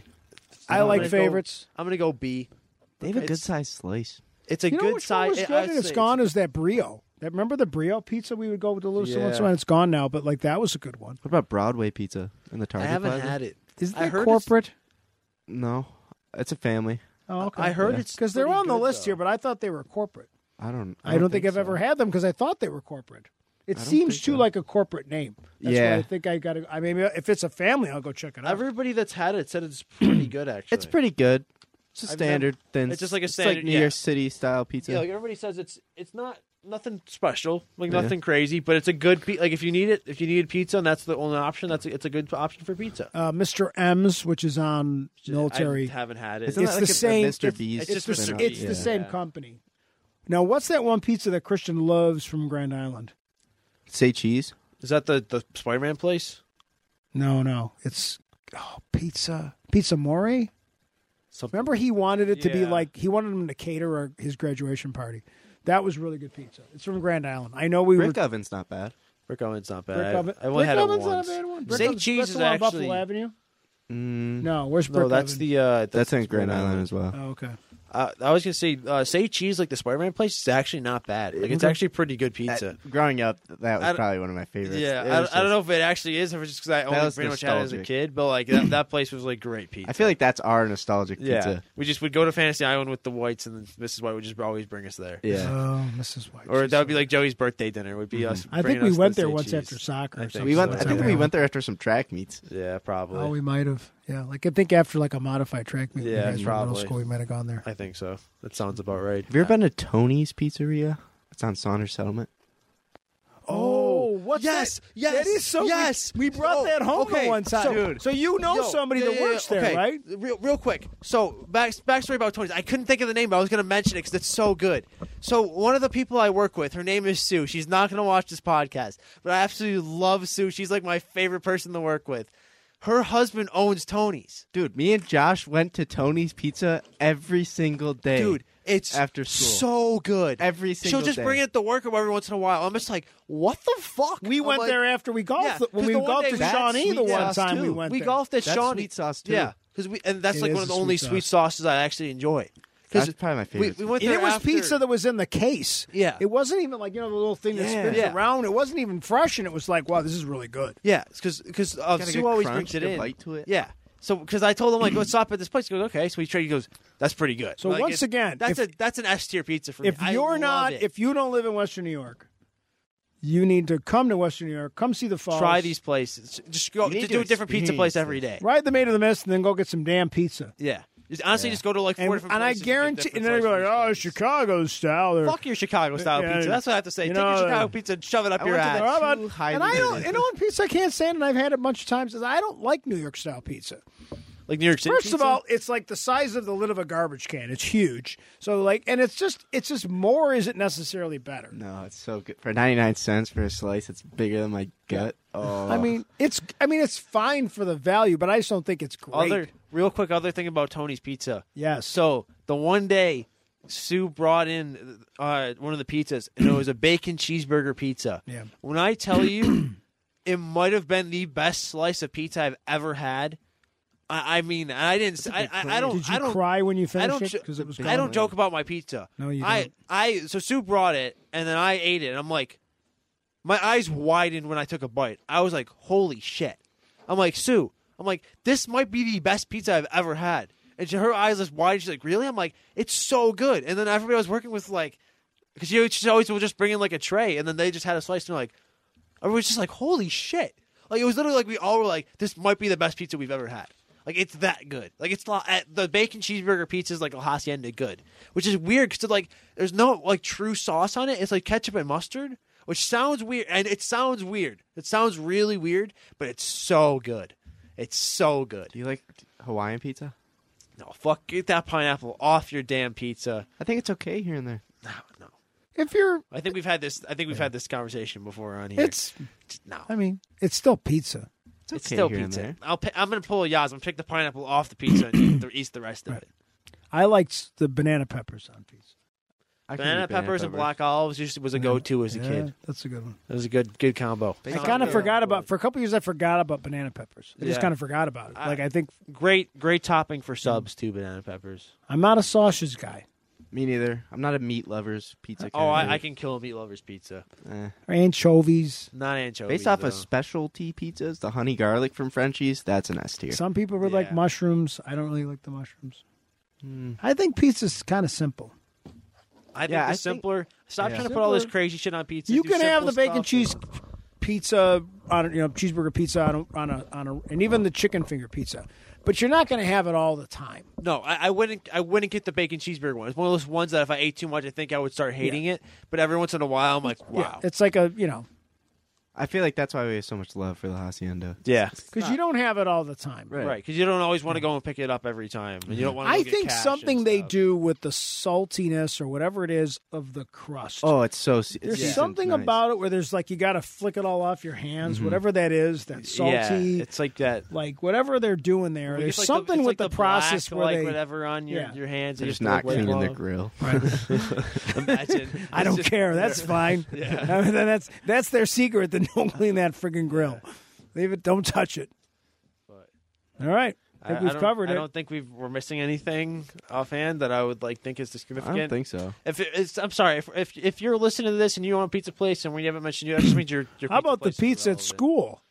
[SPEAKER 3] I
[SPEAKER 2] I'm
[SPEAKER 3] like
[SPEAKER 2] gonna go-
[SPEAKER 3] favorites.
[SPEAKER 2] I'm gonna go B.
[SPEAKER 4] they have a
[SPEAKER 2] It's-
[SPEAKER 4] good sized slice.
[SPEAKER 2] It's a
[SPEAKER 3] you know
[SPEAKER 2] good
[SPEAKER 3] which
[SPEAKER 2] size.
[SPEAKER 3] one was
[SPEAKER 2] it-
[SPEAKER 3] good
[SPEAKER 2] I'd
[SPEAKER 3] and it's
[SPEAKER 2] say
[SPEAKER 3] gone is that Brio. That remember the Brio pizza we would go with the little
[SPEAKER 2] Yeah.
[SPEAKER 3] yeah. one. It's gone now, but like that was a good one.
[SPEAKER 4] What about Broadway pizza in the
[SPEAKER 2] I
[SPEAKER 4] Target?
[SPEAKER 2] haven't
[SPEAKER 4] plaza?
[SPEAKER 2] had it.
[SPEAKER 3] Isn't
[SPEAKER 2] I
[SPEAKER 3] that
[SPEAKER 2] heard it's-
[SPEAKER 3] corporate?
[SPEAKER 4] No, it's a family.
[SPEAKER 3] Oh, okay.
[SPEAKER 2] I heard it's
[SPEAKER 3] because they're
[SPEAKER 2] pretty
[SPEAKER 3] on the
[SPEAKER 2] good,
[SPEAKER 3] list
[SPEAKER 2] though.
[SPEAKER 3] here, but I thought they were corporate.
[SPEAKER 4] I don't.
[SPEAKER 3] I don't, think, I've
[SPEAKER 4] so.
[SPEAKER 3] ever had them because I thought they were corporate. It
[SPEAKER 4] I don't
[SPEAKER 3] seems
[SPEAKER 4] think
[SPEAKER 3] too
[SPEAKER 4] so.
[SPEAKER 3] like a corporate name. That's
[SPEAKER 4] Yeah.
[SPEAKER 3] why I think I got to. I mean, if it's a family, I'll go check it out.
[SPEAKER 2] Everybody that's had it said it's pretty good. Actually,
[SPEAKER 4] It's pretty good. It's
[SPEAKER 2] I've
[SPEAKER 4] a
[SPEAKER 2] never-
[SPEAKER 4] standard thin.
[SPEAKER 2] it's just like a
[SPEAKER 4] It's
[SPEAKER 2] standard-
[SPEAKER 4] like New
[SPEAKER 2] yeah.
[SPEAKER 4] York City style pizza.
[SPEAKER 2] Yeah, like everybody says it's it's not nothing special, like
[SPEAKER 4] Yeah.
[SPEAKER 2] nothing crazy, but it's a good pi- like if you need it, if you needed pizza and that's the only option, that's a, it's a good option for pizza.
[SPEAKER 3] uh, Mr. M's, which is on military.
[SPEAKER 2] I haven't had it.
[SPEAKER 4] Isn't
[SPEAKER 3] it's
[SPEAKER 4] that
[SPEAKER 3] the
[SPEAKER 4] like a- a
[SPEAKER 3] same-
[SPEAKER 4] Mr. B's.
[SPEAKER 2] it's just
[SPEAKER 3] the,
[SPEAKER 2] Mr.
[SPEAKER 4] spin-off?
[SPEAKER 3] it's
[SPEAKER 2] Yeah.
[SPEAKER 3] the same
[SPEAKER 2] Yeah.
[SPEAKER 3] company. Now, what's that one pizza that Christian loves from Grand Island?
[SPEAKER 4] Say cheese.
[SPEAKER 2] Is that the the Spider Man place?
[SPEAKER 3] No, no, it's oh, pizza, pizza more.
[SPEAKER 2] Something.
[SPEAKER 3] Remember, he wanted it to be
[SPEAKER 2] Yeah.
[SPEAKER 3] like he wanted him to cater our, his graduation party. That was really good pizza. It's from Grand Island. I know we
[SPEAKER 4] Brick
[SPEAKER 3] were.
[SPEAKER 4] oven's not bad.
[SPEAKER 2] Brick Oven's not bad.
[SPEAKER 3] Brick
[SPEAKER 2] I've-
[SPEAKER 3] Oven-
[SPEAKER 2] I've only
[SPEAKER 3] Brick
[SPEAKER 2] had
[SPEAKER 3] Oven's
[SPEAKER 2] it once.
[SPEAKER 3] not a bad one. Brick
[SPEAKER 2] Say
[SPEAKER 3] Oven's-
[SPEAKER 2] cheese
[SPEAKER 3] that's
[SPEAKER 2] is
[SPEAKER 3] the one on
[SPEAKER 2] actually
[SPEAKER 3] Buffalo Avenue.
[SPEAKER 4] Mm,
[SPEAKER 3] No, where's
[SPEAKER 2] no.
[SPEAKER 3] Brick
[SPEAKER 2] That's
[SPEAKER 3] Oven?
[SPEAKER 2] the uh,
[SPEAKER 4] that's in Grand
[SPEAKER 2] Grand
[SPEAKER 4] Island as well.
[SPEAKER 3] Oh, okay.
[SPEAKER 2] I Uh, I was gonna say, uh, say cheese like the Spider-Man place is actually not bad. Like it's actually pretty good pizza.
[SPEAKER 4] That- Uh, growing up, that
[SPEAKER 2] I
[SPEAKER 4] was
[SPEAKER 2] don't-
[SPEAKER 4] probably one of my favorites.
[SPEAKER 2] yeah,
[SPEAKER 4] It
[SPEAKER 2] I,
[SPEAKER 4] was
[SPEAKER 2] I don't
[SPEAKER 4] just-
[SPEAKER 2] know if it actually is, or if it's just because I only
[SPEAKER 4] was
[SPEAKER 2] pretty much had it as a
[SPEAKER 4] nostalgic.
[SPEAKER 2] kid. But like that, that place was like great pizza.
[SPEAKER 4] I feel like that's our nostalgic
[SPEAKER 2] yeah,
[SPEAKER 4] pizza.
[SPEAKER 2] we just would go to Fantasy Island with the Whites, and then Mrs. White would just always bring us there.
[SPEAKER 4] Yeah. Mm-hmm.
[SPEAKER 3] Oh, Mrs. White.
[SPEAKER 2] Or that would be like Joey's birthday dinner. Would be us.
[SPEAKER 3] I think
[SPEAKER 2] bringing
[SPEAKER 3] we
[SPEAKER 2] us
[SPEAKER 3] went
[SPEAKER 2] the
[SPEAKER 3] there
[SPEAKER 2] say
[SPEAKER 3] once
[SPEAKER 2] cheese.
[SPEAKER 3] after soccer.
[SPEAKER 2] I
[SPEAKER 3] or
[SPEAKER 2] think
[SPEAKER 3] something.
[SPEAKER 4] we went. I
[SPEAKER 2] so.
[SPEAKER 4] think we went there after some track meets.
[SPEAKER 2] Yeah, probably.
[SPEAKER 3] Oh, we might have. Yeah, like I think after like a modified track meet. when
[SPEAKER 2] Yeah,
[SPEAKER 3] you guys were in Middle
[SPEAKER 2] probably.
[SPEAKER 3] school, we might have gone there.
[SPEAKER 2] I think so. That sounds about right.
[SPEAKER 4] Have you ever been to Tony's Pizzeria? It's on Saunders Settlement.
[SPEAKER 3] Oh, what's
[SPEAKER 2] yes,
[SPEAKER 3] that?
[SPEAKER 2] yes,
[SPEAKER 3] That is so. we-
[SPEAKER 2] yes.
[SPEAKER 3] we, brought
[SPEAKER 2] Oh,
[SPEAKER 3] that home
[SPEAKER 2] okay,
[SPEAKER 3] the one time.
[SPEAKER 2] dude.
[SPEAKER 3] So you know
[SPEAKER 2] Yo,
[SPEAKER 3] somebody
[SPEAKER 2] yeah,
[SPEAKER 3] that
[SPEAKER 2] yeah,
[SPEAKER 3] works
[SPEAKER 2] yeah,
[SPEAKER 3] there,
[SPEAKER 2] okay.
[SPEAKER 3] right?
[SPEAKER 2] Real, real quick. So back, backstory about Tony's. I couldn't think of the name, but I was going to mention it because it's so good. So one of the people I work with, her name is Sue. She's not going to watch this podcast, but I absolutely love Sue. She's like my favorite person to work with. Her husband owns Tony's.
[SPEAKER 4] Dude, me and Josh went to Tony's Pizza every single day.
[SPEAKER 2] Dude, it's
[SPEAKER 4] after school.
[SPEAKER 2] so good.
[SPEAKER 4] Every single
[SPEAKER 2] She'll just
[SPEAKER 4] day.
[SPEAKER 2] bring it to work every once in a while. I'm just like, what the fuck?
[SPEAKER 3] We
[SPEAKER 2] I'm
[SPEAKER 3] went
[SPEAKER 2] like-
[SPEAKER 3] there after we golfed.
[SPEAKER 2] Oh, Yeah,
[SPEAKER 3] when we
[SPEAKER 2] 'cause the one
[SPEAKER 3] golfed
[SPEAKER 2] day
[SPEAKER 3] at
[SPEAKER 2] we- That's
[SPEAKER 3] Shawnee,
[SPEAKER 4] sweet
[SPEAKER 3] the one
[SPEAKER 4] sauce,
[SPEAKER 3] time we
[SPEAKER 4] too.
[SPEAKER 3] went
[SPEAKER 2] We
[SPEAKER 3] there.
[SPEAKER 2] golfed at
[SPEAKER 4] That's
[SPEAKER 2] Shawnee.
[SPEAKER 4] sweet sauce, too.
[SPEAKER 2] Yeah, because we and that's
[SPEAKER 3] It
[SPEAKER 2] like
[SPEAKER 3] is
[SPEAKER 2] one of
[SPEAKER 3] a
[SPEAKER 2] the only
[SPEAKER 3] sweet
[SPEAKER 2] sweet sauces I actually enjoy. 'Cause
[SPEAKER 4] That's probably my
[SPEAKER 2] we,
[SPEAKER 4] favorite
[SPEAKER 2] we went
[SPEAKER 3] And
[SPEAKER 2] there
[SPEAKER 3] it was
[SPEAKER 2] after-
[SPEAKER 3] pizza that was in the case.
[SPEAKER 2] Yeah.
[SPEAKER 3] It wasn't even like, you know, the little thing that
[SPEAKER 4] Yeah.
[SPEAKER 3] spins
[SPEAKER 2] Yeah.
[SPEAKER 3] around. It wasn't even fresh, and it was like, wow, this is really good.
[SPEAKER 2] Yeah, because uh,
[SPEAKER 4] Got a
[SPEAKER 2] Sue
[SPEAKER 4] good
[SPEAKER 2] always
[SPEAKER 4] crunch,
[SPEAKER 2] brings it
[SPEAKER 4] good
[SPEAKER 2] in.
[SPEAKER 4] bite to it.
[SPEAKER 2] Yeah. So because I told him like, let's stop at this place. He goes, okay. So we trade. He goes, that's pretty good.
[SPEAKER 3] So
[SPEAKER 2] Like,
[SPEAKER 3] once
[SPEAKER 2] it's-
[SPEAKER 3] again,
[SPEAKER 2] that's
[SPEAKER 3] if-
[SPEAKER 2] a that's an S tier pizza for me.
[SPEAKER 3] If
[SPEAKER 2] I
[SPEAKER 3] you're
[SPEAKER 2] love
[SPEAKER 3] not,
[SPEAKER 2] it.
[SPEAKER 3] if you don't live in Western New York, you need to come to Western New York, come see the falls.
[SPEAKER 2] try these places, just go
[SPEAKER 4] You need
[SPEAKER 2] just
[SPEAKER 4] to
[SPEAKER 2] do a different pizza
[SPEAKER 4] experience
[SPEAKER 2] place
[SPEAKER 4] this.
[SPEAKER 2] every day.
[SPEAKER 3] Ride the Maid of the Mist and then go get some damn pizza.
[SPEAKER 2] Yeah. Just, honestly, just go to like four
[SPEAKER 3] And,
[SPEAKER 2] different.
[SPEAKER 3] and I
[SPEAKER 2] places
[SPEAKER 3] guarantee,
[SPEAKER 2] get
[SPEAKER 3] and
[SPEAKER 2] different
[SPEAKER 3] then you're like,
[SPEAKER 2] slices of
[SPEAKER 3] oh,
[SPEAKER 2] pizza.
[SPEAKER 3] Chicago style. They're-
[SPEAKER 2] Fuck your Chicago style
[SPEAKER 3] Yeah,
[SPEAKER 2] pizza. That's what I have to say.
[SPEAKER 3] you
[SPEAKER 2] Take your
[SPEAKER 3] know,
[SPEAKER 2] Chicago pizza and shove it up
[SPEAKER 4] I
[SPEAKER 2] your
[SPEAKER 4] went to the-
[SPEAKER 2] ass.
[SPEAKER 3] How about-
[SPEAKER 4] Too highly
[SPEAKER 3] and I don't,
[SPEAKER 4] rated.
[SPEAKER 3] and the only pizza I can't stand, and I've had it a bunch of times, is I don't like New York style pizza.
[SPEAKER 2] Like New York City.
[SPEAKER 3] First of
[SPEAKER 2] pizza?
[SPEAKER 3] all, it's like the size of the lid of a garbage can. It's huge. So like, and it's just, it's just more isn't necessarily better.
[SPEAKER 4] No, it's so good for ninety nine cents for a slice. It's bigger than my gut. Oh,
[SPEAKER 3] I mean, it's, I mean, it's fine for the value, but I just don't think it's great.
[SPEAKER 2] Other real quick, other thing about Tony's Pizza.
[SPEAKER 3] Yes.
[SPEAKER 2] So the one day Sue brought in uh, one of the pizzas, and it was a bacon cheeseburger pizza.
[SPEAKER 3] Yeah.
[SPEAKER 2] When I tell you, it might have been the best slice of pizza I've ever had. I, I mean, I didn't. I, I, I don't.
[SPEAKER 3] Did you
[SPEAKER 2] I don't.
[SPEAKER 3] cry when you
[SPEAKER 2] I
[SPEAKER 3] finished
[SPEAKER 2] don't.
[SPEAKER 3] it?
[SPEAKER 2] jo-
[SPEAKER 3] Because it was.
[SPEAKER 2] I
[SPEAKER 3] gone?
[SPEAKER 2] don't joke about my pizza.
[SPEAKER 3] No, you
[SPEAKER 2] I.
[SPEAKER 3] don't.
[SPEAKER 2] I. So Sue brought it, and then I ate it. And I'm like, my eyes widened when I took a bite. I was like, holy shit. I'm like, Sue, I'm like, this might be the best pizza I've ever had. And she, her eyes just widened. She's like, really? I'm like, it's so good. And then everybody I was working with, like, because she, she always will just bring in like a tray, and then they just had a slice, and they're like, everyone's just like, holy shit. Like, it was literally like we all were like, this might be the best pizza we've ever had. Like, it's that good. Like, it's not, uh, the bacon cheeseburger pizza is like a hacienda good, which is weird because, like, there's no like true sauce on it. It's like ketchup and mustard, which sounds weird. And it sounds weird. It sounds really weird, but it's so good. It's so good.
[SPEAKER 4] do you like Hawaiian pizza?
[SPEAKER 2] No, fuck, get that pineapple off your damn pizza.
[SPEAKER 4] I think it's okay here and there.
[SPEAKER 2] No, no.
[SPEAKER 3] If you're,
[SPEAKER 2] I think we've had this. I think we've had this conversation before on here.
[SPEAKER 3] it's.
[SPEAKER 2] no,
[SPEAKER 3] I mean, it's still pizza.
[SPEAKER 4] It's,
[SPEAKER 2] it's
[SPEAKER 4] okay
[SPEAKER 2] still
[SPEAKER 4] here and
[SPEAKER 2] pizza.
[SPEAKER 4] there.
[SPEAKER 2] I'll. Pi- I'm gonna pull a Yaz and pick the pineapple off the pizza and eat the, eat the rest of it.
[SPEAKER 3] I liked the banana peppers on pizza.
[SPEAKER 4] I can
[SPEAKER 2] Banana
[SPEAKER 4] eat
[SPEAKER 2] peppers and black olives usually was a go-to as a
[SPEAKER 3] Yeah,
[SPEAKER 2] kid.
[SPEAKER 3] That's a good one.
[SPEAKER 2] It was a good good combo.
[SPEAKER 3] I kind of
[SPEAKER 4] Yeah.
[SPEAKER 3] forgot about for a couple years. I forgot about banana peppers. I just
[SPEAKER 2] Yeah.
[SPEAKER 3] kind of forgot about it.
[SPEAKER 2] I-
[SPEAKER 3] like I think
[SPEAKER 2] great great topping for subs too. Banana peppers.
[SPEAKER 3] I'm not a sausage guy
[SPEAKER 4] Me neither. I'm not a meat lover's pizza.
[SPEAKER 2] Oh,
[SPEAKER 4] kind
[SPEAKER 2] I,
[SPEAKER 4] of
[SPEAKER 2] I can kill a meat lover's pizza.
[SPEAKER 4] Eh.
[SPEAKER 3] or anchovies.
[SPEAKER 2] Not anchovies.
[SPEAKER 4] Based off
[SPEAKER 2] though.
[SPEAKER 4] of specialty pizzas, the honey garlic from Frenchie's, that's an S tier.
[SPEAKER 3] Some people would like
[SPEAKER 2] Yeah. Hmm.
[SPEAKER 3] mushrooms. I don't really like the mushrooms. I think pizza's kind of simple.
[SPEAKER 2] I think
[SPEAKER 4] Yeah,
[SPEAKER 2] the
[SPEAKER 4] I think-
[SPEAKER 2] simpler. Stop
[SPEAKER 4] Yeah.
[SPEAKER 2] trying to put all this
[SPEAKER 3] Simpler.
[SPEAKER 2] crazy shit on pizza.
[SPEAKER 3] you
[SPEAKER 2] Do
[SPEAKER 3] can have the
[SPEAKER 2] simple
[SPEAKER 3] bacon
[SPEAKER 2] stuff.
[SPEAKER 3] cheese pizza on a, you know cheeseburger pizza on a, on a on a and even the chicken finger pizza, but you're not going to have it all the time.
[SPEAKER 2] No, I, I wouldn't. I wouldn't get the bacon cheeseburger one. It's one of those ones that if I ate too much, I think I would start hating it. But every once in a while, I'm like, wow.
[SPEAKER 3] It's like a you know
[SPEAKER 4] I feel like that's why we have so much love for the hacienda.
[SPEAKER 2] Yeah,
[SPEAKER 3] because you don't have it all the time.
[SPEAKER 2] right. Because you don't always want to go and pick it up every time, and you don't want. to
[SPEAKER 3] I think something they do with the saltiness or whatever it is of the crust.
[SPEAKER 4] Oh, it's so. It's
[SPEAKER 3] There's
[SPEAKER 4] seasoned
[SPEAKER 3] something
[SPEAKER 4] nice.
[SPEAKER 3] about it where there's like you got to flick it all off your hands, whatever that is, that salty,
[SPEAKER 2] Yeah, it's like that.
[SPEAKER 3] like whatever they're doing there.
[SPEAKER 2] Like,
[SPEAKER 3] there's
[SPEAKER 2] it's like
[SPEAKER 3] something
[SPEAKER 2] it's
[SPEAKER 3] with
[SPEAKER 2] like
[SPEAKER 3] the, process
[SPEAKER 2] black,
[SPEAKER 3] where
[SPEAKER 2] like
[SPEAKER 3] they.
[SPEAKER 2] whatever on your,
[SPEAKER 3] Yeah.
[SPEAKER 2] your hands.
[SPEAKER 4] They're
[SPEAKER 2] you
[SPEAKER 4] just
[SPEAKER 2] have to,
[SPEAKER 4] not
[SPEAKER 2] like,
[SPEAKER 4] cleaning the
[SPEAKER 2] wipe
[SPEAKER 4] grill.
[SPEAKER 2] off. Imagine.
[SPEAKER 3] I don't care. That's fine. I mean, that's that's their secret. The don't clean that friggin' grill. Leave it. Don't touch it. All right. I think
[SPEAKER 2] I
[SPEAKER 3] we've
[SPEAKER 2] don't-
[SPEAKER 3] covered
[SPEAKER 2] I
[SPEAKER 3] it.
[SPEAKER 2] don't think we've, we're missing anything offhand that I would like think is
[SPEAKER 4] I
[SPEAKER 2] significant.
[SPEAKER 4] don't think so.
[SPEAKER 2] If it- it's, I'm sorry, if, if if you're listening to this and you own a pizza place and we haven't mentioned you, that just means your your.
[SPEAKER 3] How about the
[SPEAKER 2] place is
[SPEAKER 3] pizza at
[SPEAKER 2] relevant.
[SPEAKER 3] school?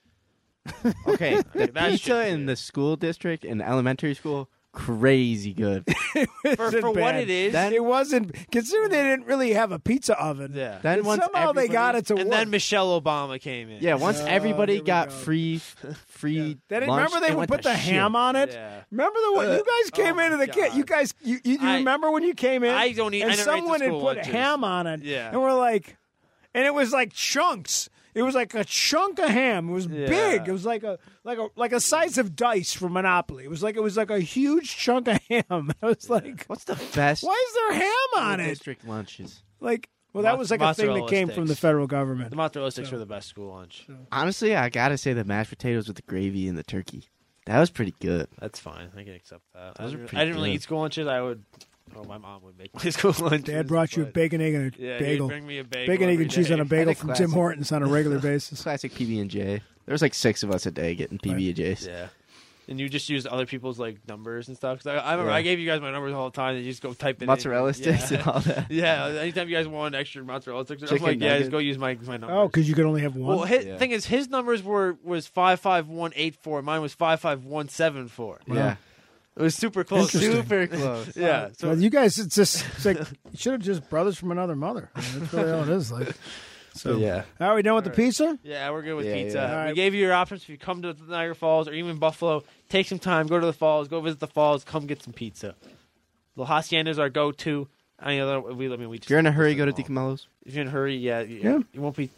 [SPEAKER 4] Okay, the
[SPEAKER 2] that
[SPEAKER 4] pizza
[SPEAKER 2] shit's
[SPEAKER 4] in
[SPEAKER 2] good.
[SPEAKER 4] the school district in elementary school, crazy good.
[SPEAKER 2] for,
[SPEAKER 3] Isn't
[SPEAKER 2] for what
[SPEAKER 3] bad.
[SPEAKER 2] it is?
[SPEAKER 4] That-
[SPEAKER 3] it wasn't considering they didn't really have a pizza oven.
[SPEAKER 2] yeah.
[SPEAKER 4] Then
[SPEAKER 3] And
[SPEAKER 4] once
[SPEAKER 3] somehow they
[SPEAKER 4] everybody-
[SPEAKER 3] got it to
[SPEAKER 2] and
[SPEAKER 3] work.
[SPEAKER 2] then Michelle Obama came in.
[SPEAKER 4] Yeah, once
[SPEAKER 3] Oh,
[SPEAKER 4] everybody
[SPEAKER 3] here we
[SPEAKER 4] got
[SPEAKER 3] go.
[SPEAKER 4] free, free.
[SPEAKER 3] They didn't-
[SPEAKER 4] lunch,
[SPEAKER 3] remember they
[SPEAKER 4] it
[SPEAKER 3] would
[SPEAKER 4] went
[SPEAKER 3] put
[SPEAKER 4] to
[SPEAKER 3] the
[SPEAKER 4] shit.
[SPEAKER 3] ham on it.
[SPEAKER 2] Yeah.
[SPEAKER 3] Remember the one you guys came
[SPEAKER 2] oh
[SPEAKER 3] into
[SPEAKER 2] my
[SPEAKER 3] the kit. You
[SPEAKER 2] God.
[SPEAKER 3] guys, you, you, you
[SPEAKER 2] I-
[SPEAKER 3] remember when you came in?
[SPEAKER 2] I don't eat- I
[SPEAKER 3] And
[SPEAKER 2] never ate the
[SPEAKER 3] someone had
[SPEAKER 2] school
[SPEAKER 3] put
[SPEAKER 2] lunches.
[SPEAKER 3] ham on it.
[SPEAKER 2] Yeah.
[SPEAKER 3] and we're like, and it was like chunks. It was like a chunk of ham. It was big. It was like a like a like a size of dice from Monopoly. It was like it was like a huge chunk of ham. I was like,
[SPEAKER 4] What's the best?
[SPEAKER 3] why is there ham on
[SPEAKER 4] school
[SPEAKER 3] it?
[SPEAKER 4] District lunches.
[SPEAKER 3] Like, well, that
[SPEAKER 2] Mo-
[SPEAKER 3] was like a thing that
[SPEAKER 2] mozzarella
[SPEAKER 3] came from the
[SPEAKER 2] sticks.
[SPEAKER 3] federal government.
[SPEAKER 2] The mozzarella sticks were the best school lunch.
[SPEAKER 4] Honestly, I gotta say the mashed potatoes with the gravy and the turkey. That was pretty good.
[SPEAKER 2] That's fine. I can accept that.
[SPEAKER 4] Those
[SPEAKER 2] I
[SPEAKER 4] are
[SPEAKER 2] didn't,
[SPEAKER 4] pretty
[SPEAKER 2] I didn't really
[SPEAKER 4] good.
[SPEAKER 2] eat school lunches. I would. Oh, my mom would make my school lunches.
[SPEAKER 3] Dad brought you a
[SPEAKER 2] but-
[SPEAKER 3] bacon, egg, and a
[SPEAKER 2] Yeah, he'd
[SPEAKER 3] bagel.
[SPEAKER 2] bring me a bagel.
[SPEAKER 3] Bacon, egg,
[SPEAKER 2] every
[SPEAKER 3] and cheese
[SPEAKER 2] day.
[SPEAKER 3] on a bagel
[SPEAKER 4] Kinda
[SPEAKER 3] from Tim
[SPEAKER 4] classic.
[SPEAKER 3] Hortons on a regular basis.
[SPEAKER 4] Classic PB and J. There was like six of us a day getting PB and J's.
[SPEAKER 2] Yeah. And you just used other people's like numbers and stuff. 'Cause I, I remember I gave you guys my numbers all the time. And you just go type it
[SPEAKER 4] Mozzarella
[SPEAKER 2] in.
[SPEAKER 4] sticks
[SPEAKER 2] Yeah.
[SPEAKER 4] and all that.
[SPEAKER 2] Yeah, anytime you guys want extra mozzarella sticks, I'm
[SPEAKER 4] Chicken
[SPEAKER 2] like, yeah,
[SPEAKER 4] nuggets.
[SPEAKER 2] just go use my my numbers.
[SPEAKER 3] Oh, because you could only have one.
[SPEAKER 2] well, his,
[SPEAKER 4] Yeah.
[SPEAKER 2] thing is, his numbers were was five five one eight four. Mine was five five one seven four.
[SPEAKER 4] Yeah,
[SPEAKER 2] It was super close.
[SPEAKER 3] Interesting.
[SPEAKER 4] super close.
[SPEAKER 2] Yeah. So
[SPEAKER 3] well, you guys, it's just it's like you should have just brothers from another mother. I mean, that's really all it is. Like, so
[SPEAKER 2] yeah.
[SPEAKER 3] Are we done with the pizza?
[SPEAKER 2] Yeah, we're good with
[SPEAKER 4] Yeah,
[SPEAKER 2] pizza.
[SPEAKER 4] yeah.
[SPEAKER 2] We
[SPEAKER 3] All right.
[SPEAKER 2] gave you your options if you come to Niagara Falls or even Buffalo. Take some time, go to the falls, go visit the falls, come get some pizza. La Hacienda is our go-to. I know that we. I mean, we. Just
[SPEAKER 4] If you're in a hurry,
[SPEAKER 2] visit
[SPEAKER 4] go to
[SPEAKER 2] them all.
[SPEAKER 4] DiCamello's.
[SPEAKER 2] If you're in a hurry, yeah, you,
[SPEAKER 3] Yeah.
[SPEAKER 2] you won't be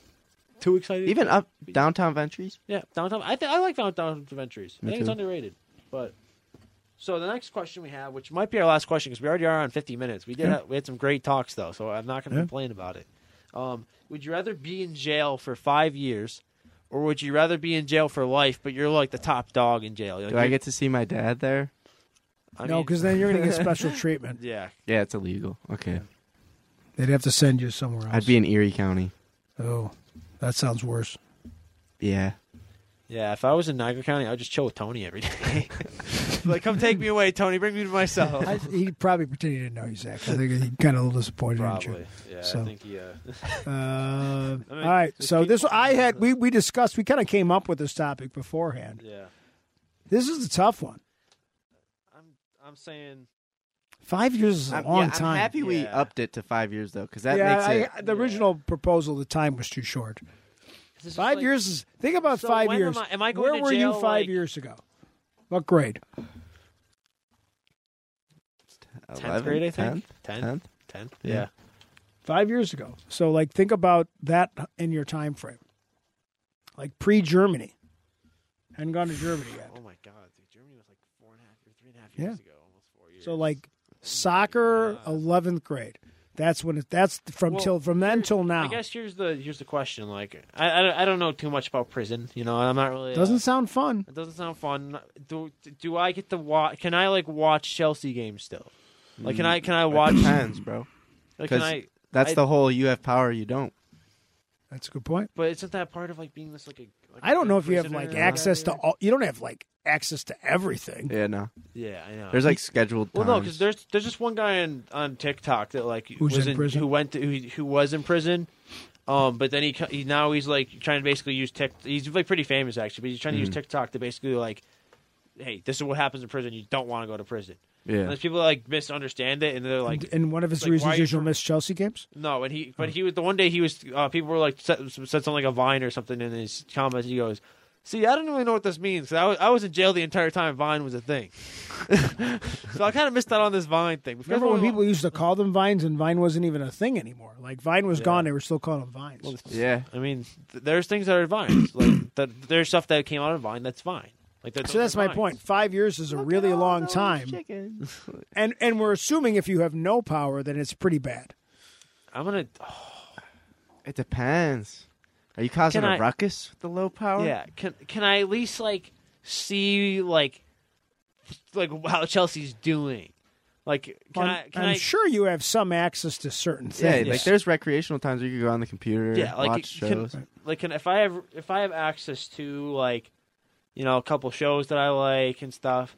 [SPEAKER 2] too excited.
[SPEAKER 4] Even up downtown Ventries.
[SPEAKER 2] yeah, downtown. I think I like downtown adventures. I
[SPEAKER 4] Me
[SPEAKER 2] think it's
[SPEAKER 4] too.
[SPEAKER 2] underrated, but. So the next question we have, which might be our last question because we already are on 50 minutes. We did
[SPEAKER 3] Yeah.
[SPEAKER 2] we had some great talks though, so I'm not going to
[SPEAKER 3] Yeah.
[SPEAKER 2] complain about it. Um, would you rather be in jail for five years, or would you rather be in jail for life? But you're like the top dog in jail. Like,
[SPEAKER 4] Do I
[SPEAKER 2] you're-
[SPEAKER 4] get to see my dad there?
[SPEAKER 2] I
[SPEAKER 3] no,
[SPEAKER 2] mean,
[SPEAKER 3] because then you're going to get special treatment.
[SPEAKER 2] yeah,
[SPEAKER 4] Yeah, it's illegal. Okay,
[SPEAKER 3] They'd have to send you somewhere else.
[SPEAKER 4] I'd be in Erie County.
[SPEAKER 3] Oh, that sounds worse.
[SPEAKER 4] Yeah,
[SPEAKER 2] yeah. If I was in Niagara County, I would just chill with Tony every day. like, come take me away, Tony. Bring me to myself.
[SPEAKER 3] I, he probably pretended he didn't know you, Zach. I think he kind of a little disappointed in you.
[SPEAKER 2] Probably. Yeah,
[SPEAKER 3] So.
[SPEAKER 2] I think he. Uh,
[SPEAKER 3] Uh, all right, so this I had we we discussed. We kind of came up with this topic beforehand.
[SPEAKER 2] yeah.
[SPEAKER 3] This is the tough one.
[SPEAKER 2] I'm. I'm saying.
[SPEAKER 3] Five years is a
[SPEAKER 4] I'm, yeah,
[SPEAKER 3] long
[SPEAKER 4] I'm
[SPEAKER 3] time.
[SPEAKER 4] happy we
[SPEAKER 2] Yeah.
[SPEAKER 4] upped it to five years though, because that
[SPEAKER 3] yeah,
[SPEAKER 4] makes
[SPEAKER 3] I-
[SPEAKER 4] it.
[SPEAKER 3] I- the original proposal, the time was too short.
[SPEAKER 2] this is
[SPEAKER 3] Five
[SPEAKER 2] like-
[SPEAKER 3] years is. Think about
[SPEAKER 2] So
[SPEAKER 3] five
[SPEAKER 2] when am
[SPEAKER 3] years.
[SPEAKER 2] I- am I going
[SPEAKER 3] Where
[SPEAKER 2] to
[SPEAKER 3] were you
[SPEAKER 2] jail,
[SPEAKER 3] five
[SPEAKER 2] like-
[SPEAKER 3] years ago? What grade?
[SPEAKER 2] 10th grade, I think. 10th?
[SPEAKER 4] 10th?
[SPEAKER 2] 10th?
[SPEAKER 4] Yeah.
[SPEAKER 2] Yeah.
[SPEAKER 3] Five years ago. So like, think about that in your time frame. Like pre-Germany. Hadn't gone to Germany yet.
[SPEAKER 2] Oh my God, dude, Germany was like four and a half or three and a half
[SPEAKER 3] Yeah.
[SPEAKER 2] years ago, almost four years.
[SPEAKER 3] So like, soccer,
[SPEAKER 2] God.
[SPEAKER 3] eleventh grade. That's when it. That's from
[SPEAKER 2] Well,
[SPEAKER 3] till from then
[SPEAKER 2] here-
[SPEAKER 3] till now.
[SPEAKER 2] I guess here's the here's the question. Like, I, I, I don't know too much about prison. You know, I'm not really. uh,
[SPEAKER 3] Doesn't sound fun.
[SPEAKER 2] it doesn't sound fun. Do do I get to watch? Can I like watch Chelsea games still? Like, can I can I watch?
[SPEAKER 4] It depends, bro.
[SPEAKER 2] Like, can
[SPEAKER 4] Mm. 'cause-
[SPEAKER 2] I?
[SPEAKER 4] That's
[SPEAKER 2] I-
[SPEAKER 4] the whole you have power, you don't.
[SPEAKER 3] That's a good point.
[SPEAKER 2] But isn't that part of like being this like a? Like
[SPEAKER 3] I don't
[SPEAKER 2] a
[SPEAKER 3] know if you have
[SPEAKER 2] prisoner
[SPEAKER 3] like
[SPEAKER 2] or whatever?
[SPEAKER 3] access to all. You don't have like access to everything.
[SPEAKER 4] Yeah, no.
[SPEAKER 2] Yeah, I know.
[SPEAKER 4] There's like scheduled.
[SPEAKER 2] Well, no,
[SPEAKER 4] times.
[SPEAKER 2] because there's there's just one guy on on TikTok that like
[SPEAKER 3] Who's
[SPEAKER 2] was
[SPEAKER 3] in prison?
[SPEAKER 2] who went to, who, who was in prison, um, but then he, cu- he now he's like trying to basically use Tik. He's like pretty famous actually, but he's trying to
[SPEAKER 3] Hmm.
[SPEAKER 2] use TikTok to basically like, hey, this is what happens in prison. You don't want to go to prison. And
[SPEAKER 4] yeah.
[SPEAKER 2] there's people that, like misunderstand it, and they're like,
[SPEAKER 3] And- and one of his
[SPEAKER 2] like, why
[SPEAKER 3] reasons
[SPEAKER 2] are you
[SPEAKER 3] is you'll
[SPEAKER 2] from-
[SPEAKER 3] miss Chelsea games.
[SPEAKER 2] no, and
[SPEAKER 3] Hmm.
[SPEAKER 2] he, but he was the one day he was. Uh, people were like said, said something like a vine or something in his comments. He goes, "See, I don't really know what this means. 'cause I was I was in jail the entire time. Vine was a thing, so I kind of missed out on this vine thing. But
[SPEAKER 3] Remember when people used to call them vines and Vine wasn't even a thing anymore? Like Vine was
[SPEAKER 2] Yeah.
[SPEAKER 3] gone, they were still calling them vines.
[SPEAKER 4] Yeah.
[SPEAKER 2] I mean, th- there's things that are vines. like that, there's stuff that came out of Vine that's Vine. Like that,
[SPEAKER 3] so that's my point. Five years is a really long time, and and we're assuming if you have no power, then it's pretty bad.
[SPEAKER 2] I'm gonna.
[SPEAKER 4] It depends. Are you causing
[SPEAKER 2] Can
[SPEAKER 4] a
[SPEAKER 2] I-
[SPEAKER 4] ruckus with the low power?
[SPEAKER 2] Yeah. Can can I at least like see like like how Chelsea's doing? Like can
[SPEAKER 3] I'm,
[SPEAKER 2] I can
[SPEAKER 3] I'm
[SPEAKER 2] I
[SPEAKER 3] sure you have some access to certain
[SPEAKER 4] Yeah,
[SPEAKER 3] things.
[SPEAKER 4] like there's recreational times where you can go on the computer,
[SPEAKER 2] yeah like
[SPEAKER 4] watch
[SPEAKER 2] can,
[SPEAKER 4] shows.
[SPEAKER 2] like can if I have if I have access to like you know a couple shows that I like and stuff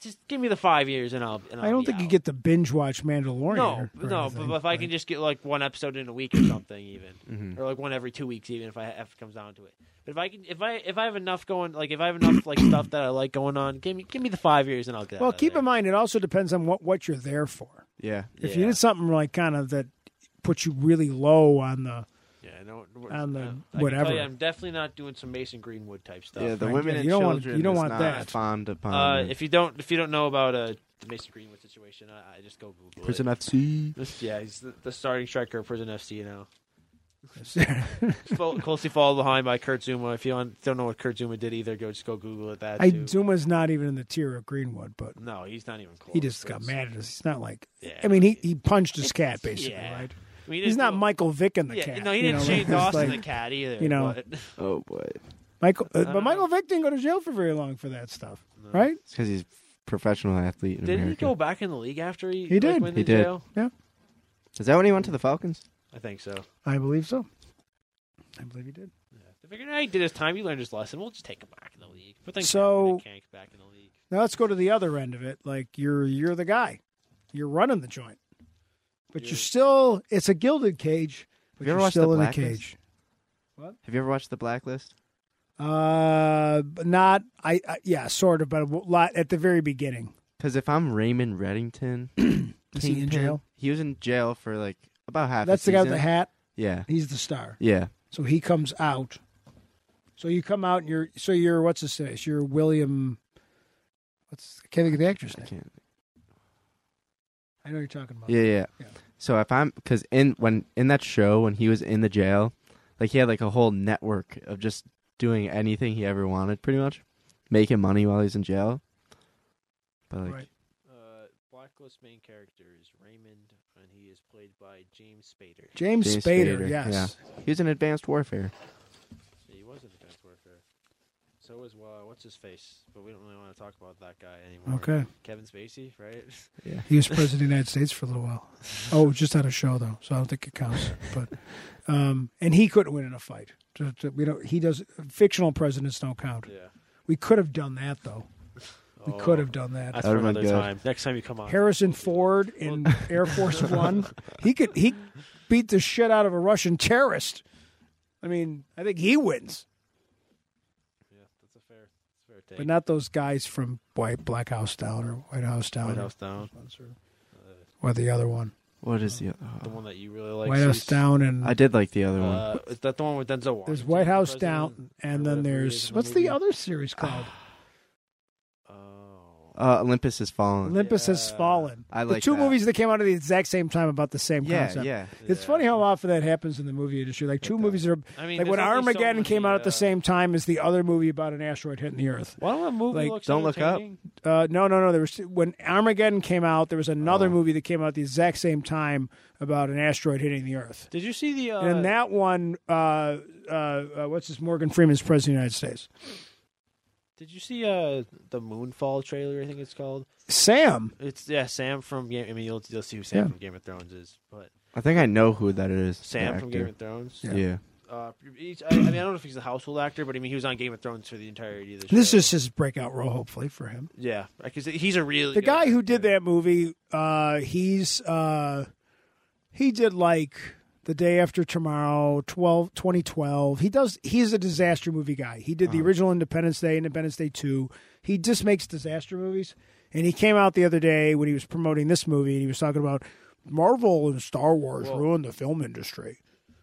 [SPEAKER 2] just give me the five years and I'll. And I'll
[SPEAKER 3] I don't
[SPEAKER 2] be
[SPEAKER 3] think you
[SPEAKER 2] out.
[SPEAKER 3] get to binge watch Mandalorian.
[SPEAKER 2] No,
[SPEAKER 3] or
[SPEAKER 2] no,
[SPEAKER 3] anything,
[SPEAKER 2] but if I can just get like one episode in a week or something, even,
[SPEAKER 3] Mm-hmm.
[SPEAKER 2] or like one every two weeks, even if I if it comes down to it. But if I can, if I if I have enough going, like if I have enough like stuff that I like going on, give me give me the five years and I'll get.
[SPEAKER 3] Well,
[SPEAKER 2] out of
[SPEAKER 3] keep
[SPEAKER 2] there.
[SPEAKER 3] in mind it also depends on what what you're there for.
[SPEAKER 4] Yeah.
[SPEAKER 3] If you
[SPEAKER 2] Yeah.
[SPEAKER 3] did something like kind of that puts you really low on the
[SPEAKER 2] Yeah, I don't.
[SPEAKER 3] on the
[SPEAKER 2] I- I can tell
[SPEAKER 3] whatever.
[SPEAKER 2] you, I'm definitely not doing some Mason Greenwood type stuff.
[SPEAKER 4] Yeah, the
[SPEAKER 3] right?
[SPEAKER 4] women
[SPEAKER 3] Yeah,
[SPEAKER 4] and
[SPEAKER 3] you don't want-
[SPEAKER 4] children
[SPEAKER 3] you don't
[SPEAKER 4] is
[SPEAKER 3] want
[SPEAKER 4] not
[SPEAKER 3] that.
[SPEAKER 4] Fond upon
[SPEAKER 2] uh,
[SPEAKER 4] if
[SPEAKER 2] if you don't if you don't know about uh, the Mason Greenwood situation, I, I just go Google
[SPEAKER 4] Prism
[SPEAKER 2] it.
[SPEAKER 4] FC.
[SPEAKER 2] This- yeah, he's the, the starting striker of Prison FC now.
[SPEAKER 3] I
[SPEAKER 2] Fo- closely followed behind by Kurt Zuma. If you don't don't know what Kurt Zuma did either, go just go Google it. That too.
[SPEAKER 3] Zuma's not even in the tier of Greenwood, but
[SPEAKER 2] No, he's not even close.
[SPEAKER 3] he just
[SPEAKER 2] but
[SPEAKER 3] got
[SPEAKER 2] it's-
[SPEAKER 3] mad at us. He's not like
[SPEAKER 2] Yeah.
[SPEAKER 3] I mean he, he punched his cat basically,
[SPEAKER 2] Yeah.
[SPEAKER 3] right?
[SPEAKER 2] I mean, he
[SPEAKER 3] He's
[SPEAKER 2] didn't
[SPEAKER 3] not
[SPEAKER 2] do a-
[SPEAKER 3] Michael Vick in the
[SPEAKER 2] yeah,
[SPEAKER 3] cat.
[SPEAKER 2] No, he
[SPEAKER 3] you
[SPEAKER 2] didn't
[SPEAKER 3] know?
[SPEAKER 2] shoot
[SPEAKER 3] It's
[SPEAKER 2] Dawson
[SPEAKER 3] like
[SPEAKER 2] the cat either.
[SPEAKER 3] you know,
[SPEAKER 2] but-
[SPEAKER 4] Oh boy.
[SPEAKER 3] Michael, uh,
[SPEAKER 2] don't
[SPEAKER 3] but
[SPEAKER 2] know.
[SPEAKER 3] Michael Vick didn't go to jail for very long for that stuff,
[SPEAKER 2] No.
[SPEAKER 3] right?
[SPEAKER 4] It's because he's a professional athlete in
[SPEAKER 2] didn't
[SPEAKER 4] America.
[SPEAKER 2] he go back in the league after he?
[SPEAKER 3] He
[SPEAKER 2] like,
[SPEAKER 3] did.
[SPEAKER 2] Went
[SPEAKER 4] He
[SPEAKER 2] to
[SPEAKER 4] did.
[SPEAKER 2] Jail?
[SPEAKER 4] Is that when he went to the Falcons?
[SPEAKER 2] I think so.
[SPEAKER 3] I believe so. I believe he did.
[SPEAKER 2] They figured out he did his time. He learned his lesson. We'll just take him back in the league. But things
[SPEAKER 3] So-
[SPEAKER 2] happen when a cank's back in the league.
[SPEAKER 3] Now let's go to the other end of it. Like you're you're the guy, you're running the joint, but you're,
[SPEAKER 2] You're-
[SPEAKER 3] still it's a gilded cage, but
[SPEAKER 4] you ever
[SPEAKER 3] you're
[SPEAKER 4] watched
[SPEAKER 3] still
[SPEAKER 4] The
[SPEAKER 3] in a
[SPEAKER 4] Blacklist?
[SPEAKER 3] cage.
[SPEAKER 4] Have you ever watched The Blacklist?
[SPEAKER 3] Uh, but not I, I. Yeah, sort of, but a lot at the very beginning.
[SPEAKER 4] Because if I'm Raymond Reddington,
[SPEAKER 3] Is he in
[SPEAKER 4] Kingpin-
[SPEAKER 3] jail?
[SPEAKER 4] He was in jail for like about half. a
[SPEAKER 3] That's the guy with the
[SPEAKER 4] season.
[SPEAKER 3] hat.
[SPEAKER 4] Yeah,
[SPEAKER 3] He's the star.
[SPEAKER 4] yeah.
[SPEAKER 3] So he comes out. So you come out and you're so you're what's his face? You're William. What's I can't think of the actress
[SPEAKER 4] I
[SPEAKER 3] name.
[SPEAKER 4] can't.
[SPEAKER 3] I know who you're talking about.
[SPEAKER 4] Yeah, yeah.
[SPEAKER 3] Yeah.
[SPEAKER 4] So if I'm because in when in that show when he was in the jail, like he had like a whole network of just doing anything he ever wanted, pretty much, making money while he's in jail. But like,
[SPEAKER 3] Right.
[SPEAKER 2] Uh, Blacklist main character is Raymond, and he is played by James Spader.
[SPEAKER 3] James,
[SPEAKER 4] James
[SPEAKER 3] Spader.
[SPEAKER 4] Spader,
[SPEAKER 3] Yes.
[SPEAKER 4] he was in Advanced Warfare.
[SPEAKER 2] So he was in defense warfare. So was uh, what's his face? But we don't really want to talk about that guy anymore.
[SPEAKER 3] Okay.
[SPEAKER 2] Kevin Spacey, right?
[SPEAKER 4] Yeah.
[SPEAKER 3] He was president of the United States for a little while. Oh, just on a show though, so I don't think it counts. But um, and he couldn't win in a fight. To- to- We don't. He does. Fictional presidents don't count.
[SPEAKER 2] Yeah.
[SPEAKER 3] We could have done that though. We
[SPEAKER 2] Oh,
[SPEAKER 3] could have done that.
[SPEAKER 2] That's for
[SPEAKER 4] That'd been
[SPEAKER 2] another
[SPEAKER 4] good.
[SPEAKER 2] time. Next time you come on.
[SPEAKER 3] Harrison Ford in Air Force One. He could. He beat the shit out of a Russian terrorist. I mean, I think he wins,
[SPEAKER 2] Yeah, that's a fair, that's a fair take.
[SPEAKER 3] but not those guys from White Black House down or White House down,
[SPEAKER 2] White House Down, Uh,
[SPEAKER 3] or the other one,
[SPEAKER 4] What is the other?
[SPEAKER 2] the
[SPEAKER 4] oh.
[SPEAKER 2] one that you really like.
[SPEAKER 3] White House Down, and
[SPEAKER 4] I did like the other one.
[SPEAKER 2] Uh, is that the one with Denzel Washington?
[SPEAKER 3] there's White House
[SPEAKER 2] President?
[SPEAKER 3] Down, and
[SPEAKER 2] or
[SPEAKER 3] then
[SPEAKER 2] whatever it is
[SPEAKER 3] there's
[SPEAKER 2] in
[SPEAKER 3] what's
[SPEAKER 2] movie.
[SPEAKER 3] the other series called?
[SPEAKER 2] Oh,
[SPEAKER 4] Uh, Olympus has fallen.
[SPEAKER 3] Olympus Has
[SPEAKER 2] Yeah.
[SPEAKER 3] Fallen.
[SPEAKER 4] I
[SPEAKER 3] the
[SPEAKER 4] like
[SPEAKER 3] two
[SPEAKER 4] that.
[SPEAKER 3] movies that came out at the exact same time about the same
[SPEAKER 4] yeah,
[SPEAKER 3] concept.
[SPEAKER 4] yeah.
[SPEAKER 3] It's
[SPEAKER 2] Yeah.
[SPEAKER 3] funny how often that happens in the movie industry. Like two
[SPEAKER 4] does.
[SPEAKER 3] movies that are
[SPEAKER 2] I mean,
[SPEAKER 3] like
[SPEAKER 2] there's
[SPEAKER 3] when
[SPEAKER 2] only so
[SPEAKER 3] Armageddon came
[SPEAKER 2] many,
[SPEAKER 3] out at the
[SPEAKER 2] uh,
[SPEAKER 3] same time as the other movie about an asteroid hitting the Earth.
[SPEAKER 2] Why don't a movie
[SPEAKER 3] Like,
[SPEAKER 2] look
[SPEAKER 4] Don't Look Up.
[SPEAKER 2] entertaining?
[SPEAKER 3] Uh, no, no, no. There was when Armageddon came out. There was another
[SPEAKER 2] Uh-huh.
[SPEAKER 4] Oh.
[SPEAKER 3] movie that came out at the exact same time about an asteroid hitting the Earth.
[SPEAKER 2] Did you see the? Uh,
[SPEAKER 3] and in that one, uh, uh, uh, what's this? Morgan Freeman's president of the United States.
[SPEAKER 2] did you see uh the Moonfall trailer? I think it's called.
[SPEAKER 3] Sam.
[SPEAKER 2] It's yeah, Sam from Game. I mean, you'll, you'll see who Sam
[SPEAKER 3] Yeah.
[SPEAKER 2] from Game of Thrones is, but
[SPEAKER 4] I think I know who that is. the
[SPEAKER 2] Sam from
[SPEAKER 4] actor.
[SPEAKER 2] Game of Thrones.
[SPEAKER 3] Yeah.
[SPEAKER 4] yeah.
[SPEAKER 2] Uh, he's- I, I mean, I don't know if he's a household actor, but I mean, he was on Game of Thrones for the entirety of the show.
[SPEAKER 3] This is his breakout role, hopefully for him.
[SPEAKER 2] yeah, because he's a really
[SPEAKER 3] The
[SPEAKER 2] good
[SPEAKER 3] guy who did
[SPEAKER 2] actor.
[SPEAKER 3] that movie, uh, he's uh, he did like the day after tomorrow, 12, 2012. He does. He's a disaster movie guy. He
[SPEAKER 2] Uh-huh.
[SPEAKER 3] did the original Independence Day, Independence Day two. He just makes disaster movies. And he came out the other day when he was promoting this movie, and he was talking about Marvel and Star Wars ruined the film industry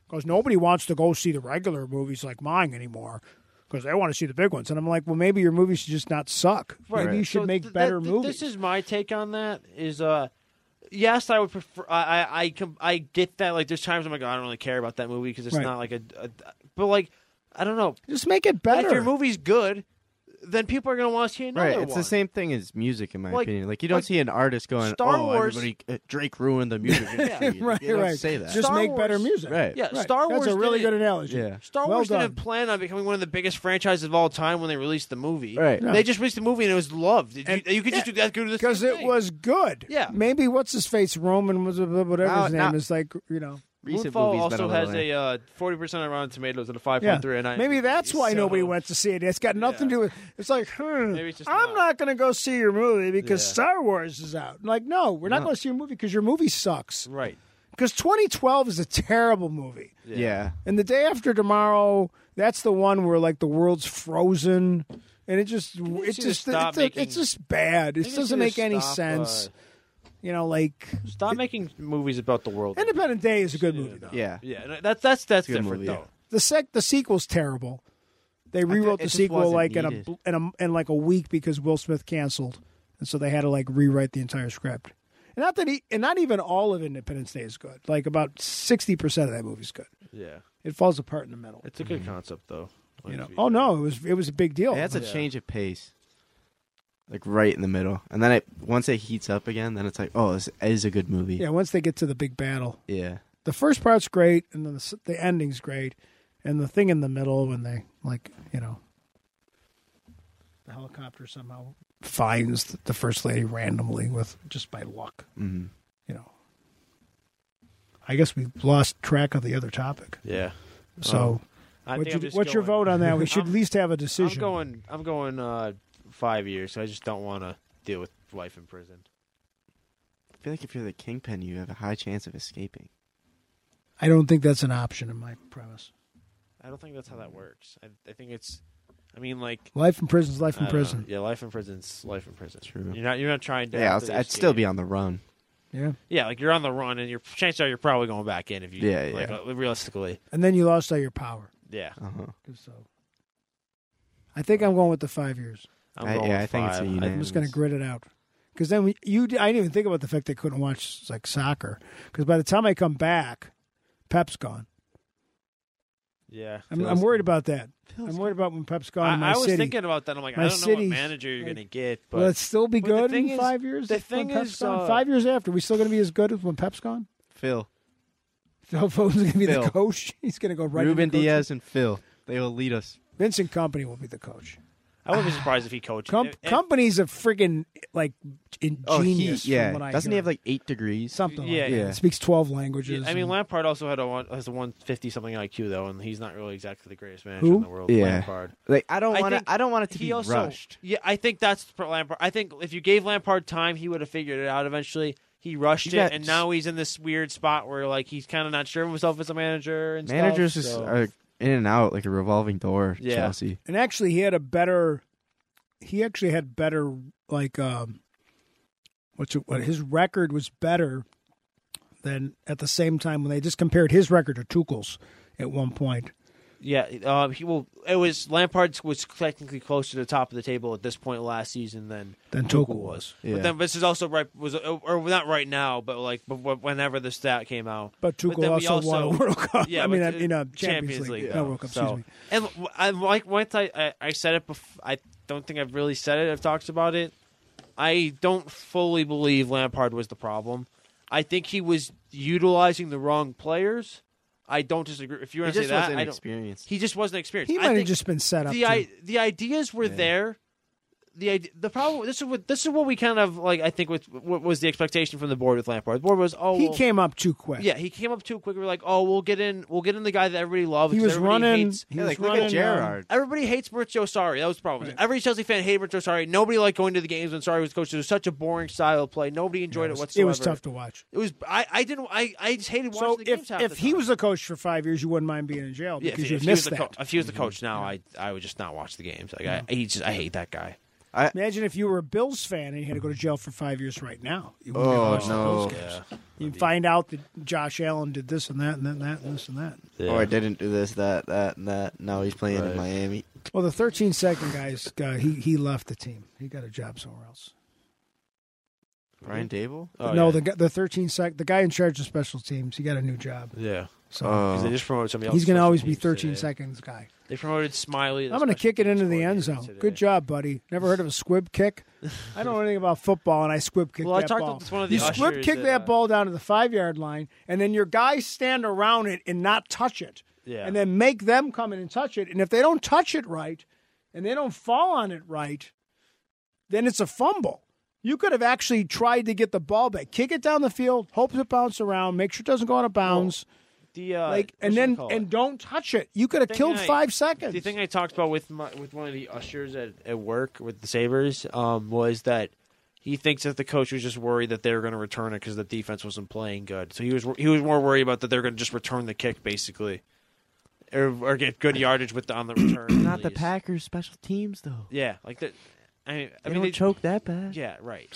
[SPEAKER 3] because nobody wants to go see the regular movies like mine anymore. Because they want to see the big ones, and I'm like, well, maybe your movies should just not suck. Maybe you should
[SPEAKER 2] So
[SPEAKER 3] make
[SPEAKER 2] th-
[SPEAKER 3] better
[SPEAKER 2] th- th-
[SPEAKER 3] movies.
[SPEAKER 2] This is my take on that. Is uh, yes, I would prefer. I I I, com- I get that. Like, there's times I'm like, oh, I don't really care about that movie because it's
[SPEAKER 3] Right.
[SPEAKER 2] not like a, a. But like, I don't know.
[SPEAKER 3] Just make it
[SPEAKER 2] If your
[SPEAKER 3] better.
[SPEAKER 2] movie's good, then people are gonna want to see another
[SPEAKER 4] Right,
[SPEAKER 2] one.
[SPEAKER 4] it's the same thing as music, in my
[SPEAKER 2] Like-
[SPEAKER 4] opinion. Like you don't
[SPEAKER 2] like
[SPEAKER 4] see an artist going,
[SPEAKER 2] Star
[SPEAKER 4] "Oh,
[SPEAKER 2] Wars-
[SPEAKER 4] everybody, uh, Drake ruined the music industry."
[SPEAKER 3] right,
[SPEAKER 4] you don't
[SPEAKER 3] right.
[SPEAKER 4] Say that,
[SPEAKER 3] Just
[SPEAKER 2] Star
[SPEAKER 3] make better
[SPEAKER 2] Wars-
[SPEAKER 3] music.
[SPEAKER 4] right?
[SPEAKER 2] Yeah, Star Wars.
[SPEAKER 3] That's a really
[SPEAKER 2] didn't-
[SPEAKER 3] good analogy.
[SPEAKER 4] Yeah.
[SPEAKER 2] Star
[SPEAKER 3] Well
[SPEAKER 2] Wars didn't
[SPEAKER 3] done.
[SPEAKER 2] plan on becoming one of the biggest franchises of all time when they released the movie.
[SPEAKER 4] Right.
[SPEAKER 2] They just released the movie and it was loved. You,
[SPEAKER 3] And-
[SPEAKER 2] you could just
[SPEAKER 3] yeah,
[SPEAKER 2] do that. Go to this
[SPEAKER 3] Because it was good.
[SPEAKER 2] Yeah.
[SPEAKER 3] Maybe what's his face Roman was whatever
[SPEAKER 4] No,
[SPEAKER 3] his name
[SPEAKER 4] no.
[SPEAKER 3] is like. You know.
[SPEAKER 4] Recent
[SPEAKER 2] Moonfall
[SPEAKER 4] movies
[SPEAKER 2] also
[SPEAKER 4] better
[SPEAKER 2] has
[SPEAKER 4] than-
[SPEAKER 2] a uh, forty percent on Rotten Tomatoes and a five
[SPEAKER 3] Yeah.
[SPEAKER 2] point three. And I
[SPEAKER 3] Maybe that's why
[SPEAKER 2] so-
[SPEAKER 3] nobody went to see it. It's got nothing to
[SPEAKER 2] Yeah.
[SPEAKER 3] do with. It's like, hmm,
[SPEAKER 2] Maybe it's just
[SPEAKER 3] I'm
[SPEAKER 2] not-
[SPEAKER 3] not, going to go see your movie because
[SPEAKER 2] Yeah.
[SPEAKER 3] Star Wars is out. Like, no, we're not
[SPEAKER 4] No.
[SPEAKER 3] going to see your movie because your movie sucks.
[SPEAKER 2] Right.
[SPEAKER 3] Because 2012 is a terrible movie,
[SPEAKER 4] Yeah.
[SPEAKER 3] and the day after tomorrow, that's the one where like the world's frozen, and it just it's
[SPEAKER 2] should
[SPEAKER 3] just
[SPEAKER 2] stop
[SPEAKER 3] it's, a-
[SPEAKER 2] making-
[SPEAKER 3] it's just bad. It
[SPEAKER 2] Maybe they
[SPEAKER 3] doesn't
[SPEAKER 2] should
[SPEAKER 3] make any
[SPEAKER 2] stop,
[SPEAKER 3] sense.
[SPEAKER 2] uh,
[SPEAKER 3] you know, like
[SPEAKER 2] Stop making movies about the world.
[SPEAKER 3] Independent Day is a good movie though.
[SPEAKER 4] Yeah.
[SPEAKER 2] yeah, and that's that's that's
[SPEAKER 4] Good
[SPEAKER 2] different
[SPEAKER 4] movie.
[SPEAKER 2] though.
[SPEAKER 3] The sec the sequel's terrible. They rewrote
[SPEAKER 4] it
[SPEAKER 3] the
[SPEAKER 4] just
[SPEAKER 3] sequel
[SPEAKER 4] wasn't
[SPEAKER 3] like in a,
[SPEAKER 4] needed.
[SPEAKER 3] bl- in a in like a week because Will Smith canceled, and so they had to like rewrite the entire script. And not that he, and not even all of Independence Day is good. Like about sixty percent of that movie's good.
[SPEAKER 2] Yeah,
[SPEAKER 3] It falls apart in the middle.
[SPEAKER 2] it's a
[SPEAKER 4] Mm-hmm.
[SPEAKER 2] good concept though.
[SPEAKER 3] You know? Oh no, it was it was a big deal.
[SPEAKER 4] Yeah, that's a
[SPEAKER 2] Yeah.
[SPEAKER 4] change of pace. Like right in the middle. And then it once it heats up again, then it's like, oh, this is a good movie.
[SPEAKER 3] yeah, once they get to the big battle,
[SPEAKER 4] Yeah.
[SPEAKER 3] the first part's great, and then the, s- the ending's great, and the thing in the middle when they like you know the helicopter somehow finds th- the first lady randomly with just by luck,
[SPEAKER 4] Mhm.
[SPEAKER 3] you know. I guess we lost track of the other topic.
[SPEAKER 2] Yeah.
[SPEAKER 3] So,
[SPEAKER 2] I think
[SPEAKER 3] what'd you-
[SPEAKER 2] I'm just
[SPEAKER 3] what's your
[SPEAKER 2] going-
[SPEAKER 3] vote on that? We should
[SPEAKER 2] I'm-
[SPEAKER 3] at least have a
[SPEAKER 2] I'm
[SPEAKER 3] decision.
[SPEAKER 2] going. I'm going uh, five years. So I just don't want to deal with life in prison.
[SPEAKER 4] I feel like if you're the kingpin, you have a high chance of escaping.
[SPEAKER 3] I don't think that's an option in my premise.
[SPEAKER 2] I don't think that's how that
[SPEAKER 4] Mm.
[SPEAKER 2] works. I, I think it's. I mean, like
[SPEAKER 3] Life in prison is life
[SPEAKER 2] I
[SPEAKER 3] in
[SPEAKER 2] don't know.
[SPEAKER 3] prison.
[SPEAKER 2] Yeah, life in prison's life in prison.
[SPEAKER 4] True.
[SPEAKER 2] You're not. You're not trying to.
[SPEAKER 4] Yeah, I'll,
[SPEAKER 2] have to
[SPEAKER 4] I'd still
[SPEAKER 2] escape.
[SPEAKER 4] be on the run.
[SPEAKER 3] Yeah.
[SPEAKER 2] Yeah, like you're on the run, and your chances are you're probably going back in if you.
[SPEAKER 4] Yeah,
[SPEAKER 2] like,
[SPEAKER 4] yeah.
[SPEAKER 2] uh, realistically,
[SPEAKER 3] And then you lost all your power.
[SPEAKER 2] yeah.
[SPEAKER 4] Uh huh.
[SPEAKER 3] So, I think I'm going with the five years.
[SPEAKER 2] I'm
[SPEAKER 4] I-
[SPEAKER 2] going with
[SPEAKER 4] yeah, I think it's a
[SPEAKER 2] five.
[SPEAKER 3] I'm
[SPEAKER 4] unanimous.
[SPEAKER 3] just going to grit it out. Because then we, you, I didn't even think about the fact they couldn't watch like soccer. Because by the time I come back, Pep's gone.
[SPEAKER 2] yeah.
[SPEAKER 3] I'm,
[SPEAKER 4] Phil's
[SPEAKER 3] I'm worried
[SPEAKER 4] gone.
[SPEAKER 3] about that. I'm worried about when Pep's gone. in
[SPEAKER 2] I,
[SPEAKER 3] my
[SPEAKER 2] I was
[SPEAKER 3] city.
[SPEAKER 2] thinking about that. I'm like,
[SPEAKER 3] My
[SPEAKER 2] I don't know what
[SPEAKER 3] city's-
[SPEAKER 2] manager you're
[SPEAKER 3] like-
[SPEAKER 2] gonna get, but
[SPEAKER 3] Will it still be
[SPEAKER 2] But the
[SPEAKER 3] good in
[SPEAKER 2] thing is-
[SPEAKER 3] five years?
[SPEAKER 2] the
[SPEAKER 3] if- when
[SPEAKER 2] thing
[SPEAKER 3] Pep's
[SPEAKER 2] is,
[SPEAKER 3] gone?
[SPEAKER 2] uh,
[SPEAKER 3] five years after, we still going to be as good as when Pep's gone?
[SPEAKER 4] Phil,
[SPEAKER 3] Phil Foden's going to be the
[SPEAKER 4] Phil.
[SPEAKER 3] coach. He's going to go right.
[SPEAKER 4] Ruben
[SPEAKER 3] into coaching.
[SPEAKER 4] Diaz, and Phil. They will lead us.
[SPEAKER 3] Vincent Company will be the coach.
[SPEAKER 2] I wouldn't be surprised if he coached.
[SPEAKER 3] Com-
[SPEAKER 2] If- if-
[SPEAKER 3] Company's a friggin' like
[SPEAKER 2] Oh,
[SPEAKER 3] ingenious. from
[SPEAKER 4] yeah.
[SPEAKER 3] what I
[SPEAKER 4] Doesn't Oh, he
[SPEAKER 3] hear.
[SPEAKER 4] have like eight degrees?
[SPEAKER 3] something?
[SPEAKER 2] Yeah,
[SPEAKER 3] like
[SPEAKER 4] yeah.
[SPEAKER 3] that. Speaks twelve languages.
[SPEAKER 2] I mean,
[SPEAKER 3] and-
[SPEAKER 2] Lampard also had a one, has a 150 something IQ though, and he's not really exactly the greatest manager
[SPEAKER 3] Who?
[SPEAKER 2] in the world.
[SPEAKER 4] Yeah.
[SPEAKER 2] Lampard.
[SPEAKER 4] Like I don't
[SPEAKER 2] I
[SPEAKER 4] want to.
[SPEAKER 2] think
[SPEAKER 4] I don't want it to be
[SPEAKER 2] also,
[SPEAKER 4] rushed.
[SPEAKER 2] Yeah, I think that's for Lampard. I think if you gave Lampard time, he would have figured it out eventually. He rushed
[SPEAKER 4] You
[SPEAKER 2] it,
[SPEAKER 4] got-
[SPEAKER 2] and now he's in this weird spot where like he's kind of not sure of himself as a manager. And
[SPEAKER 4] Managers
[SPEAKER 2] stuff,
[SPEAKER 4] just
[SPEAKER 2] so-
[SPEAKER 4] are in and out like a revolving door.
[SPEAKER 2] Yeah.
[SPEAKER 4] Chelsea.
[SPEAKER 3] and actually, he had a better. He actually had better like um, what's it, what his record was better than at the same time when they just compared his record to Tuchel's at one point.
[SPEAKER 2] yeah. Um, he will. It was Lampard was technically close to the top of the table at this point last season than
[SPEAKER 3] Than
[SPEAKER 2] Tuchel
[SPEAKER 3] Tuchel
[SPEAKER 2] was.
[SPEAKER 4] Yeah.
[SPEAKER 2] But then this is also right was or not right now, but like but whenever the stat came out.
[SPEAKER 3] But Tuchel
[SPEAKER 2] then we
[SPEAKER 3] also, won a
[SPEAKER 2] also-
[SPEAKER 3] World Cup.
[SPEAKER 2] Yeah,
[SPEAKER 3] I mean,
[SPEAKER 2] but,
[SPEAKER 3] in
[SPEAKER 2] uh,
[SPEAKER 3] a Champions, League,
[SPEAKER 2] League, though.
[SPEAKER 3] no World Cup.
[SPEAKER 2] So-
[SPEAKER 3] Excuse me.
[SPEAKER 2] And I like once I, I I said it before. I don't think I've really said it. I've talked about it. I don't fully believe Lampard was the problem. I think he was utilizing the wrong players. I don't disagree. If you
[SPEAKER 4] He
[SPEAKER 2] want to say
[SPEAKER 4] just
[SPEAKER 2] that,
[SPEAKER 4] wasn't
[SPEAKER 2] I don't.
[SPEAKER 4] experienced.
[SPEAKER 2] He just wasn't experienced.
[SPEAKER 3] He
[SPEAKER 2] I
[SPEAKER 3] might have
[SPEAKER 2] think
[SPEAKER 3] just been set up.
[SPEAKER 2] the
[SPEAKER 3] to-
[SPEAKER 2] I, the ideas were
[SPEAKER 4] Yeah.
[SPEAKER 2] there. The ide- the problem. This is what this is what we kind of like. I think with what was the expectation from the board with Lampard. The board was oh
[SPEAKER 3] he
[SPEAKER 2] well-
[SPEAKER 3] came up too quick.
[SPEAKER 2] Yeah, he came up too quick. We were like, oh, we'll get in. We'll get in the guy that everybody loves.
[SPEAKER 3] he
[SPEAKER 2] 'cause
[SPEAKER 3] was
[SPEAKER 2] everybody
[SPEAKER 3] running.
[SPEAKER 2] hates-
[SPEAKER 3] he
[SPEAKER 4] Yeah,
[SPEAKER 3] was
[SPEAKER 4] like look
[SPEAKER 3] running,
[SPEAKER 4] at
[SPEAKER 3] um,
[SPEAKER 4] Gerrard.
[SPEAKER 2] Everybody hates Maurizio Sarri. That was the problem.
[SPEAKER 3] Right.
[SPEAKER 2] Every Chelsea fan hated Maurizio Sarri. Nobody liked going to the games when Sarri was coached. It was such a boring style of play. Nobody enjoyed
[SPEAKER 3] it,
[SPEAKER 2] it,
[SPEAKER 3] was,
[SPEAKER 2] whatsoever.
[SPEAKER 3] it was tough to watch.
[SPEAKER 2] It was. I. I didn't. I. I just hated watching
[SPEAKER 3] So
[SPEAKER 2] the games.
[SPEAKER 3] if
[SPEAKER 2] half
[SPEAKER 3] if
[SPEAKER 2] the
[SPEAKER 3] he
[SPEAKER 2] time.
[SPEAKER 3] was the coach for five years, you wouldn't mind being in jail
[SPEAKER 2] Yeah, if,
[SPEAKER 3] because
[SPEAKER 2] he-
[SPEAKER 3] you
[SPEAKER 2] if he was
[SPEAKER 3] missed
[SPEAKER 2] the co-
[SPEAKER 3] that. Mm-hmm.
[SPEAKER 2] if he was the coach now, I. I would just not watch the games. Like I. He just. I hate that guy.
[SPEAKER 3] Imagine if you were a Bills fan and you had to go to jail for five years right now. You wouldn't be able to
[SPEAKER 4] Oh
[SPEAKER 3] watch the
[SPEAKER 4] no!
[SPEAKER 3] Bills games. You find out that Josh Allen did this and that and then that and this and that.
[SPEAKER 2] Oh,
[SPEAKER 4] Or Oh, I didn't do this, that, that, and that. Now he's playing in Miami.
[SPEAKER 3] Well, the 13 second guys, guy, he he left the team. He got a job somewhere else.
[SPEAKER 4] Brian Dable.
[SPEAKER 2] Oh,
[SPEAKER 3] no,
[SPEAKER 2] yeah.
[SPEAKER 3] the the the 13 sec, the guy in charge of special teams, he got a new job.
[SPEAKER 2] Yeah.
[SPEAKER 3] So
[SPEAKER 4] Oh.
[SPEAKER 2] 'Cause they just promoted somebody else.
[SPEAKER 3] he's going to
[SPEAKER 2] special
[SPEAKER 3] always be
[SPEAKER 2] teams
[SPEAKER 3] 13
[SPEAKER 2] today.
[SPEAKER 3] seconds guy.
[SPEAKER 2] They promoted Smiley.
[SPEAKER 3] I'm going to kick it into the end zone. Good job, buddy. Never heard of a squib kick? I don't know anything about football, and I squib kick
[SPEAKER 2] Well, I
[SPEAKER 3] that
[SPEAKER 2] talked
[SPEAKER 3] ball.
[SPEAKER 2] to one of the
[SPEAKER 3] you squib
[SPEAKER 2] ushers
[SPEAKER 3] kick
[SPEAKER 2] at,
[SPEAKER 3] that
[SPEAKER 2] uh,
[SPEAKER 3] ball down to the five yard line, and then your guys stand around it and not touch it,
[SPEAKER 2] Yeah.
[SPEAKER 3] and then make them come in and touch it. And if they don't touch it right, and they don't fall on it right, then it's a fumble. You could have actually tried to get the ball back, kick it down the field, hope it bounce around, make sure it doesn't go out of bounds.
[SPEAKER 2] the uh,
[SPEAKER 3] like,
[SPEAKER 2] what's
[SPEAKER 3] and
[SPEAKER 2] it
[SPEAKER 3] then
[SPEAKER 2] called?
[SPEAKER 3] and don't touch it. You could have
[SPEAKER 2] Thing
[SPEAKER 3] killed
[SPEAKER 2] I-
[SPEAKER 3] five seconds.
[SPEAKER 2] The thing I talked about with my, with one of the ushers at, at work with the Sabers um, was that he thinks that the coach was just worried that they were going to return it because the defense wasn't playing good. So he was he was more worried about that they're going to just return the kick basically, or, or get good yardage with the, on the return. at
[SPEAKER 4] Not the
[SPEAKER 2] least.
[SPEAKER 4] Packers special teams though.
[SPEAKER 2] Yeah, like that. I mean, I
[SPEAKER 4] I
[SPEAKER 2] mean,
[SPEAKER 4] mean,
[SPEAKER 2] they,
[SPEAKER 4] don't choke that bad.
[SPEAKER 2] yeah, right.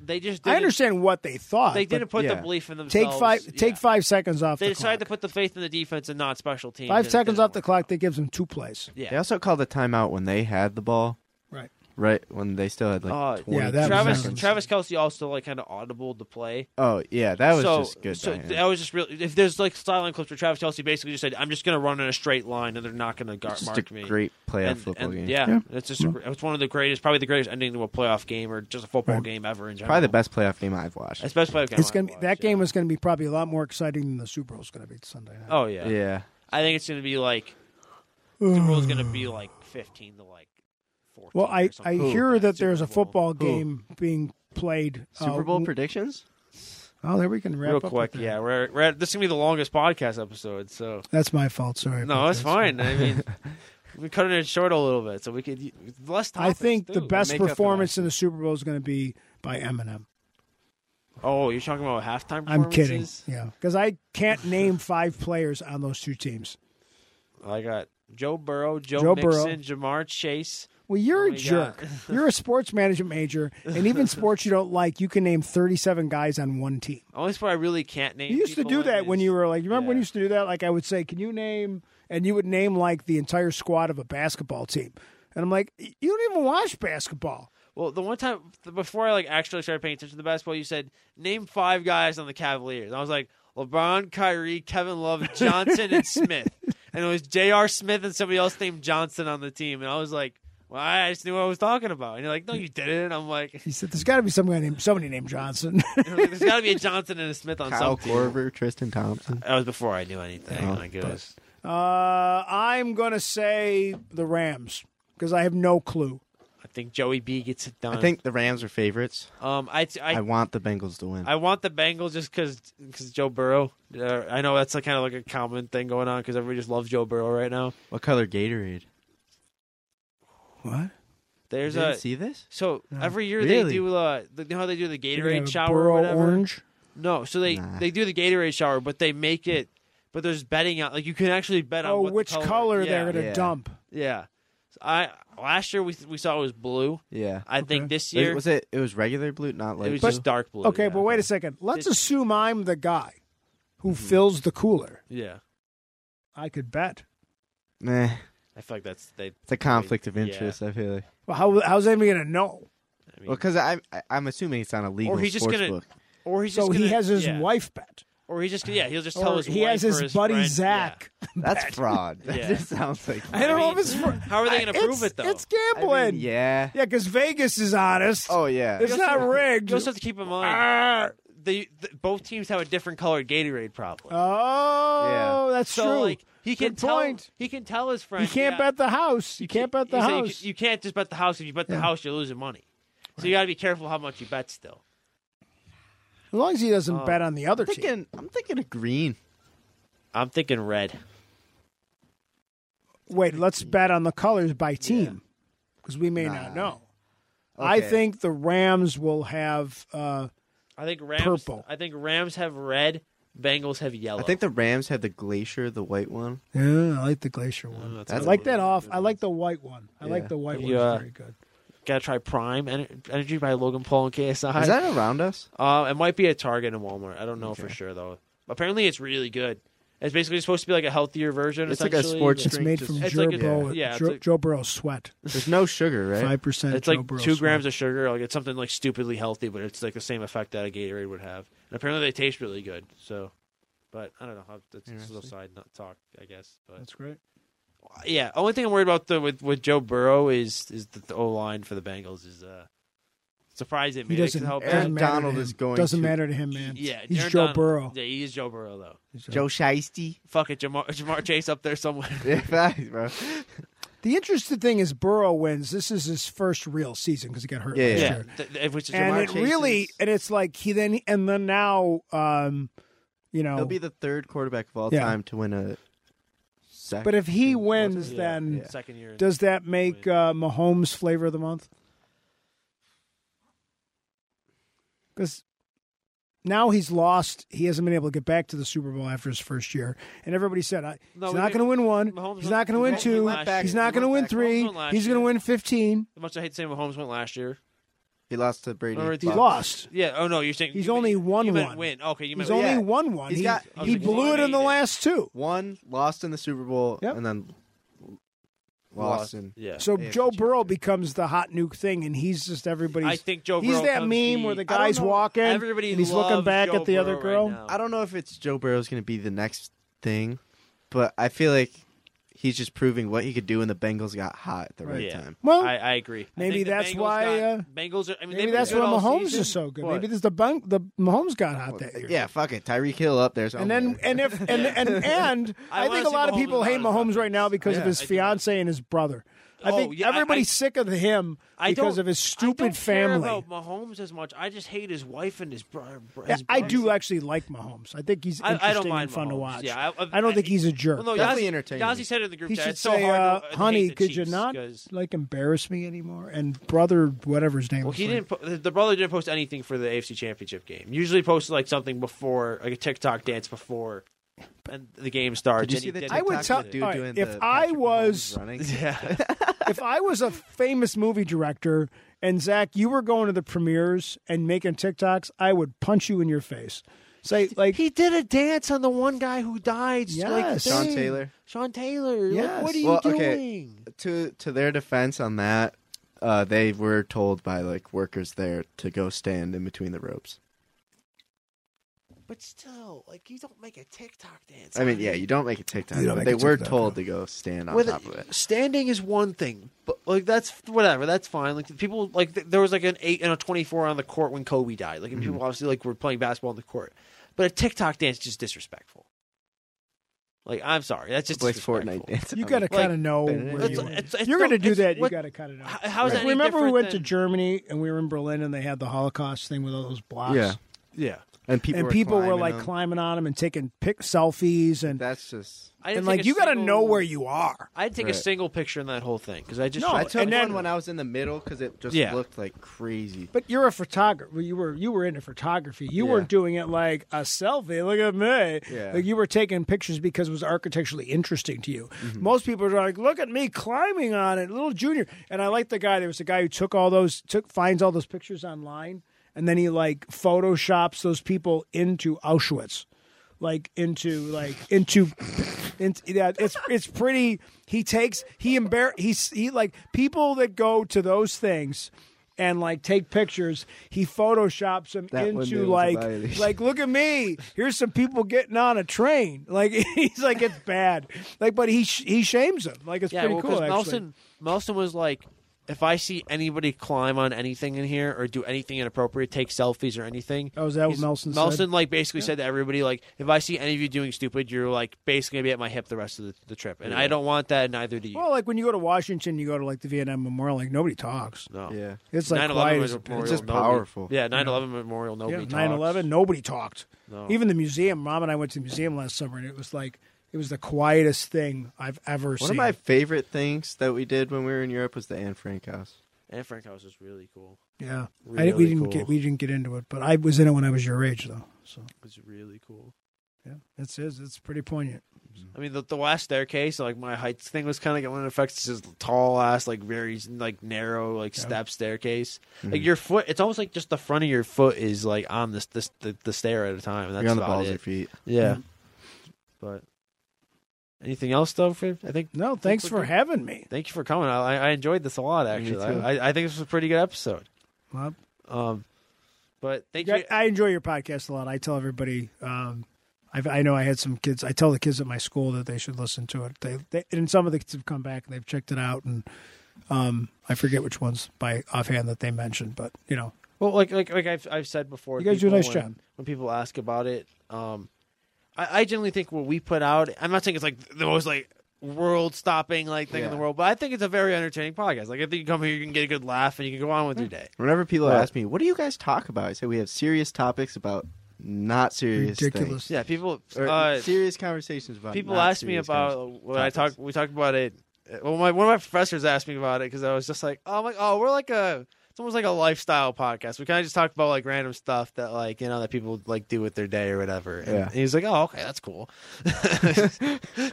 [SPEAKER 2] They just didn't,
[SPEAKER 3] I understand what they thought.
[SPEAKER 2] They
[SPEAKER 3] but
[SPEAKER 2] didn't put the
[SPEAKER 4] yeah.
[SPEAKER 2] belief in
[SPEAKER 3] take
[SPEAKER 2] themselves.
[SPEAKER 3] five.
[SPEAKER 2] yeah.
[SPEAKER 3] Take five seconds off.
[SPEAKER 2] They
[SPEAKER 3] the
[SPEAKER 2] decided to
[SPEAKER 3] clock.
[SPEAKER 2] put the faith in the defense and not special teams.
[SPEAKER 3] five
[SPEAKER 2] and it
[SPEAKER 3] seconds
[SPEAKER 2] didn't
[SPEAKER 3] off the
[SPEAKER 2] work
[SPEAKER 3] clock.
[SPEAKER 2] out.
[SPEAKER 3] That gives them two plays.
[SPEAKER 2] Yeah.
[SPEAKER 4] They also called a timeout when they had the ball,
[SPEAKER 3] Right.
[SPEAKER 4] right when they still had like
[SPEAKER 2] Uh,
[SPEAKER 4] 20
[SPEAKER 3] Yeah, that was
[SPEAKER 2] Travis
[SPEAKER 3] seconds.
[SPEAKER 2] Travis Kelsey also like kind of audible the play.
[SPEAKER 4] Oh yeah, that was
[SPEAKER 2] so,
[SPEAKER 4] just good.
[SPEAKER 2] So
[SPEAKER 4] by him.
[SPEAKER 2] that was just real. If there's like sideline clips where Travis Kelsey basically just said, "I'm just going to run in a straight line and they're not going to guard
[SPEAKER 4] just a
[SPEAKER 2] mark me."
[SPEAKER 4] great playoff
[SPEAKER 2] and,
[SPEAKER 4] football
[SPEAKER 2] and-
[SPEAKER 4] game.
[SPEAKER 2] Yeah, it's just a gr- it's one of the greatest, probably the greatest ending to a playoff game or just a football game ever in general.
[SPEAKER 4] probably the best playoff game I've watched.
[SPEAKER 2] It's best playoff game.
[SPEAKER 3] It's
[SPEAKER 2] I've
[SPEAKER 3] gonna be,
[SPEAKER 2] watched,
[SPEAKER 3] that game
[SPEAKER 2] yeah.
[SPEAKER 3] is going to be probably a lot more exciting than the Super Bowl is going to be Sunday night.
[SPEAKER 2] Oh yeah.
[SPEAKER 4] yeah,
[SPEAKER 2] I think it's going to be like the rule's going to be like 15 to like 14.
[SPEAKER 3] Well,
[SPEAKER 2] or
[SPEAKER 3] I, I
[SPEAKER 2] something like
[SPEAKER 3] hear that
[SPEAKER 2] Super
[SPEAKER 3] there's a
[SPEAKER 2] Bowl.
[SPEAKER 3] football game being played. uh,
[SPEAKER 4] Super Bowl
[SPEAKER 3] w-
[SPEAKER 4] predictions.
[SPEAKER 3] oh, there we can wrap
[SPEAKER 2] Real
[SPEAKER 3] up with
[SPEAKER 2] quick,
[SPEAKER 3] that.
[SPEAKER 2] yeah. We're, we're at- this is gonna be the longest podcast episode, so
[SPEAKER 3] That's my fault. Sorry.
[SPEAKER 2] No,
[SPEAKER 3] about
[SPEAKER 2] it's
[SPEAKER 3] that.
[SPEAKER 2] fine. I mean, we cut it short a little bit, so we could less time.
[SPEAKER 3] I think the best
[SPEAKER 4] make up for
[SPEAKER 3] performance
[SPEAKER 4] that.
[SPEAKER 3] in the Super Bowl is going to be by Eminem.
[SPEAKER 2] Oh, you're talking about halftime.
[SPEAKER 3] I'm kidding.
[SPEAKER 2] performances?
[SPEAKER 3] Yeah, because I can't name five players on those two teams.
[SPEAKER 2] I got Joe Burrow, Joe,
[SPEAKER 3] Joe Burrow.
[SPEAKER 2] Mixon, Jamar Chase.
[SPEAKER 3] Well, you're
[SPEAKER 2] Oh
[SPEAKER 3] a
[SPEAKER 2] my
[SPEAKER 3] jerk. you're a sports management major, and even sports you don't like, you can name 37 guys on one team.
[SPEAKER 2] Only sport I really can't name.
[SPEAKER 3] You used to
[SPEAKER 2] people
[SPEAKER 3] do
[SPEAKER 2] in
[SPEAKER 3] that when
[SPEAKER 2] is-
[SPEAKER 3] you were like, you remember when
[SPEAKER 2] yeah.
[SPEAKER 3] you used to do that? Like, I would say, can you name, and you would name like the entire squad of a basketball team. And I'm like, you don't even watch basketball.
[SPEAKER 2] Well, the one time the- before I like actually started paying attention to the basketball, you said name five guys on the Cavaliers. And I was like LeBron, Kyrie, Kevin Love, Johnson, and Smith. And it was J.R. Smith and somebody else named Johnson on the team. And I was like, well, I just knew what I was talking about. And you're like, no, you didn't. And I'm like,
[SPEAKER 3] He said, there's got to be some guy named somebody named Johnson.
[SPEAKER 2] there's got to be a Johnson and a Smith on
[SPEAKER 4] Kyle
[SPEAKER 2] something.
[SPEAKER 4] Korver, Tristan Thompson.
[SPEAKER 2] That was before I knew anything.
[SPEAKER 4] Oh,
[SPEAKER 2] I guess.
[SPEAKER 3] uh, I'm gonna say the Rams because I have no clue.
[SPEAKER 2] I think Joey B gets it done.
[SPEAKER 4] I think the Rams are favorites.
[SPEAKER 2] Um, I Uh, I,
[SPEAKER 4] I
[SPEAKER 2] I,
[SPEAKER 4] want the Bengals to win.
[SPEAKER 2] want the Bengals just because Joe Burrow. Uh, I know that's like kind of like a common thing going on because everybody just loves Joe Burrow right now.
[SPEAKER 4] What color Gatorade?
[SPEAKER 3] What?
[SPEAKER 4] You
[SPEAKER 2] There's
[SPEAKER 4] didn't
[SPEAKER 2] a
[SPEAKER 4] see this?
[SPEAKER 2] so
[SPEAKER 3] No.
[SPEAKER 2] every year they
[SPEAKER 4] Really?
[SPEAKER 2] do uh the, you know how they do the
[SPEAKER 3] You're gonna
[SPEAKER 2] Gatorade
[SPEAKER 3] have
[SPEAKER 2] shower or
[SPEAKER 3] Burrow
[SPEAKER 2] whatever?
[SPEAKER 3] orange.
[SPEAKER 2] No, so they
[SPEAKER 4] Nah.
[SPEAKER 2] they do the Gatorade shower, but they make it. But there's betting out like you can actually bet on
[SPEAKER 3] Oh,
[SPEAKER 2] what the
[SPEAKER 3] which color
[SPEAKER 2] yeah,
[SPEAKER 3] they're gonna
[SPEAKER 4] Yeah.
[SPEAKER 3] dump?
[SPEAKER 2] yeah. So I last year we we saw it was blue.
[SPEAKER 4] Yeah.
[SPEAKER 2] I
[SPEAKER 3] Okay.
[SPEAKER 2] think this
[SPEAKER 4] Like,
[SPEAKER 2] year
[SPEAKER 4] was it? It was regular blue, not
[SPEAKER 2] It
[SPEAKER 4] light
[SPEAKER 2] was
[SPEAKER 4] blue.
[SPEAKER 2] just dark blue.
[SPEAKER 3] Okay,
[SPEAKER 2] yeah. Mm-hmm.
[SPEAKER 3] but wait a second. Let's
[SPEAKER 2] Did-
[SPEAKER 3] assume I'm the guy who fills the cooler.
[SPEAKER 2] Yeah,
[SPEAKER 3] I could bet.
[SPEAKER 4] Nah,
[SPEAKER 2] I feel like that's they.
[SPEAKER 4] it's a conflict of
[SPEAKER 2] Yeah.
[SPEAKER 4] interest. I feel like.
[SPEAKER 3] Well, how how's anybody gonna know?
[SPEAKER 2] I mean,
[SPEAKER 4] Well, because I'm I'm assuming it's on a legal
[SPEAKER 2] Or he's just
[SPEAKER 4] sports
[SPEAKER 2] gonna-
[SPEAKER 4] book.
[SPEAKER 2] or he's
[SPEAKER 3] so
[SPEAKER 2] just
[SPEAKER 3] he
[SPEAKER 2] gonna-
[SPEAKER 3] has his
[SPEAKER 2] yeah.
[SPEAKER 3] wife bet,
[SPEAKER 2] or he's just yeah, he'll just tell
[SPEAKER 3] or
[SPEAKER 2] his
[SPEAKER 3] he
[SPEAKER 2] wife
[SPEAKER 3] has
[SPEAKER 2] or
[SPEAKER 3] his, buddy
[SPEAKER 2] friend, yeah.
[SPEAKER 3] Zach.
[SPEAKER 4] That's fraud.
[SPEAKER 2] Yeah.
[SPEAKER 4] That just sounds like.
[SPEAKER 3] I don't know if
[SPEAKER 2] mean,
[SPEAKER 3] it's. fr-
[SPEAKER 2] How are they going to prove
[SPEAKER 3] It's-
[SPEAKER 2] it though?
[SPEAKER 3] It's
[SPEAKER 4] I mean,
[SPEAKER 3] gambling.
[SPEAKER 4] yeah.
[SPEAKER 3] yeah, because Vegas is honest.
[SPEAKER 4] Oh yeah.
[SPEAKER 3] it's not rigged. Ah.
[SPEAKER 2] You also have to keep in mind the, the both teams have a different colored Gatorade problem.
[SPEAKER 3] Oh, that's
[SPEAKER 2] so
[SPEAKER 3] true.
[SPEAKER 2] like he can
[SPEAKER 3] Good
[SPEAKER 2] tell
[SPEAKER 3] point.
[SPEAKER 2] he can tell his friend
[SPEAKER 3] you can't
[SPEAKER 2] yeah,
[SPEAKER 3] bet the house. You can't bet the
[SPEAKER 2] he said
[SPEAKER 3] house.
[SPEAKER 2] You, you can't just bet the house. If you bet the
[SPEAKER 3] Yeah.
[SPEAKER 2] house, you're losing money. So you got to be careful how much you bet still.
[SPEAKER 3] as long as he doesn't
[SPEAKER 2] Oh.
[SPEAKER 3] bet on the other
[SPEAKER 4] I'm
[SPEAKER 3] team.
[SPEAKER 4] thinking. I'm thinking of green.
[SPEAKER 2] I'm thinking red.
[SPEAKER 3] Wait, let's bet on the colors by team because we may
[SPEAKER 4] Nah.
[SPEAKER 3] not know. I
[SPEAKER 4] Okay.
[SPEAKER 3] think the Rams will have. Uh,
[SPEAKER 2] I think Rams.
[SPEAKER 3] Purple.
[SPEAKER 2] I think Rams have red. Bengals have yellow.
[SPEAKER 4] I think the Rams had the glacier, the white one.
[SPEAKER 3] yeah, I like the glacier one.
[SPEAKER 2] that's
[SPEAKER 3] I
[SPEAKER 4] That's
[SPEAKER 3] like that off. I like the white one. I
[SPEAKER 4] Yeah.
[SPEAKER 3] like the white one.
[SPEAKER 2] Yeah. uh,
[SPEAKER 3] Very good.
[SPEAKER 2] Gotta try Prime Ener- Energy by Logan Paul and KSI.
[SPEAKER 4] Is that around us?
[SPEAKER 2] Uh, it might be at Target and Walmart. I don't know for sure though. Apparently, it's really good. It's basically supposed to be like a healthier version.
[SPEAKER 4] It's like a
[SPEAKER 2] essentially.
[SPEAKER 4] sports-
[SPEAKER 3] It's
[SPEAKER 4] Drink
[SPEAKER 3] made
[SPEAKER 4] just-
[SPEAKER 3] from
[SPEAKER 2] It's
[SPEAKER 3] Joe,
[SPEAKER 2] like a-
[SPEAKER 3] Burrow,
[SPEAKER 2] yeah, it's
[SPEAKER 3] Joe,
[SPEAKER 2] like-
[SPEAKER 3] Joe Burrow's sweat.
[SPEAKER 4] There's no sugar, right?
[SPEAKER 3] Five percent.
[SPEAKER 2] It's like two grams of sugar. I'll get something like stupidly healthy, but it's like the same effect that a Gatorade would have. And apparently, they taste really good. So, but I don't know. I'll- That's just a little side not talk, I guess. But
[SPEAKER 3] That's great.
[SPEAKER 2] yeah, only thing I'm worried about though with, with Joe Burrow is is the, the O line for the Bengals is uh surprised it
[SPEAKER 3] He
[SPEAKER 2] made it
[SPEAKER 3] doesn't.
[SPEAKER 2] 'cause how
[SPEAKER 3] doesn't
[SPEAKER 4] Aaron
[SPEAKER 2] bad.
[SPEAKER 3] matter to
[SPEAKER 4] Donald
[SPEAKER 3] him.
[SPEAKER 4] is going
[SPEAKER 3] Doesn't
[SPEAKER 4] to-
[SPEAKER 3] matter to him, man.
[SPEAKER 2] Yeah,
[SPEAKER 3] he's
[SPEAKER 2] Aaron
[SPEAKER 3] Joe
[SPEAKER 2] Donald-
[SPEAKER 3] Burrow.
[SPEAKER 2] Yeah, he is Joe Burrow though.
[SPEAKER 4] Joe Shiesty.
[SPEAKER 2] Fuck it, Jamar, Jamar Chase up there somewhere.
[SPEAKER 4] Yeah, facts, bro.
[SPEAKER 3] The interesting thing is Burrow wins. This is his first real season because he got hurt
[SPEAKER 4] Yeah,
[SPEAKER 3] last
[SPEAKER 4] yeah.
[SPEAKER 2] Yeah,
[SPEAKER 3] year.
[SPEAKER 2] th- th- which is
[SPEAKER 3] And
[SPEAKER 2] Jamar
[SPEAKER 3] it
[SPEAKER 2] Chase
[SPEAKER 3] really,
[SPEAKER 2] is-
[SPEAKER 3] and it's like he then, and then now, um, You know,
[SPEAKER 4] He'll be the third quarterback of all
[SPEAKER 3] Yeah.
[SPEAKER 4] time to win a sack.
[SPEAKER 3] but if he wins,
[SPEAKER 2] Yeah,
[SPEAKER 3] then
[SPEAKER 4] yeah.
[SPEAKER 2] second year.
[SPEAKER 3] does that make uh, Mahomes flavor of the month? Because now he's lost. He hasn't been able to get back to the Super Bowl after his first year, and everybody said I,
[SPEAKER 2] No,
[SPEAKER 3] he's
[SPEAKER 2] we
[SPEAKER 3] not
[SPEAKER 2] think-
[SPEAKER 3] going to win one.
[SPEAKER 2] Mahomes
[SPEAKER 3] he's not going to
[SPEAKER 2] won-
[SPEAKER 3] win
[SPEAKER 2] Mahomes
[SPEAKER 3] two.
[SPEAKER 2] went last
[SPEAKER 3] He's
[SPEAKER 2] year.
[SPEAKER 3] not going to
[SPEAKER 4] He
[SPEAKER 3] win
[SPEAKER 4] went back.
[SPEAKER 3] three.
[SPEAKER 2] Mahomes won last
[SPEAKER 3] He's going to
[SPEAKER 2] year.
[SPEAKER 3] win fifteen.
[SPEAKER 2] As much as I hate saying Mahomes went last year.
[SPEAKER 4] he lost to Brady.
[SPEAKER 2] Remember,
[SPEAKER 3] He
[SPEAKER 2] Wow.
[SPEAKER 3] lost.
[SPEAKER 2] Yeah. Oh no, you're saying
[SPEAKER 3] He's
[SPEAKER 2] you meant-
[SPEAKER 3] only won
[SPEAKER 2] you meant
[SPEAKER 3] one.
[SPEAKER 2] Win. Okay, you meant
[SPEAKER 3] He's only
[SPEAKER 4] yeah.
[SPEAKER 3] won one.
[SPEAKER 4] He's
[SPEAKER 3] he
[SPEAKER 4] got-
[SPEAKER 3] he
[SPEAKER 2] he's
[SPEAKER 3] blew it in the
[SPEAKER 2] eliminated.
[SPEAKER 3] last two.
[SPEAKER 4] One lost in the Super Bowl,
[SPEAKER 3] Yep.
[SPEAKER 4] and then lost in
[SPEAKER 2] Yeah.
[SPEAKER 3] So
[SPEAKER 4] AFC
[SPEAKER 3] Joe Burrow
[SPEAKER 4] Championship.
[SPEAKER 3] becomes the hot new thing, and he's just everybody's.
[SPEAKER 2] I think Joe.
[SPEAKER 3] he's
[SPEAKER 2] Burrow
[SPEAKER 3] that meme
[SPEAKER 2] comes
[SPEAKER 3] where the
[SPEAKER 2] I don't
[SPEAKER 3] guy's
[SPEAKER 2] know.
[SPEAKER 3] walking
[SPEAKER 2] Everybody
[SPEAKER 3] and he's looking
[SPEAKER 2] loves
[SPEAKER 3] back
[SPEAKER 2] Joe
[SPEAKER 3] at the other
[SPEAKER 2] Burrow
[SPEAKER 3] girl.
[SPEAKER 2] Right now.
[SPEAKER 4] I don't know if it's Joe Burrow's going to be the next thing, but I feel like he's just proving what he could do when the Bengals got hot at the right
[SPEAKER 2] Yeah.
[SPEAKER 4] time.
[SPEAKER 3] well,
[SPEAKER 2] I, I agree. I
[SPEAKER 3] Maybe
[SPEAKER 2] think the
[SPEAKER 3] that's
[SPEAKER 2] Bengals
[SPEAKER 3] why,
[SPEAKER 2] got-
[SPEAKER 3] uh,
[SPEAKER 2] Bengals. Are, I mean, they've
[SPEAKER 3] maybe
[SPEAKER 2] been
[SPEAKER 3] that's
[SPEAKER 2] good
[SPEAKER 3] why
[SPEAKER 2] all
[SPEAKER 3] Mahomes
[SPEAKER 2] season.
[SPEAKER 3] is so good.
[SPEAKER 2] What?
[SPEAKER 3] Maybe there's the bunk, the Mahomes got hot that year.
[SPEAKER 4] Yeah, fuck it. Tyreek Hill up there.
[SPEAKER 3] And then, and if, and and and
[SPEAKER 2] I
[SPEAKER 3] I,
[SPEAKER 2] wanna
[SPEAKER 3] think a
[SPEAKER 2] see
[SPEAKER 3] lot of
[SPEAKER 2] Mahomes
[SPEAKER 3] people
[SPEAKER 2] without
[SPEAKER 3] hate
[SPEAKER 2] his
[SPEAKER 3] Mahomes right
[SPEAKER 2] weapons.
[SPEAKER 3] now because
[SPEAKER 4] Yeah,
[SPEAKER 3] of his
[SPEAKER 2] I do.
[SPEAKER 3] fiance and his brother. I
[SPEAKER 2] Oh,
[SPEAKER 3] think
[SPEAKER 2] yeah, I-
[SPEAKER 3] everybody's
[SPEAKER 2] I-
[SPEAKER 3] sick of him
[SPEAKER 2] I don't-
[SPEAKER 3] because of his stupid
[SPEAKER 2] I don't
[SPEAKER 3] family.
[SPEAKER 2] Care about Mahomes as much. I just hate his wife and his brother.
[SPEAKER 3] Yeah, I do actually like Mahomes. I think he's
[SPEAKER 2] I- I
[SPEAKER 3] interesting
[SPEAKER 2] don't mind
[SPEAKER 3] and fun to
[SPEAKER 2] Mahomes.
[SPEAKER 3] watch.
[SPEAKER 2] Yeah, I- I-
[SPEAKER 3] don't think
[SPEAKER 2] I-
[SPEAKER 3] he's a jerk.
[SPEAKER 2] Well, no,
[SPEAKER 4] Definitely
[SPEAKER 2] Yazzie-
[SPEAKER 4] entertaining.
[SPEAKER 2] Yazzie said it in the group
[SPEAKER 3] he
[SPEAKER 2] chat.
[SPEAKER 3] should
[SPEAKER 2] it's so
[SPEAKER 3] say,
[SPEAKER 2] hard
[SPEAKER 3] uh,
[SPEAKER 2] to, uh, hate
[SPEAKER 3] "Honey,
[SPEAKER 2] the
[SPEAKER 3] could you
[SPEAKER 2] Chiefs
[SPEAKER 3] not
[SPEAKER 2] 'cause-
[SPEAKER 3] like embarrass me anymore?" And brother, whatever his name.
[SPEAKER 2] Well,
[SPEAKER 3] was
[SPEAKER 2] he
[SPEAKER 3] like-
[SPEAKER 2] didn't. Po- the the brother didn't post anything for the AFC Championship game. Usually posted like something before, like a TikTok dance before, and the game starts.
[SPEAKER 4] Did you
[SPEAKER 2] and
[SPEAKER 4] see
[SPEAKER 2] he
[SPEAKER 4] the
[SPEAKER 2] did
[SPEAKER 3] I
[SPEAKER 2] it.
[SPEAKER 3] would
[SPEAKER 4] TikTok
[SPEAKER 3] tell-
[SPEAKER 4] of the dude
[SPEAKER 3] all right,
[SPEAKER 4] doing
[SPEAKER 3] if
[SPEAKER 4] the
[SPEAKER 3] I
[SPEAKER 4] Patrick Mahomes
[SPEAKER 3] was-
[SPEAKER 4] running?
[SPEAKER 2] Yeah,
[SPEAKER 3] if I was a famous movie director and Zach, you were going to the premieres and making TikToks, I would punch you in your face. Say like,
[SPEAKER 2] he did a dance on the one guy who died.
[SPEAKER 3] Yes.
[SPEAKER 2] Like,
[SPEAKER 4] Sean
[SPEAKER 2] dang,
[SPEAKER 4] Taylor.
[SPEAKER 2] Sean Taylor. like,
[SPEAKER 3] Yes.
[SPEAKER 2] what are you
[SPEAKER 4] Well,
[SPEAKER 2] doing?
[SPEAKER 4] okay. To to their defense on that, uh, they were told by like workers there to go stand in between the ropes.
[SPEAKER 2] But still, like you don't make a TikTok dance.
[SPEAKER 4] I mean, yeah, you don't make a TikTok.
[SPEAKER 3] You don't
[SPEAKER 4] but
[SPEAKER 3] make
[SPEAKER 4] they
[SPEAKER 3] a
[SPEAKER 4] were
[SPEAKER 3] TikTok,
[SPEAKER 4] told
[SPEAKER 3] no.
[SPEAKER 4] to go stand on
[SPEAKER 2] With-
[SPEAKER 4] top of it.
[SPEAKER 2] standing is one thing, but like that's whatever. That's fine. Like people, like th- there was like an eight and a twenty-four on the court when Kobe died. Like and
[SPEAKER 4] Mm-hmm.
[SPEAKER 2] people obviously like were playing basketball on the court, but a TikTok dance is just disrespectful. Like I'm sorry, that's just
[SPEAKER 4] Like
[SPEAKER 2] disrespectful.
[SPEAKER 4] Fortnite dancing.
[SPEAKER 3] you
[SPEAKER 4] on
[SPEAKER 3] got to
[SPEAKER 4] the-
[SPEAKER 3] kind of know
[SPEAKER 4] It's-
[SPEAKER 3] where you.
[SPEAKER 2] it's- it's
[SPEAKER 3] You're
[SPEAKER 2] no-
[SPEAKER 3] going to do
[SPEAKER 2] it's-
[SPEAKER 3] that. You
[SPEAKER 2] what-
[SPEAKER 3] got to cut it out.
[SPEAKER 2] How- how's that any
[SPEAKER 3] Remember, we
[SPEAKER 2] different
[SPEAKER 3] went to
[SPEAKER 2] than-
[SPEAKER 3] Germany and we were in Berlin, and they had the Holocaust thing with all those blocks.
[SPEAKER 4] Yeah.
[SPEAKER 2] Yeah,
[SPEAKER 4] and people
[SPEAKER 3] and
[SPEAKER 4] were
[SPEAKER 3] people were
[SPEAKER 4] climbing
[SPEAKER 3] like
[SPEAKER 4] them.
[SPEAKER 3] climbing on them and taking pic selfies and
[SPEAKER 4] That's just.
[SPEAKER 2] I didn't take
[SPEAKER 3] and like
[SPEAKER 2] a
[SPEAKER 3] you got to
[SPEAKER 2] single-
[SPEAKER 3] know where you are.
[SPEAKER 2] I didn't take
[SPEAKER 4] Right.
[SPEAKER 2] a single picture in that whole thing because I just
[SPEAKER 3] No,
[SPEAKER 4] I
[SPEAKER 3] And
[SPEAKER 4] took
[SPEAKER 3] then-
[SPEAKER 4] one when I was in the middle because it just
[SPEAKER 2] Oh, Yeah.
[SPEAKER 4] looked like crazy.
[SPEAKER 3] But you're a photographer. You were you were into photography. You
[SPEAKER 4] Yeah.
[SPEAKER 3] weren't doing it like a selfie. Look at me.
[SPEAKER 4] Yeah.
[SPEAKER 3] Like you were taking pictures because it was architecturally interesting to you.
[SPEAKER 4] Mm-hmm.
[SPEAKER 3] Most people are like, look at me climbing on it, little junior. And I like the guy. There was a guy who took all those took finds all those pictures online, and then he like photoshops those people into Auschwitz, like into like into. into yeah, it's it's pretty. He takes he embar he's he like people that go to those things and like take pictures. He photoshops them
[SPEAKER 4] That window
[SPEAKER 3] into
[SPEAKER 4] was a
[SPEAKER 3] like
[SPEAKER 4] violation.
[SPEAKER 3] like look at me. Here's some people getting on a train. Like he's like it's bad. Like but he sh- he shames them. Like it's
[SPEAKER 2] yeah,
[SPEAKER 3] pretty
[SPEAKER 2] well,
[SPEAKER 3] cool. Actually.
[SPEAKER 2] Melson Melson was like, if I see anybody climb on anything in here or do anything inappropriate, take selfies or anything.
[SPEAKER 3] Oh, is that what
[SPEAKER 2] he's-
[SPEAKER 3] Melson said?
[SPEAKER 2] Melson like basically said to everybody like, if I see any of you doing stupid, you're like basically gonna be at my hip the rest of the, the trip, and I don't want that, and neither do you.
[SPEAKER 3] Well, like when you go to Washington, you go to like the Vietnam Memorial. Like nobody talks.
[SPEAKER 2] no.
[SPEAKER 4] Yeah.
[SPEAKER 3] It's like
[SPEAKER 2] 9/11
[SPEAKER 3] quiet
[SPEAKER 2] was
[SPEAKER 3] as a
[SPEAKER 2] memorial.
[SPEAKER 4] It's just
[SPEAKER 2] nobody-
[SPEAKER 4] powerful.
[SPEAKER 2] Yeah, 9/11 memorial. Nobody.
[SPEAKER 3] Yeah,
[SPEAKER 2] talks.
[SPEAKER 3] 9/11, nobody talked.
[SPEAKER 2] No.
[SPEAKER 3] Even the museum. Mom and I went to the museum last summer, and it was like it was the quietest thing I've ever
[SPEAKER 4] One
[SPEAKER 3] seen.
[SPEAKER 4] of my favorite things that we did when we were in Europe was the Anne Frank house.
[SPEAKER 2] And Frank House is really cool.
[SPEAKER 3] yeah, I didn't, we
[SPEAKER 2] Really
[SPEAKER 3] didn't
[SPEAKER 2] cool.
[SPEAKER 3] get we didn't get into it, but I was in it when I was your age, though. So
[SPEAKER 2] It was really cool.
[SPEAKER 3] yeah, that's is it's pretty poignant.
[SPEAKER 2] I mean, the, the last staircase, like my height thing was kind of like one of the effects. This tall ass, like very like narrow, like
[SPEAKER 3] Yeah.
[SPEAKER 2] step staircase.
[SPEAKER 4] Mm-hmm.
[SPEAKER 2] Like your foot, it's almost like just the front of your foot is like on this this the, the stair at a time. And that's
[SPEAKER 4] You're on the
[SPEAKER 2] about
[SPEAKER 4] balls of
[SPEAKER 2] it.
[SPEAKER 4] your feet.
[SPEAKER 2] Yeah.
[SPEAKER 3] Yeah.
[SPEAKER 2] But anything else though? For, I think.
[SPEAKER 3] No, thanks for having me.
[SPEAKER 2] Thank you for coming. I, I enjoyed this a lot. Actually,
[SPEAKER 4] too.
[SPEAKER 2] I, I think this was a pretty good episode.
[SPEAKER 3] Well,
[SPEAKER 2] Um, but thank you.
[SPEAKER 3] I enjoy your podcast a lot. I tell everybody. Um, I've, I know I had some kids. I tell the kids at my school that they should listen to it. They, they and some of the kids have come back and they've checked it out. And um, I forget which ones by offhand that they mentioned, but you know,
[SPEAKER 2] Well, like like like I've I've said before,
[SPEAKER 3] You guys do a
[SPEAKER 2] people,
[SPEAKER 3] nice
[SPEAKER 2] when,
[SPEAKER 3] job.
[SPEAKER 2] When people ask about it, um, I, I generally think what we put out. I'm not saying it's like the most like world stopping like thing in the
[SPEAKER 4] Yeah.
[SPEAKER 2] world, but I think it's a very entertaining podcast. Like I think you come here, you can get a good laugh, and you can go on with your day.
[SPEAKER 4] Whenever people
[SPEAKER 2] Right.
[SPEAKER 4] ask me, what do you guys talk about? I say we have serious topics about not serious
[SPEAKER 3] Ridiculous.
[SPEAKER 2] Yeah, people.
[SPEAKER 4] things. Or
[SPEAKER 2] uh,
[SPEAKER 4] serious conversations about
[SPEAKER 2] people
[SPEAKER 4] not
[SPEAKER 2] asked me
[SPEAKER 4] serious conversations.
[SPEAKER 2] about when I
[SPEAKER 4] topics.
[SPEAKER 2] talked. We talked about it. uh, Well, my one of my professors asked me about it because I was just like, oh, I'm like, oh, we're like a. It's almost like a lifestyle podcast. We kind of just talk about like random stuff that like you know that people like do with their day or whatever. And,
[SPEAKER 4] Yeah.
[SPEAKER 2] and he's like, oh, okay, that's cool. and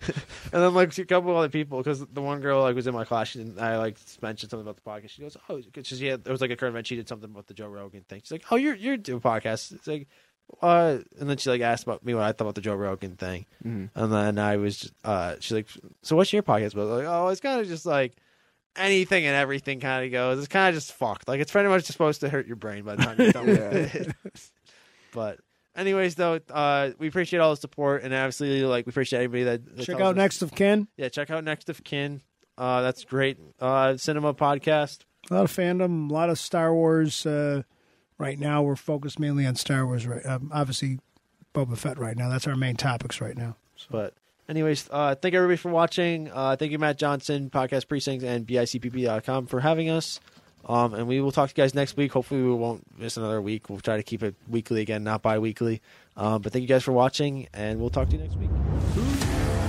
[SPEAKER 2] then like a couple other people because the one girl like was in my class she didn't, I like mentioned something about the podcast. She goes, oh, because she had there was like a current event. She did something about the Joe Rogan thing. She's like, oh, you're you're doing podcasts. It's like, uh, and then she like asked about me what I thought about the Joe Rogan thing.
[SPEAKER 4] Mhm.
[SPEAKER 3] Mm-hmm.
[SPEAKER 2] And then I was, just- uh, she's like, so what's your podcast about? I was like, oh, it's kind of just like anything and everything kind of goes. It's kind of just fucked. Like, it's pretty much just supposed to hurt your brain by the time you're done with it. but, anyways, though, uh, we appreciate all the support. And obviously, like, we appreciate everybody that. that
[SPEAKER 3] Check
[SPEAKER 2] tells
[SPEAKER 3] out
[SPEAKER 2] us-
[SPEAKER 3] Next of Kin.
[SPEAKER 2] Yeah, check out Next of Kin. Uh, that's great. Uh, cinema podcast.
[SPEAKER 3] A lot of fandom, a lot of Star Wars. Uh, right now, we're focused mainly on Star Wars. Right, um, obviously, Boba Fett. Right now, that's our main topics right now.
[SPEAKER 2] But, anyways, uh, thank everybody for watching. Uh, thank you, Matt Johnson, Podcast Precincts, and BICPP.com for having us. Um, and we will talk to you guys next week. Hopefully, we won't miss another week. We'll try to keep it weekly again, not bi weekly. Um, but thank you guys for watching, and we'll talk to you next week.